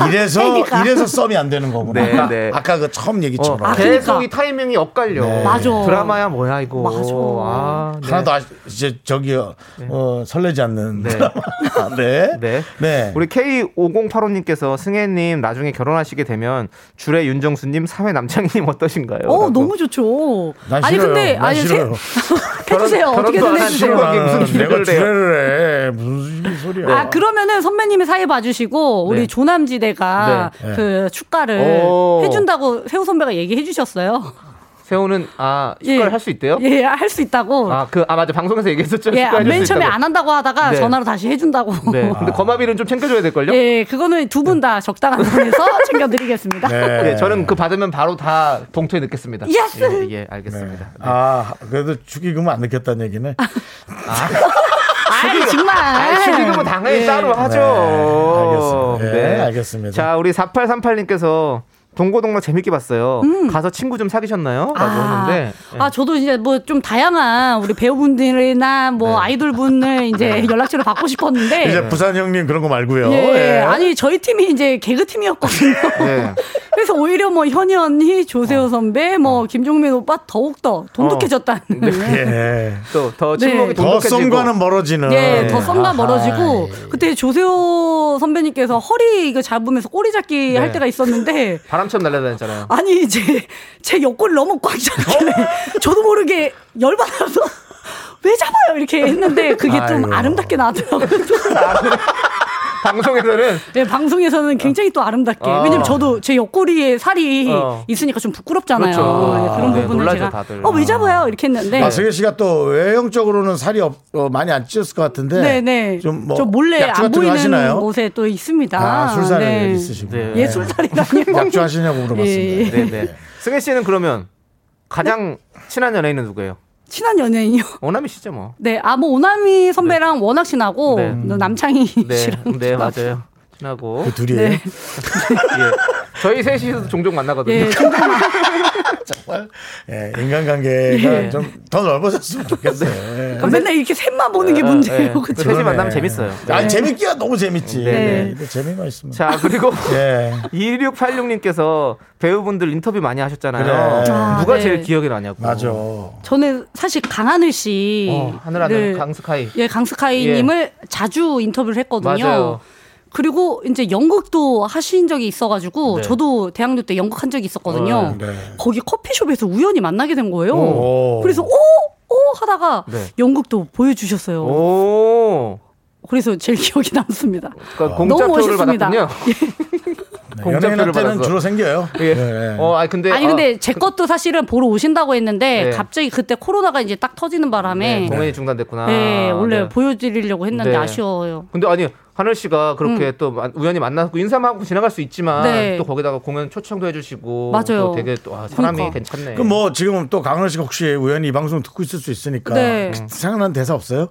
S1: 이래서
S11: 그러니까.
S1: 이래서 썸이 안 되는 거구나.
S2: 네, 네.
S1: 아까 그 처음
S2: 어,
S1: 얘기처럼
S11: 아,
S2: 계속
S11: 그러니까.
S2: 이 타이밍이 엇갈려.
S1: 네.
S11: 맞아.
S2: 드라마야 뭐야 이거.
S11: 맞아.
S2: 아, 네.
S1: 하나도 아시, 이제 저기요 어, 설레지 않는 (laughs)
S2: 네.
S1: 드라마. 네.
S2: 네.
S1: 네.
S2: 우리 K5085님께서 승혜님 나중에 결혼하시게 되면 줄에 윤정수님 사회 남창희님 어떠신가요?
S11: 어,
S2: 라고.
S11: 너무 좋죠.
S1: 난
S11: 아니,
S1: 싫어요.
S11: 근데,
S1: 난
S11: 아니, 세-
S1: 싫어요.
S11: (laughs) 해주세요.
S2: 결혼-
S11: 어떻게든
S2: 결혼도 안
S11: 해주세요.
S2: 하시고.
S1: 나는
S2: 무슨
S1: 아,
S2: 주례를
S1: 내가
S2: 해요?
S1: 주례를 해. 무슨 소리야.
S11: 아, 그러면은 선배님의 사이 봐주시고, 우리
S2: 네.
S11: 조남지대가
S1: 네.
S11: 그 축가를
S2: 오.
S11: 해준다고 세호 선배가 얘기해 주셨어요.
S2: 세호는 아
S11: 예.
S2: 축가를 할 수 있대요?
S11: (laughs) 예, 할 수 있다고.
S2: 아 그 아 맞아 방송에서 얘기했었죠.
S11: 예,
S2: 축가를 할
S11: 맨
S2: 수
S11: 처음에
S2: 있다고.
S11: 안 한다고 하다가
S2: 네.
S11: 전화로 다시 해준다고.
S2: 네. 근데 거마비는 좀 챙겨줘야 될 걸요.
S11: (laughs) 예, 그거는 두 분 다 적당한
S2: (laughs)
S11: 선에서 챙겨드리겠습니다.
S1: 네.
S2: 네, 저는 그 받으면 바로 다 봉투에 넣겠습니다.
S11: 예스!
S2: 예, 예, 알겠습니다.
S1: 아, 그래도 축의금은 안 느꼈다는 얘기네.
S11: 아, 아이, 정말. 예.
S2: 아, 축의금은 당연히 따로 하죠.
S1: 네, 알겠습니다. 예, 알겠습니다.
S2: 자, 우리 4838님께서 동고동락 재밌게 봤어요. 가서 친구 좀 사귀셨나요? 라고 했는데.
S11: 음.
S2: 예.
S11: 아, 저도 이제 뭐 좀 다양한 우리 배우분들이나 뭐
S2: 네.
S11: 아이돌 분을 이제 연락처를 받고 싶었는데.
S1: 이제 부산 형님 그런 거 말고요.
S11: 예,
S1: 예.
S11: 아니 저희 팀이 이제 개그
S1: (laughs)
S11: 팀이었거든요.
S2: 네.
S11: 그래서 오히려 뭐 현희 언니,
S1: 어.
S11: 조세호 선배, 뭐 김종민 오빠 더욱 더 돈독해졌다는.
S1: 예.
S2: 또 더
S11: 네.
S2: 친목이
S1: 더
S2: 돈독해지고.
S1: 썸과는
S11: (laughs)
S1: 멀어지는.
S11: 예, 더 썸과
S1: 아하. 예.
S11: 멀어지고 그때 조세호 선배님께서 허리 이거 잡으면서 꼬리 잡기
S1: 네.
S11: 할 때가 있었는데
S2: 바람처럼 날아다녔잖아요.
S11: 아니 이제 제 옆구리 너무 꽉 잡길래
S1: 어?
S11: (laughs) 저도 모르게 열받아서 (laughs) 왜 잡아요 이렇게 했는데 그게 좀
S1: 아이고.
S11: 아름답게 나왔더라고요.
S1: (laughs)
S2: 방송에서는
S11: 네, 방송에서는 굉장히 또 아름답게.
S2: 아.
S11: 왜냐면 저도 제 옆구리에 살이
S2: 어.
S11: 있으니까 좀 부끄럽잖아요.
S2: 그렇죠. 아,
S11: 네, 그런
S2: 네,
S11: 부분을
S2: 놀라죠,
S11: 제가
S2: 다들.
S11: 어, 왜 잡아요? 이렇게 했는데.
S1: 아, 승혜 씨가 또 외형적으로는 살이 없, 어, 많이 안 찌셨을 것 같은데.
S11: 네, 네.
S1: 좀 뭐.
S11: 저 몰래
S1: 약주
S11: 안
S1: 같은 거
S11: 보이는
S1: 하시나요?
S11: 곳에 또 있습니다.
S1: 아, 술사는
S11: 네.
S1: 여기 있으시고.
S2: 네.
S11: 예, 술자리라니요.
S1: (laughs) 약주 하시냐고 물어봤습니다.
S11: 예.
S2: 네, 네. 승혜 씨는 그러면 가장 친한 연예인은 누구예요?
S11: 친한 연예인이요.
S2: 오남이 씨죠, 뭐.
S11: 네, 아, 뭐, 오나미 선배랑 워낙 친하고,
S2: 네.
S11: 또 남창희
S2: 네,
S1: (laughs)
S11: 씨랑.
S2: 네, 맞아요. 친하고.
S11: 네.
S1: 그 둘이에요.
S2: 예. 저희 셋이서 종종 만나거든요.
S11: 예, 종종, 마-
S1: 네. (laughs) 정말 예, 인간관계가
S11: 예.
S1: 좀 더 넓어졌으면 좋겠어요. 예.
S11: 그러니까 맨날 이렇게 셋만 보는 게 문제예요.
S1: 예.
S11: 네, 그죠?
S2: 셋이 만나면 재밌어요.
S1: 아니
S2: 네.
S1: 재밌기야 너무 재밌지.
S2: 네, 네.
S1: 근데 재미만 있으면.
S2: 자, 그리고
S1: 예.
S2: 2686님께서 배우분들 인터뷰 많이 하셨잖아요.
S1: 그래. 아,
S2: 누가
S11: 네.
S2: 제일 기억에 나냐고.
S1: 맞아.
S11: 저는 사실 강하늘 씨,
S2: 어, 하늘하늘
S11: 를-
S2: 강스카이.
S11: 예 강스카이님을 자주 인터뷰를 했거든요.
S2: 예. 맞아요.
S11: 그리고 이제 연극도 하신 적이 있어가지고
S2: 네. 아,
S11: 저도 대학교 때 연극 한 적이 있었거든요.
S1: 어, 네.
S11: 거기 커피숍에서 우연히 만나게 된 거예요.
S1: 오.
S11: 그래서 오, 오 하다가
S2: 네.
S11: 연극도 보여주셨어요.
S2: 오.
S11: 그래서 제일 (laughs) 기억이 남습니다.
S2: 그러니까
S11: 너무
S2: 공짜표를
S11: 멋있습니다. 예.
S2: 받았군요.
S1: 네,
S2: 공짜표를
S1: 연예인 때는
S2: 받았어.
S1: 주로 생겨요.
S2: 예.
S1: 네.
S2: 어, 아니 근데
S11: 아니
S2: 아,
S11: 근데 제 것도 사실은 보러 오신다고 했는데
S2: 네.
S11: 갑자기 그때 코로나가 이제 딱 터지는 바람에
S2: 네,
S11: 네,
S2: 공연이 중단됐구나.
S11: 원래
S2: 네.
S11: 보여드리려고 했는데
S2: 네.
S11: 아쉬워요.
S2: 근데 아니 하늘 씨가 그렇게 또 마- 우연히 만나고 인사만 하고 지나갈 수 있지만
S11: 음. 네.
S2: 또 거기다가 공연 초청도 해주시고
S11: 맞아요.
S2: 또 되게 또 아, 사람이
S11: 그러니까.
S2: 괜찮네.
S1: 그럼 뭐 지금 또 강원 씨가 혹시 우연히 이 방송 듣고 있을 수
S2: 아,
S1: 있으니까
S11: 네.
S1: 그 생각나는 대사 없어요?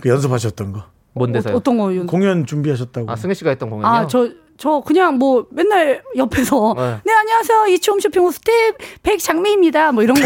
S1: 그 연습하셨던 거
S2: 뭔 데서요?
S11: 어, 떤 거요?
S1: 공연 준비하셨다고.
S2: 아 승혜 씨가 했던 공연이요.
S11: 아 저 저 그냥 뭐 맨날 옆에서
S2: 네.
S11: 네, 안녕하세요 이치홈 쇼핑 호스트 백장미입니다 뭐 이런 거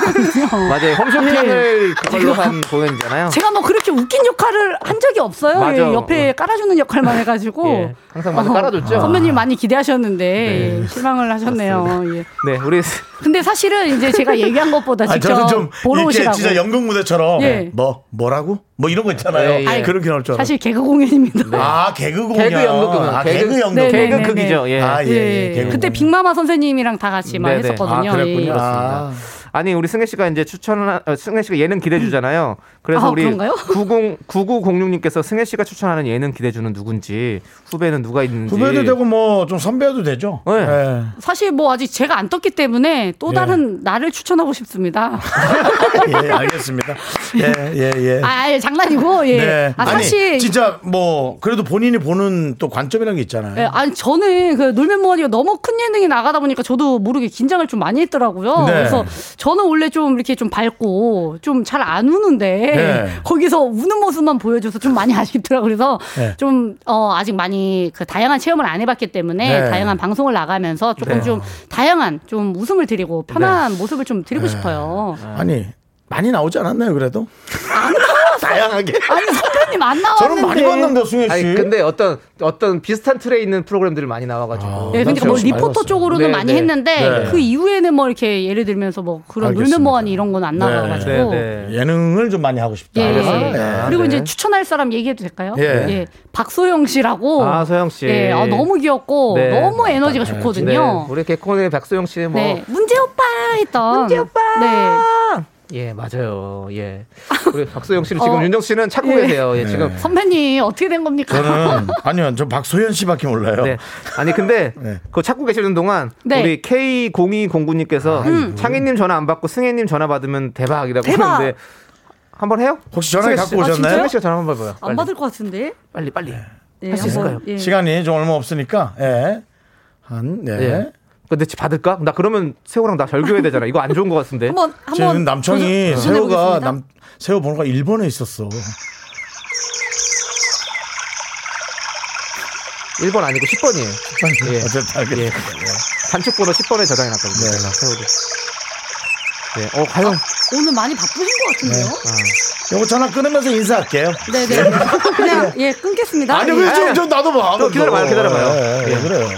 S11: 보여드리거든요.
S2: 맞아요.
S11: 네.
S2: 홈쇼핑을 그걸로
S11: 제가-
S2: 한 공연이잖아요.
S11: 제가 뭐 그렇게 웃긴 역할을 한 적이 없어요.
S2: 맞아요.
S11: 예, 옆에 깔아주는 역할만 해가지고
S2: 예, 항상 많이 깔아줬죠.
S11: 어. 선배님 많이 기대하셨는데 예, 실망을 하셨네요. 예.
S2: 네, 우리
S11: 근데 사실은 이제 제가 얘기한 것보다
S1: 아니,
S11: 직접
S1: 저는 좀
S11: 보러
S1: 이게
S11: 오시라고.
S1: 진짜 연극 무대처럼
S11: 예.
S1: 뭐 뭐라고 뭐 이런 거
S2: 예,
S1: 있잖아요.
S2: 예. 아니,
S1: 그렇게 나올 줄 알아.
S11: 사실 개그 공연입니다.
S1: 아 개그 공연.
S2: 개그 연극 공연.
S1: 아 개그 연극.
S11: 네, 네,
S2: 개그
S11: 네.
S2: 극이죠. 예.
S1: 아 예. 예, 개그
S11: 그때
S1: 공연.
S11: 빅마마 선생님이랑 다 같이 막
S2: 네, 네.
S11: 했었거든요.
S2: 아, 그랬군요.
S11: 예.
S2: 그렇습니다. 아니 우리 승혜 씨가 이제 추천하는 어, 승혜 씨가 예능 기대 주잖아요. 그래서
S11: 아,
S2: 우리
S11: 그런가요?
S2: 90 9906님께서 승혜 씨가 추천하는 예능 기대 주는 누군지 후배는 누가 있는지
S1: 후배도 되고 뭐 좀 선배도 되죠.
S2: 네.
S1: 예.
S11: 사실 뭐 아직 제가 안 떴기 때문에 또
S1: 예.
S11: 다른 나를 추천하고 싶습니다.
S1: (laughs) 예, 알겠습니다. 예, 예, 예.
S11: 아, 아예 장난이고 예.
S1: 네.
S11: 아
S1: 아니,
S11: 사실
S1: 진짜 뭐 그래도 본인이 보는 또 관점이라는 게 있잖아요.
S11: 예, 아니 저는 그 놀면 뭐하니가 너무 큰 예능이 나가다 보니까 저도 모르게 긴장을 좀 많이 했더라고요.
S1: 네.
S11: 그래서 저는 원래 좀 이렇게 좀 밝고 좀 잘 안 우는데
S1: 네.
S11: 거기서 우는 모습만 보여줘서 좀 많이 (laughs) 아쉽더라고요. 그래서
S1: 네.
S11: 좀 어, 아직 많이 그 다양한 체험을 안 해봤기 때문에
S1: 네.
S11: 다양한 방송을 나가면서 조금
S2: 네.
S11: 좀 다양한 좀 웃음을 드리고 편한
S1: 네.
S11: 모습을 좀 드리고 싶어요.
S1: 아니 많이 나오지 않았나요 그래도? (laughs) 다양하게.
S11: 아니 선배님 안 나왔는데.
S1: 저는 많이 봤는데 승혜 씨.
S2: 아니 근데 어떤 어떤 비슷한 틀에 있는 프로그램들이 많이 나와가지고
S1: 아,
S11: 예, 그러니까 뭐
S1: 많이 봤어요.
S11: 리포터 쪽으로는
S2: 네,
S11: 많이
S2: 네.
S11: 했는데
S1: 네.
S11: 그 이후에는 뭐 이렇게 예를 들면서 뭐 그런
S1: 알겠습니다.
S11: 놀면 뭐하니 이런 건 안
S1: 네.
S11: 나와가지고
S2: 네, 네.
S1: 예능을 좀 많이 하고 싶다.
S11: 예, 예.
S2: 알겠습니다.
S11: 그리고
S2: 네.
S11: 이제 추천할 사람 얘기해도 될까요?
S1: 예.
S11: 박소영 씨라고.
S2: 아, 소영 씨.
S11: 예, 아, 너무 귀엽고
S2: 네.
S11: 너무 에너지가
S2: 네,
S11: 좋거든요. 네.
S2: 우리 개콘의 박소영 씨는 뭐
S11: 문제 오빠 했던. 문제 오빠. 네.
S2: 예, 맞아요.
S11: (laughs)
S2: 예. 우리 박소영 씨는 지금
S11: 어.
S2: 윤정 씨는 찾고
S11: 예.
S2: 계세요. 예,
S1: 네.
S2: 지금.
S11: 선배님 어떻게 된 겁니까?
S1: 저는 (laughs) 아니요, 저 박소연 씨밖에 몰라요.
S2: 네. 아니, 근데
S1: (laughs) 네.
S2: 그거 찾고 계시는 동안
S11: 네.
S2: 우리
S1: 아,
S2: K0209님께서 창희님 전화 안 받고 승혜님 전화 받으면 대박이라고
S11: 대박!
S2: 하는데 한번 해요?
S1: 혹시 전화기
S2: 승혜 씨-
S1: 갖고 오셨나요?
S2: 승혜 씨가 전화 한번 봐봐요.
S11: 안
S2: 빨리.
S11: 받을 것 같은데.
S2: 빨리, 빨리.
S11: 네,
S2: 할수
S11: 한번,
S2: 있을까요?
S11: 예.
S1: 시간이 좀 얼마 없으니까 예. 한 예.
S2: 예. 근데 받을까? 나 그러면 세호랑 나 절교해야 되잖아. 이거 안 좋은 것 같은데.
S11: 한번 한번
S1: 지금 남청이
S11: 도전-
S1: 새우가
S11: 도전해보겠습니다.
S1: 남 새우 번호가 일본에 있었어.
S2: 1번 아니고 10번이에요. (laughs) 예.
S1: 어쨌든 알겠
S2: 예. 반칙번호 10번에 저장해 놨거든요.
S1: 네.
S2: 제가 세호를. 예. 어, 과연.
S11: 오늘 많이 바쁘신 것 같은데요.
S1: 요거 전화 끊으면서 인사할게요.
S11: 네, 네. 그냥 예 끊겠습니다.
S1: 아니
S11: 예.
S1: 왜좀 좀 나도 봐.
S2: 좀 기다려봐요, 기다려봐요.
S1: 예, 예,
S2: 예.
S1: 그래요.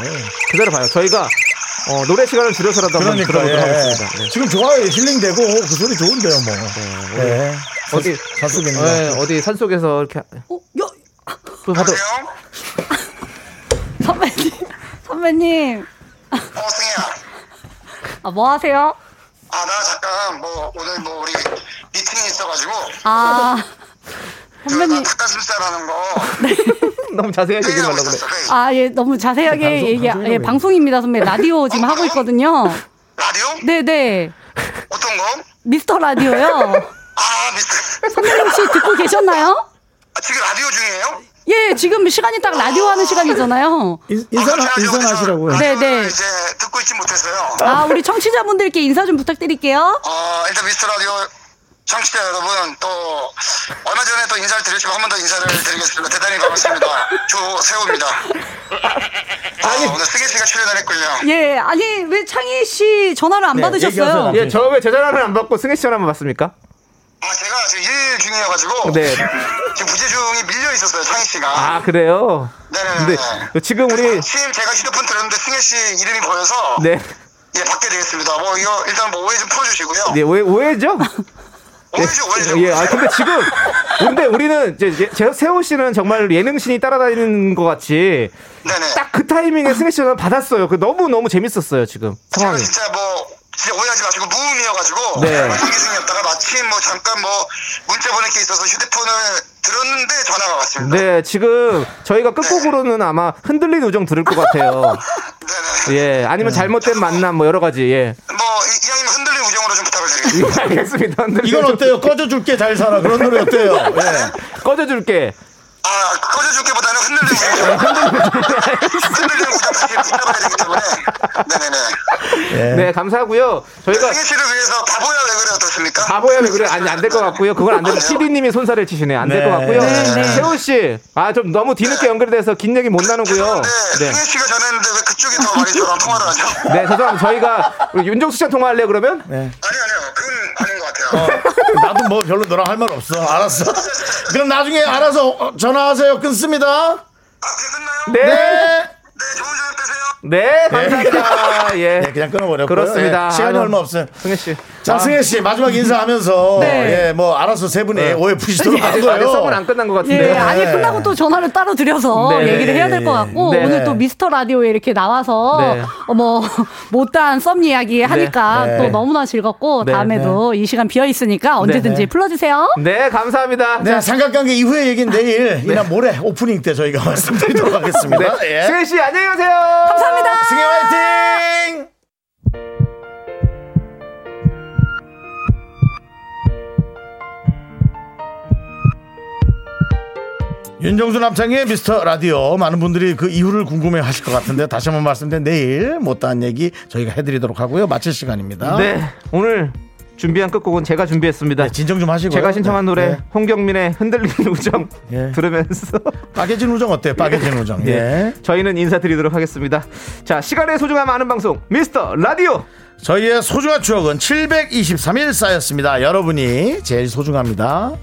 S2: 기다려봐요. 저희가 어, 노래 시간을 줄여서라도 한번
S1: 그러니까
S2: 들어보도록
S1: 예.
S2: 하겠습니다. 네.
S1: 지금 좋아요, 힐링되고 그 소리 좋은데요, 뭐. 예.
S2: 어디
S1: 사수입니다.
S2: 네, 어디 산 속에서 이렇게
S11: 어, 여,
S2: 또
S1: 아,
S2: 봐도
S11: 선배님, 선배님.
S12: 어, 승희야.
S11: 아, 뭐 하세요?
S12: 아, 나 잠깐, 뭐, 오늘 뭐, 우리 미팅이 있어가지고,
S11: 아,
S12: 나
S11: 선배님.
S12: 닭가슴살 하는 거
S2: 너무 자세하게 얘기를
S12: 회의하고
S2: 하려고 네, 그래.
S12: 있었어, 회의.
S11: 아, 예, 너무 자세하게 얘기, 예, 방송입니다, 선배. 라디오 지금 하고 있거든요.
S12: 라디오?
S11: 네네.
S12: 어떤 거?
S11: 미스터 라디오요.
S12: 아, 미스.
S11: 선배님 혹시 듣고 계셨나요?
S12: 아, 지금 라디오 중이에요?
S11: 예, 지금 시간이 딱 라디오 하는 시간이잖아요.
S1: 인- 인사 인사하시라고요.
S11: 네,
S12: 네,
S11: 네.
S12: 네. 이제 듣고 있지 못했어요.
S11: 아, 우리 청취자분들께 인사 좀 부탁드릴게요.
S12: 어, 일단 미스 라디오 청취자 여러분 또 얼마 전에 또 인사를 드렸지만 한 번 더 인사를 드리겠습니다. 대단히 반갑습니다. 조세호입니다. 아니 오늘 승희 씨가 출연을 했군요.
S11: 예, 아니 왜 창희 씨 전화를 안
S2: 네,
S11: 받으셨어요?
S2: 예, 저 왜 제 전화를 안 받고 승혜 씨 전화만 받습니까?
S12: 아 제가 지금 일 중이어가지고
S2: 네.
S12: 지금 부재중이 밀려 있었어요 창희 씨가.
S2: 아 그래요.
S12: 네네네.
S2: 근데 지금 우리
S12: 아침 제가 휴대폰 들었는데 승혜 씨 이름이 보여서
S2: 네,
S12: 예 받게 되겠습니다. 뭐 이거 일단 뭐 오해 좀 풀어주시고요.
S2: 네
S12: (laughs)
S2: 오해 오해죠?
S12: 오해죠, 오해죠.
S2: 예, 아 근데 지금 근데 우리는 이제 제- 제- 세호 씨는 정말 예능신이 따라다니는 것 같이 딱 그 타이밍에 승혜 씨 전화 받았어요. 그 너무 너무 재밌었어요 지금 상황이.
S12: 진짜 뭐 진짜 오해하지 마시고 무음이어가지고
S2: 네.
S12: 생겼다가 마침 뭐 잠깐 뭐 문자 보낼 게 있어서 휴대폰을 들었는데 전화가 왔습니다.
S2: 네, 지금 저희가 끝곡으로는 아마 흔들린 우정 들을
S12: (laughs)
S2: 것 같아요.
S12: 네,
S2: 예,
S1: 네.
S2: 아니면 잘못된 만남 뭐 여러 가지. 예. (laughs) 뭐 이왕이면 흔들린 우정으로 좀 부탁을 드리겠습니다. 알겠습니다. 흔들린
S1: 이건
S2: 우정.
S1: 어때요? (laughs) 꺼져줄게 잘 살아 그런 노래
S2: (laughs)
S1: 어때요? 예.
S2: 꺼져줄게. 네, 감사하고요. 저희가
S12: 승혜 아, 예, 씨를 위해서 바보야 왜 그래 어떻습니까?
S2: 바보야 왜 그래? 아니 안 될 것 같고요. 그건 안 될. PD님이 손살을 치시네. 안 될 것
S12: 네.
S2: 같고요.
S12: 네, 네.
S2: 세호 씨, 아 좀 너무 뒤늦게 연결돼서 긴 얘기 못 나누고요. 네.
S12: 승혜 씨가 전화했는데 왜 그쪽이 더 많이 저랑 통화를 하죠?
S2: 네, 죄송합니다. 저희가 우리 윤정수 씨랑 통화할래 요 그러면?
S1: 네.
S12: 어,
S1: 나도 뭐 별로 너랑 할 말 없어. 알았어. 그럼 나중에 알아서 어, 전화하세요. 끊습니다.
S2: 네. 네, 감사합니다. 예.
S1: 그냥 끊어버렸고요.
S2: 그렇습니다.
S1: 예, 시간이
S2: 아유,
S1: 얼마 없어요.
S2: 승혜 씨.
S1: 자,
S2: 아.
S1: 승혜 씨 마지막 인사하면서
S11: 네.
S1: 예, 뭐 알아서 세 분이 오해 푸시도록
S2: 예,
S1: 한 거예요.
S2: 아, 네, 썸은 안 끝난 것 같은데.
S11: 예, 아니 끝나고 또 전화를 따로 드려서
S2: 네,
S11: 얘기를
S2: 네,
S11: 해야
S2: 예,
S11: 될 것
S2: 예.
S11: 같고
S2: 네.
S11: 오늘 또 미스터 라디오에 이렇게 나와서
S2: 네.
S11: 어머 못다한 썸 이야기 하니까
S2: 네.
S11: 또 너무나 즐겁고
S2: 네.
S11: 다음에도 이 시간 비어 있으니까 언제든지
S1: 네.
S11: 불러주세요.
S2: 네, 감사합니다.
S1: 네, 삼각관계 이후의 얘기는 내일 이나 모레 오프닝 때 저희가 (laughs) 말씀드리도록 하겠습니다.
S2: 네.
S1: 예.
S2: 승혜 씨 안녕히 가세요. 감사합니다.
S1: 승혜 화이팅! 윤정수 남창의 미스터 라디오 많은 분들이 그 이유를 궁금해 하실 것 같은데 다시 한번 말씀드린 내일 못다한 얘기 저희가 해드리도록 하고요 마칠 시간입니다 네,
S2: 네, 오늘 준비한 끝곡은 제가 준비했습니다.
S1: 진정 좀 하시고요
S2: 제가 신청한
S1: 네,
S2: 노래
S1: 네.
S2: 홍경민의 흔들리는 우정 들으면서
S1: 빠개진 우정 어때요 빠개진 우정
S2: 예.
S1: 예.
S2: 저희는 인사드리도록 하겠습니다. 자, 시간의 소중함 아는 방송 미스터 라디오.
S1: 저희의 소중한 추억은 723일 쌓였습니다 여러분이 제일 소중합니다